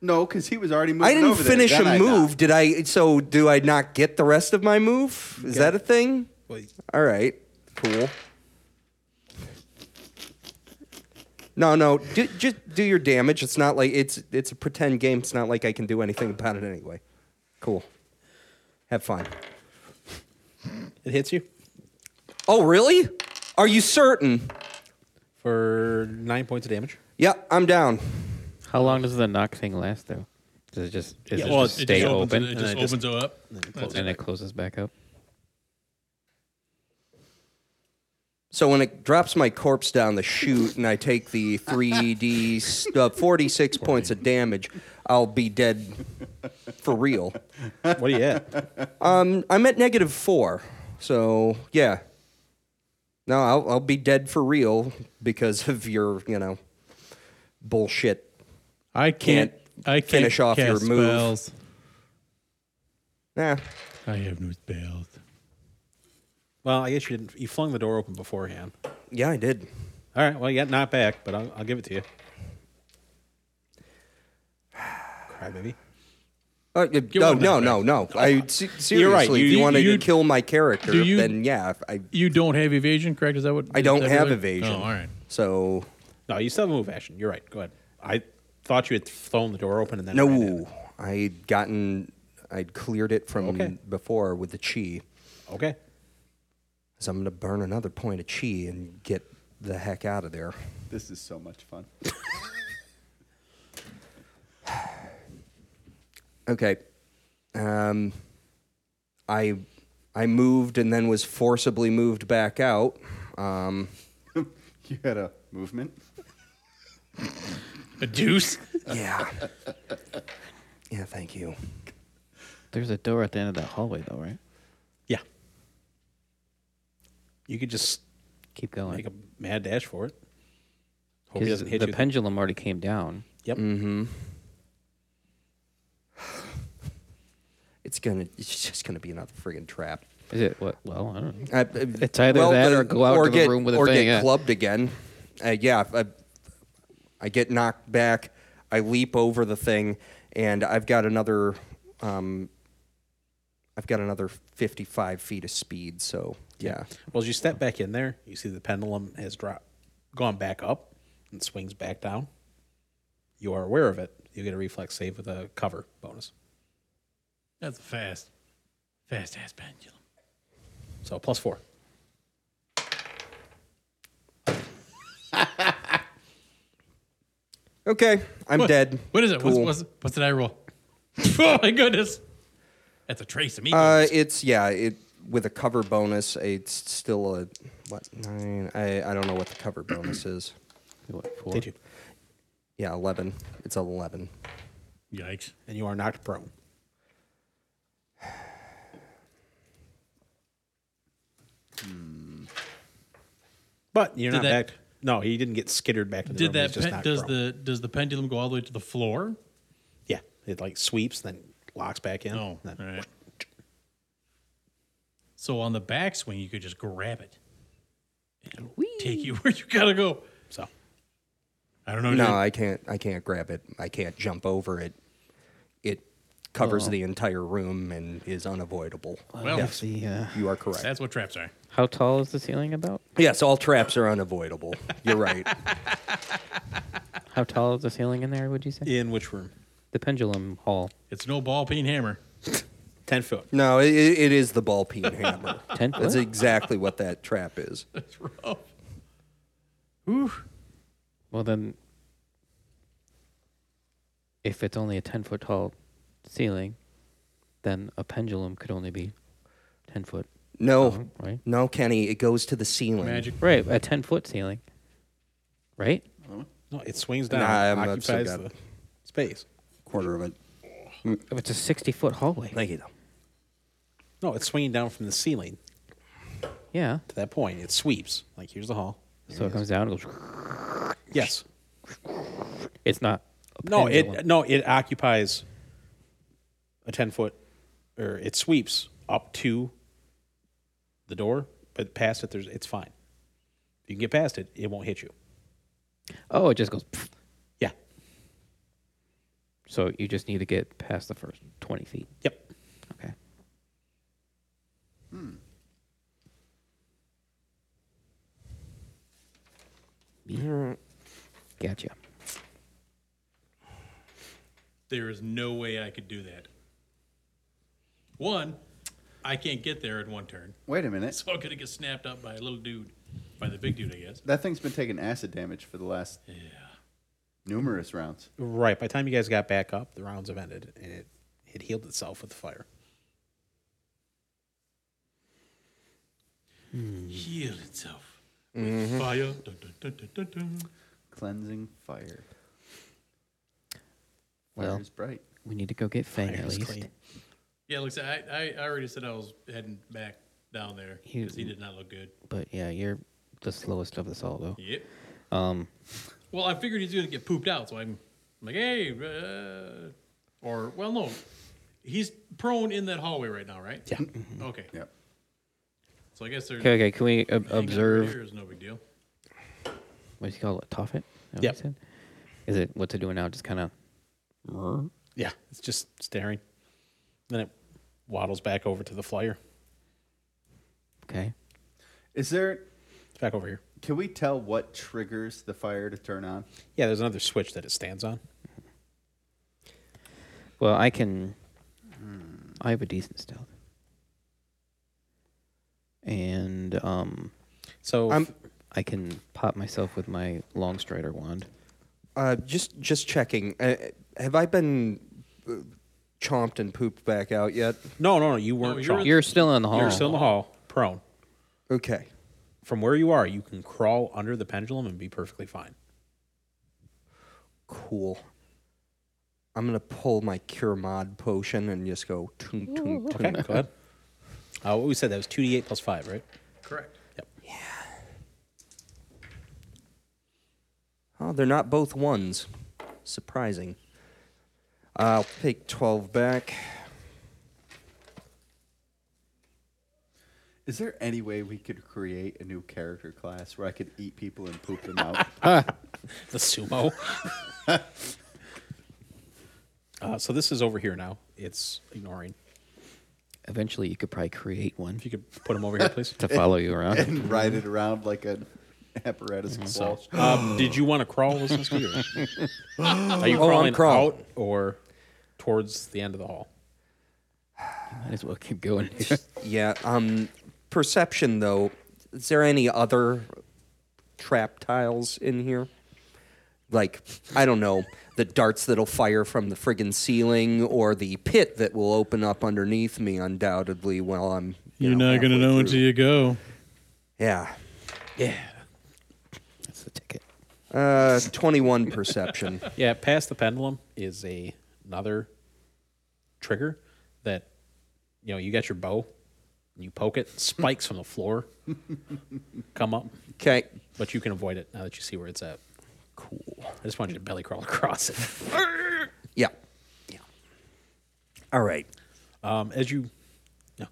Speaker 5: No, because he was already moving.
Speaker 2: I didn't
Speaker 5: over there.
Speaker 2: finish
Speaker 5: Then
Speaker 2: a
Speaker 5: I
Speaker 2: move.
Speaker 5: knocked.
Speaker 2: Did I? So do I not get the rest of my move? Is that a thing? All right. Cool. No, no. Do, just do your damage. It's not like it's it's a pretend game. It's not like I can do anything about it anyway. Cool. Have fun.
Speaker 1: It hits you
Speaker 2: Oh, really? Are you certain?
Speaker 1: for nine points of damage.
Speaker 2: Yeah, I'm down.
Speaker 3: How long does the knock thing last, though? Does it just, is
Speaker 1: Yeah,
Speaker 3: it
Speaker 1: well,
Speaker 3: just
Speaker 4: It
Speaker 3: stay
Speaker 4: just opens,
Speaker 3: open
Speaker 4: It,
Speaker 1: and
Speaker 4: just
Speaker 1: I just-
Speaker 4: opens it up. That's
Speaker 3: and
Speaker 4: it.
Speaker 3: it closes back up?
Speaker 2: So when it drops my corpse down the chute and I take the 3D s- uh, 46 points of damage, I'll be dead for real. Um,
Speaker 1: What do you at?
Speaker 2: I'm at negative four, so yeah. No, I'll, I'll be dead for real because of your, you know, bullshit.
Speaker 4: I can't. I can't
Speaker 2: finish off your
Speaker 4: cast
Speaker 2: move.
Speaker 4: spells.
Speaker 2: Nah,
Speaker 4: I have no spells.
Speaker 1: Well, I guess you didn't. You flung the door open beforehand.
Speaker 2: yeah, I did.
Speaker 1: All right. Well, you got knocked back, but I'll, I'll give it to you. Cry baby.
Speaker 2: Uh, y- no,
Speaker 4: one
Speaker 2: no,
Speaker 4: knockback.
Speaker 2: no, no. I se- seriously,
Speaker 1: You're right.
Speaker 2: if
Speaker 1: You-
Speaker 2: you want to
Speaker 4: you-
Speaker 2: kill my character,
Speaker 4: do you-
Speaker 2: then yeah, I
Speaker 4: You don't have evasion, correct? Is that what?
Speaker 2: I
Speaker 4: is
Speaker 2: don't
Speaker 4: that
Speaker 2: have
Speaker 4: really-
Speaker 2: evasion.
Speaker 4: Oh, all right.
Speaker 2: so
Speaker 1: No, you still have a move action. You're right. Go ahead. I thought you had thrown the door open and then ran in.
Speaker 2: no, I'd gotten, I'd cleared it from
Speaker 1: Okay.
Speaker 2: before with the chi.
Speaker 1: Okay.
Speaker 2: So I'm gonna burn another point of chi and get the heck out of there.
Speaker 5: This is so much fun.
Speaker 2: Okay. Um, I I moved and then was forcibly moved back out. Um,
Speaker 5: you had a movement.
Speaker 4: A deuce.
Speaker 2: yeah. yeah. Thank you.
Speaker 3: There's a door at the end of that hallway, though, right?
Speaker 1: Yeah. You could just
Speaker 3: Keep going.
Speaker 1: make a mad dash for it. Hope he
Speaker 3: 'Cause
Speaker 1: doesn't hit
Speaker 3: the
Speaker 1: you.
Speaker 3: pendulum already came down.
Speaker 1: yep.
Speaker 2: It's gonna. It's just gonna be another friggin' trap.
Speaker 3: Is it what? Well, I don't know.
Speaker 2: I, I-
Speaker 3: It's either that or go out to the
Speaker 2: get,
Speaker 3: room with a
Speaker 2: or
Speaker 3: thing,
Speaker 2: get
Speaker 3: yeah.
Speaker 2: clubbed again. Uh, yeah. I, I get knocked back. I leap over the thing, and I've got another. Um, I've got another fifty-five feet of speed. So yeah.
Speaker 1: Well, as you step back in there, you see the pendulum has dropped, gone back up, and swings back down. You are aware of it. You get a reflex save with a cover bonus.
Speaker 4: That's fast. Fast ass pendulum.
Speaker 1: So plus four.
Speaker 2: Okay, I'm
Speaker 4: What-
Speaker 2: dead.
Speaker 4: What is it? What's,
Speaker 2: Cool.
Speaker 4: what's, what's did I roll? oh my goodness. That's a trace of me.
Speaker 2: Uh, it's yeah. It with a cover bonus. It's still a what nine? I I don't know what the cover bonus is.
Speaker 3: What, four?
Speaker 1: Did you?
Speaker 2: Yeah, eleven. It's eleven.
Speaker 4: Yikes.
Speaker 1: And you are knocked prone. But you're
Speaker 4: Hmm. Did
Speaker 1: not
Speaker 4: that-
Speaker 1: back. No, he didn't get skittered back to the
Speaker 4: Did
Speaker 1: room. He's
Speaker 4: that?
Speaker 1: just
Speaker 4: Pen,
Speaker 1: knocked
Speaker 4: does
Speaker 1: prone.
Speaker 4: the does the pendulum go all the way to the floor?
Speaker 1: Yeah, it like sweeps, then locks back in.
Speaker 4: No.
Speaker 1: then-
Speaker 4: all Oh, right. So on the backswing, you could just grab it. It'll take you where you gotta go.
Speaker 1: So
Speaker 4: I don't know.
Speaker 2: No,
Speaker 4: dude.
Speaker 2: I can't. I can't grab it. I can't jump over it. It covers the entire room and is unavoidable.
Speaker 4: well,
Speaker 3: Let's see, uh,
Speaker 2: You are correct.
Speaker 4: that's what traps are.
Speaker 3: how tall is the ceiling about?
Speaker 2: yes, all traps are unavoidable. You're right.
Speaker 3: How tall is the ceiling in there? Would you say
Speaker 1: in which room?
Speaker 3: the pendulum hall?
Speaker 4: It's no ball peen hammer.
Speaker 1: Ten foot.
Speaker 2: No, it, it is the ball peen hammer.
Speaker 3: Ten
Speaker 2: That's
Speaker 3: foot.
Speaker 2: exactly what that trap is.
Speaker 4: That's rough.
Speaker 3: well, then, if it's only a ten foot tall ceiling, then a pendulum could only be ten foot.
Speaker 2: No,
Speaker 3: long, right?
Speaker 2: no, Kenny. It goes to the ceiling.
Speaker 4: Magic.
Speaker 3: Right, a ten foot ceiling. Right.
Speaker 1: No, it swings down.
Speaker 2: Nah, I'm not so
Speaker 1: occupies
Speaker 2: good.
Speaker 1: the space.
Speaker 2: quarter of it.
Speaker 3: If It's a sixty foot hallway.
Speaker 2: Thank you. though.
Speaker 1: No, it's swinging down from the ceiling
Speaker 3: Yeah.
Speaker 1: to that point. It sweeps. Like here's the hall.
Speaker 3: So it comes down. It goes.
Speaker 1: Yes.
Speaker 3: It's not. a
Speaker 1: No, it
Speaker 3: pendulum.
Speaker 1: no, it occupies a ten foot, or it sweeps up to the door, but past it, there's it's fine. If you can get past it, it won't hit you.
Speaker 3: Oh, it just goes. pff.
Speaker 1: Yeah.
Speaker 3: So you just need to get past the first 20 feet.
Speaker 1: Yep.
Speaker 3: Okay. Hmm. Gotcha.
Speaker 4: There is no way I could do that. One, I can't get there in one turn,
Speaker 5: Wait a minute.
Speaker 4: so I'm gonna get snapped up by a little dude, by the big dude, I guess.
Speaker 5: That thing's been taking acid damage for the last numerous rounds.
Speaker 1: Right. By the time you guys got back up, the rounds have ended, and it it healed itself with the fire.
Speaker 4: Heal itself with fire. Dun, dun, dun, dun, dun, dun.
Speaker 5: Cleansing fire. Fire
Speaker 3: Well,
Speaker 5: is bright.
Speaker 3: we need to go get Fang at
Speaker 1: Fire's
Speaker 3: least.
Speaker 1: clean.
Speaker 4: Yeah, like I said, I, I I already said I was heading back down there
Speaker 3: You-
Speaker 4: because he did not look good.
Speaker 3: But yeah, you're the slowest of us all, though.
Speaker 4: Yep.
Speaker 3: Um,
Speaker 4: Well, I figured he's gonna get pooped out, so I'm, I'm like, hey, uh, or well, no, he's prone in that hallway right now, right?
Speaker 1: Yeah.
Speaker 4: Okay.
Speaker 5: Yep.
Speaker 4: So I guess there's
Speaker 3: okay, okay. Can we ob-
Speaker 4: hanging over
Speaker 3: observe?
Speaker 4: Here is no big deal.
Speaker 3: What's he called? A toffet? Is that what he
Speaker 1: Yep.
Speaker 3: said? Is it what's it doing now? Just kind of.
Speaker 1: Yeah. It's just staring. Then it waddles back over to the flyer.
Speaker 3: Okay.
Speaker 5: Is there?
Speaker 1: It's back over here.
Speaker 5: Can we tell what triggers the fire to turn on?
Speaker 1: Yeah. There's another switch that it stands on.
Speaker 3: Well, I can. I have a decent stealth. And um,
Speaker 1: So
Speaker 2: I'm-
Speaker 3: I can pop myself with my long strider wand.
Speaker 2: Uh, just just checking. Uh, have I been uh, chomped and pooped back out yet?
Speaker 1: no, no, no. You weren't.
Speaker 4: you're
Speaker 1: chomped.
Speaker 3: You're still in the hall.
Speaker 1: You're still in the hall, prone.
Speaker 2: Okay.
Speaker 1: From where you are, you can crawl under the pendulum and be perfectly fine.
Speaker 2: Cool. I'm gonna pull my cure mod potion and just go. Toon, toon, toon.
Speaker 1: Okay, go ahead. Uh, what we said that was two d eight plus five, right?
Speaker 4: Correct.
Speaker 2: Oh, they're not both ones. Surprising. Uh, I'll take twelve back.
Speaker 5: Is there any way we could create a new character class where I could eat people and poop them out?
Speaker 1: The sumo. uh, so this is over here now. It's ignoring.
Speaker 3: Eventually, you could probably create one
Speaker 1: If you could put him over here, please.
Speaker 3: to follow you around.
Speaker 5: and ride it around like an apparatus
Speaker 2: Mm-hmm.
Speaker 1: So,
Speaker 5: walsh.
Speaker 1: um, did you want to crawl? Was this weird? Are you
Speaker 2: Oh, I'm
Speaker 1: crawling
Speaker 2: crawling.
Speaker 1: out or towards the end of the hall?
Speaker 3: Might as well keep going.
Speaker 2: Yeah. Um, perception though. Is there any other trap tiles in here? Like I don't know the darts that'll fire from the friggin' ceiling or the pit that will open up underneath me undoubtedly while I'm. You
Speaker 4: You're not gonna
Speaker 2: halfway
Speaker 4: know
Speaker 2: through.
Speaker 4: until you go.
Speaker 2: Yeah.
Speaker 1: Yeah.
Speaker 3: That's the ticket.
Speaker 2: Uh, twenty-one perception.
Speaker 1: Yeah. Past the pendulum is a another trigger that you know you got your bow, you poke it, spikes from the floor come up,
Speaker 2: Okay.
Speaker 1: but you can avoid it now that you see where it's at.
Speaker 2: Cool.
Speaker 1: I just wanted you to belly crawl across it.
Speaker 2: Yeah. Yeah. All right.
Speaker 1: Um, as you, no,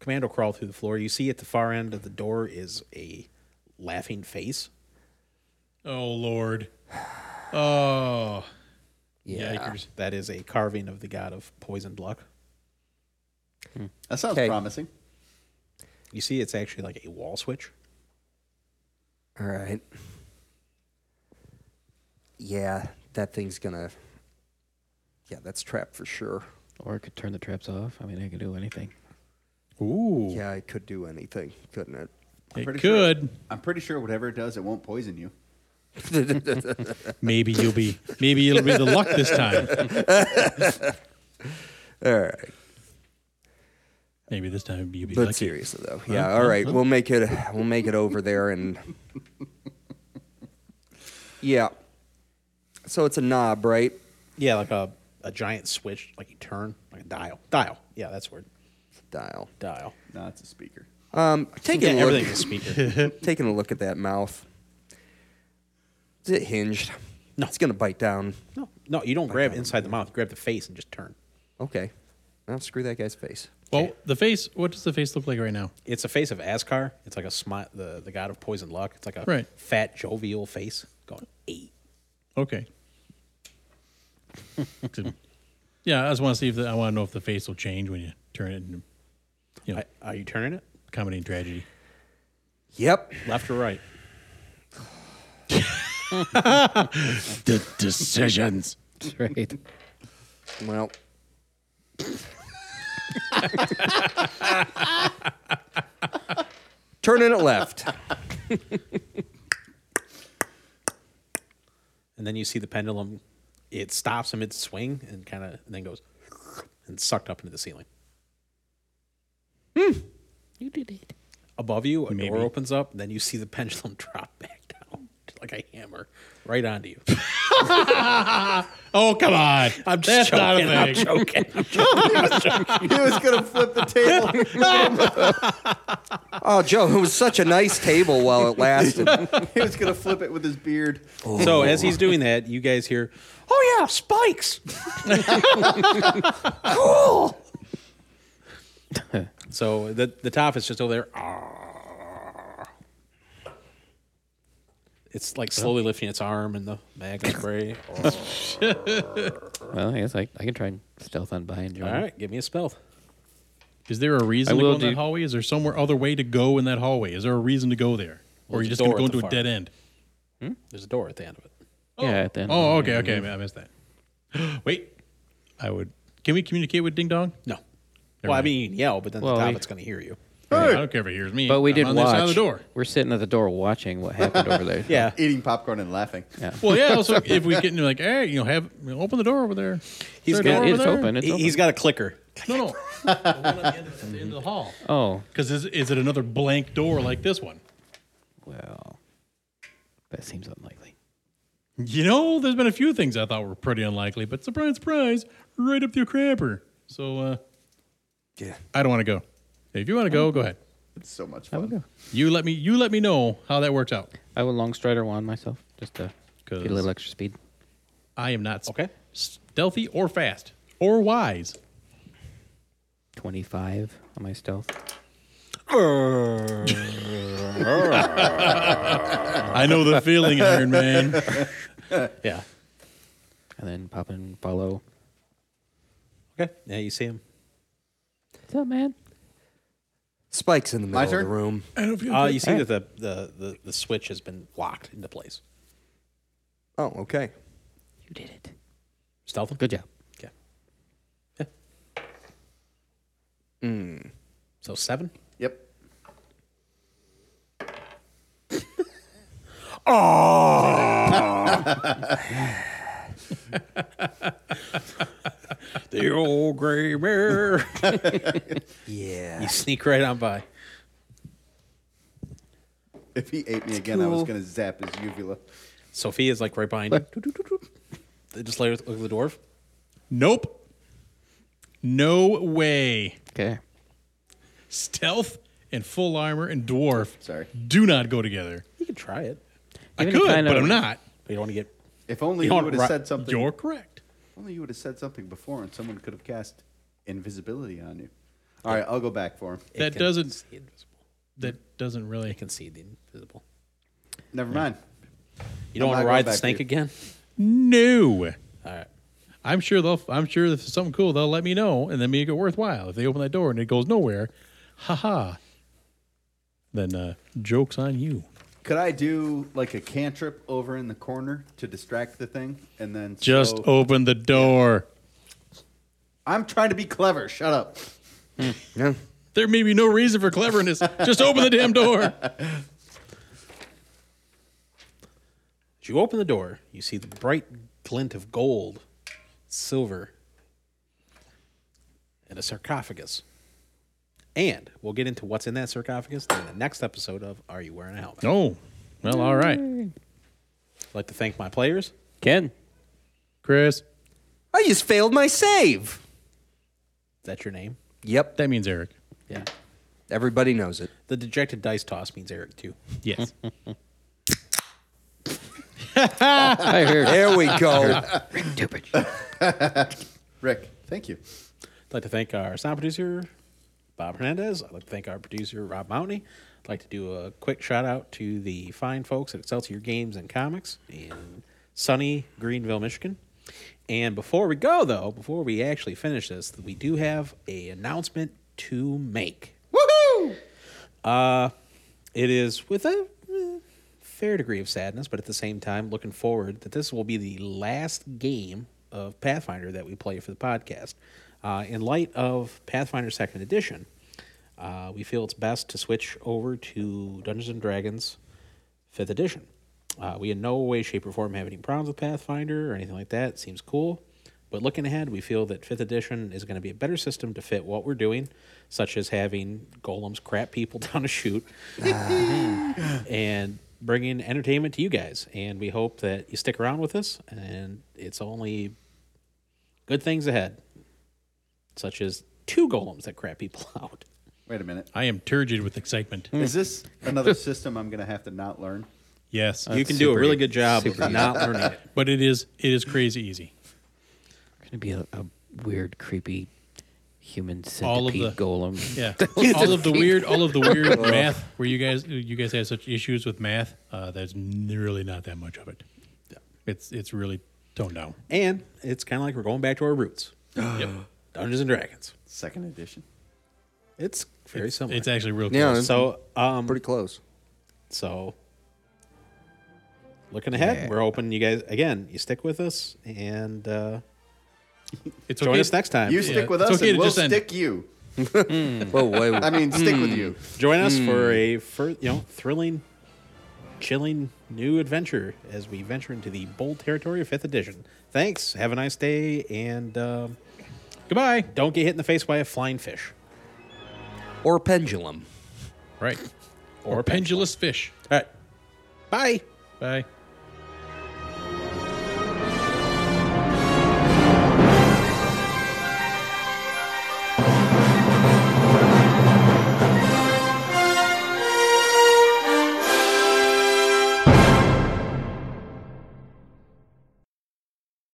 Speaker 1: commando crawl through the floor, you see at the far end of the door is a laughing face.
Speaker 4: Oh Lord. Oh.
Speaker 2: Yeah.
Speaker 4: Yikers.
Speaker 1: That is a carving of the god of poisoned luck.
Speaker 5: That sounds
Speaker 2: Okay.
Speaker 5: promising.
Speaker 1: You see, it's actually like a wall switch.
Speaker 2: All right. Yeah, that thing's gonna. Yeah, that's trapped for sure.
Speaker 3: Or I could turn the traps off. I mean, I could do anything.
Speaker 1: Ooh.
Speaker 2: Yeah, it could do anything, couldn't it?
Speaker 4: It
Speaker 5: pretty
Speaker 4: could.
Speaker 5: I'm pretty sure whatever it does, it won't poison you.
Speaker 4: Maybe you'll be. Maybe it'll be the luck this time.
Speaker 2: All right,
Speaker 4: Maybe this time you'll be
Speaker 2: but
Speaker 4: lucky.
Speaker 2: seriously though, yeah. All right, we'll make it. We'll make it over there, and yeah. So it's a knob, right?
Speaker 1: Yeah, like a, a giant switch, like you turn, like a dial. Dial. Yeah, that's the word.
Speaker 2: Dial.
Speaker 1: Dial.
Speaker 5: No, it's a speaker.
Speaker 2: Um,
Speaker 1: Yeah,
Speaker 2: taking a look,
Speaker 1: everything's a speaker.
Speaker 2: taking a look at that mouth. Is it hinged?
Speaker 1: No.
Speaker 2: it's gonna bite down.
Speaker 1: no, no, you don't grab inside the mouth. You grab the face and just turn.
Speaker 2: Okay. No, screw that guy's face.
Speaker 4: Well, the face. What does the face look like right now?
Speaker 1: It's a face of Askar. It's like a smi- the the god of poison luck. It's like a
Speaker 4: Right.
Speaker 1: fat jovial face going eight.
Speaker 4: Okay. yeah, I just want to see if the, I want to know if the face will change when you turn it into you know
Speaker 1: I, are you turning it
Speaker 4: comedy and tragedy.
Speaker 2: Yep.
Speaker 1: left or right?
Speaker 4: The decisions.
Speaker 3: That's right.
Speaker 2: Well, turning it left.
Speaker 1: And then you see the pendulum. It stops amid swing and kind of then goes and sucked up into the ceiling.
Speaker 3: You did it.
Speaker 1: Above you, a
Speaker 4: Maybe.
Speaker 1: door opens up. Then you see the pendulum drop back down like a hammer right onto you.
Speaker 4: Oh come on! I'm
Speaker 1: just
Speaker 4: That's not a
Speaker 1: joking, I'm
Speaker 4: thing.
Speaker 1: joking.
Speaker 5: he was gonna flip the table.
Speaker 2: Oh, Joe, it was such a nice table while it lasted.
Speaker 5: he was gonna flip it with his beard.
Speaker 1: So as he's doing that, you guys hear, "Oh yeah, spikes!" cool. so the the top is just over there. Ah. It's like slowly lifting its arm in the magma spray.
Speaker 3: Well, I guess I, I can try and stealth on behind you.
Speaker 1: All right, give me a spell.
Speaker 4: Is there a reason
Speaker 3: I
Speaker 4: to go
Speaker 3: will
Speaker 4: in that
Speaker 3: do-
Speaker 4: hallway? Is there somewhere other way to go in that hallway? Is there a reason to go there, or are
Speaker 1: There's
Speaker 4: you
Speaker 1: a
Speaker 4: just going to go
Speaker 1: door at the
Speaker 4: into a
Speaker 1: far
Speaker 4: dead end?
Speaker 1: There's a door at the end of it.
Speaker 3: Yeah. At the end.
Speaker 4: Oh, okay, okay, I missed that. Wait, I would. Can we communicate with Ding Dong?
Speaker 1: No. well, I
Speaker 4: mind.
Speaker 1: mean, you can yell, but then
Speaker 3: Well,
Speaker 1: the top
Speaker 3: we-
Speaker 1: it's going to hear you.
Speaker 4: I don't care if he hears me.
Speaker 3: But we
Speaker 4: I'm
Speaker 3: did
Speaker 4: on
Speaker 3: watch.
Speaker 4: The, other side of the door.
Speaker 3: We're sitting at the door watching what happened over there.
Speaker 1: Yeah.
Speaker 5: Eating popcorn and laughing.
Speaker 4: Well, yeah. Also, if we get into like, hey, you know, have open the door over there.
Speaker 1: He's
Speaker 4: Is there a door over
Speaker 1: got-
Speaker 3: it's
Speaker 4: there?
Speaker 3: open. It's
Speaker 1: He-
Speaker 3: open.
Speaker 1: he's got a clicker.
Speaker 4: No, no. the one at the end of the, end of the hall.
Speaker 3: Oh
Speaker 4: Because is, is it another blank door like this one?
Speaker 3: well, that seems unlikely.
Speaker 4: You know, there's been a few things I thought were pretty unlikely, but surprise, surprise, right up your crapper. So, uh,
Speaker 2: Yeah.
Speaker 4: I don't want to go. If you want to go, go ahead.
Speaker 5: It's so much
Speaker 3: I would
Speaker 5: fun.
Speaker 3: go.
Speaker 4: You let me. You let me know how that works out.
Speaker 3: I would long strider wand myself just to get a
Speaker 4: 'Cause-
Speaker 3: little extra speed.
Speaker 4: I am not s-
Speaker 1: Okay.
Speaker 4: stealthy or fast or wise.
Speaker 3: Twenty five on my stealth.
Speaker 4: I know the feeling, Iron Man.
Speaker 1: Yeah.
Speaker 3: And then pop and follow.
Speaker 1: Okay. Yeah, you see him.
Speaker 3: What's up, man?
Speaker 2: Spikes in the
Speaker 5: My
Speaker 2: middle of the
Speaker 5: turn?
Speaker 2: room.
Speaker 1: Uh, you see that the, the, the, the switch has been locked into place.
Speaker 2: Oh, okay.
Speaker 3: You did it.
Speaker 1: Stealth him?
Speaker 3: Good job.
Speaker 1: Okay. Yeah. So seven?
Speaker 5: Yep.
Speaker 1: The old gray bear.
Speaker 2: Yeah.
Speaker 1: you sneak right on by.
Speaker 5: If he ate me again, I was gonna zap his uvula.
Speaker 1: Sophie is like right behind you. They just later look at the dwarf.
Speaker 4: Nope. No way.
Speaker 3: Okay.
Speaker 4: Stealth and full armor and dwarf.
Speaker 5: Sorry.
Speaker 4: Do not go together.
Speaker 1: You can try it.
Speaker 4: I
Speaker 3: Even
Speaker 4: could,
Speaker 3: if I
Speaker 4: but
Speaker 3: know-
Speaker 4: I'm not.
Speaker 1: But you don't want to get
Speaker 5: If only
Speaker 1: You
Speaker 5: you
Speaker 1: want
Speaker 5: would have
Speaker 1: ri-
Speaker 5: said something.
Speaker 4: You're correct.
Speaker 5: If only you would have said something before, and someone could have cast invisibility on you. All right, I'll go back for him.
Speaker 1: it
Speaker 4: That
Speaker 1: can
Speaker 4: doesn't-
Speaker 1: see invisible.
Speaker 4: That doesn't really.
Speaker 1: It can see the invisible.
Speaker 5: Never mind.
Speaker 1: You
Speaker 5: I'm
Speaker 1: don't
Speaker 5: not
Speaker 1: want to
Speaker 5: going
Speaker 1: ride the
Speaker 5: back to
Speaker 1: snake
Speaker 5: you.
Speaker 1: again?
Speaker 4: No.
Speaker 1: All right.
Speaker 4: I'm sure they'll. I'm sure if it's something cool, they'll let me know and then make it worthwhile. If they open that door and it goes nowhere, haha. Then uh, jokes on you.
Speaker 5: Could I do like a cantrip over in the corner to distract the thing, and then
Speaker 4: Just
Speaker 5: so-
Speaker 4: open the door.
Speaker 5: I'm trying to be clever. Shut up.
Speaker 2: Yeah.
Speaker 4: There may be no reason for cleverness. Just open the damn door.
Speaker 1: As you open the door, you see the bright glint of gold, silver, and a sarcophagus. And we'll get into what's in that sarcophagus in the next episode of Are You Wearing a Helmet?
Speaker 4: Oh, well, all right,
Speaker 1: I'd like to thank my players.
Speaker 3: Ken.
Speaker 4: Chris.
Speaker 2: I just failed my save.
Speaker 1: Is that your name?
Speaker 2: Yep.
Speaker 4: That means Eric.
Speaker 1: Yeah.
Speaker 2: Everybody knows it.
Speaker 1: The dejected dice toss means Eric, too.
Speaker 4: Yes.
Speaker 3: I heard.
Speaker 2: There we go.
Speaker 3: Stupid.
Speaker 5: Rick, thank you.
Speaker 1: I'd like to thank our sound producer, Bob Hernandez. I'd like to thank our producer, Rob Mountney. I'd like to do a quick shout out to the fine folks at Excelsior Games and Comics in sunny Greenville, Michigan. And before we go, though, before we actually finish this, we do have a announcement to make. Woohoo! Uh, it is with a eh, fair degree of sadness, but at the same time, looking forward that this will be the last game of Pathfinder that we play for the podcast. Uh, in light of Pathfinder Second Edition, uh, we feel it's best to switch over to Dungeons and Dragons Fifth Edition. Uh, we in no way, shape, or form have any problems with Pathfinder or anything like that. It seems cool. But looking ahead, we feel that 5th edition is going to be a better system to fit what we're doing, such as having golems crap people down a chute and bringing entertainment to you guys. And we hope that you stick around with us, and it's only good things ahead, such as two golems that crap people out.
Speaker 5: Wait a minute.
Speaker 4: I am turgid with excitement.
Speaker 5: Is this another system I'm going to have to not learn?
Speaker 4: Yes,
Speaker 1: you can do a
Speaker 3: super
Speaker 1: really
Speaker 3: e-
Speaker 1: good job of
Speaker 3: super easy.
Speaker 1: not learning it.
Speaker 4: but it is it is crazy easy.
Speaker 3: gonna be a, a weird, creepy human
Speaker 4: All of
Speaker 3: centipede
Speaker 4: the-
Speaker 3: golem.
Speaker 4: Yeah, all of the weird, all of the weird math where you guys you guys have such issues with math. Uh, there's n- really not that much of it. It's it's really toned down.
Speaker 1: And it's kind of like we're going back to our roots
Speaker 4: Yep.
Speaker 1: Dungeons and Dragons.
Speaker 5: Second edition.
Speaker 1: It's very similar.
Speaker 4: It's actually real.
Speaker 2: Yeah,
Speaker 4: close.
Speaker 2: it's
Speaker 1: so, um,
Speaker 2: pretty close.
Speaker 1: So, looking ahead, we're hoping you guys again. You stick with us and uh,
Speaker 4: it's
Speaker 1: join
Speaker 4: okay.
Speaker 1: us next time.
Speaker 5: You stick with
Speaker 4: it's
Speaker 5: us
Speaker 4: okay
Speaker 5: and
Speaker 4: to
Speaker 5: we'll
Speaker 4: just end.
Speaker 5: stick you.
Speaker 2: Whoa, wait,
Speaker 5: I mean, stick with you.
Speaker 1: Join us for a fir- you know thrilling, chilling new adventure as we venture into the bold territory of Fifth Edition. Thanks. Have a nice day and um, goodbye. Don't get hit in the face by a flying fish
Speaker 2: or a pendulum.
Speaker 4: right? Or pendulous fish.
Speaker 1: All right. Bye.
Speaker 4: Bye.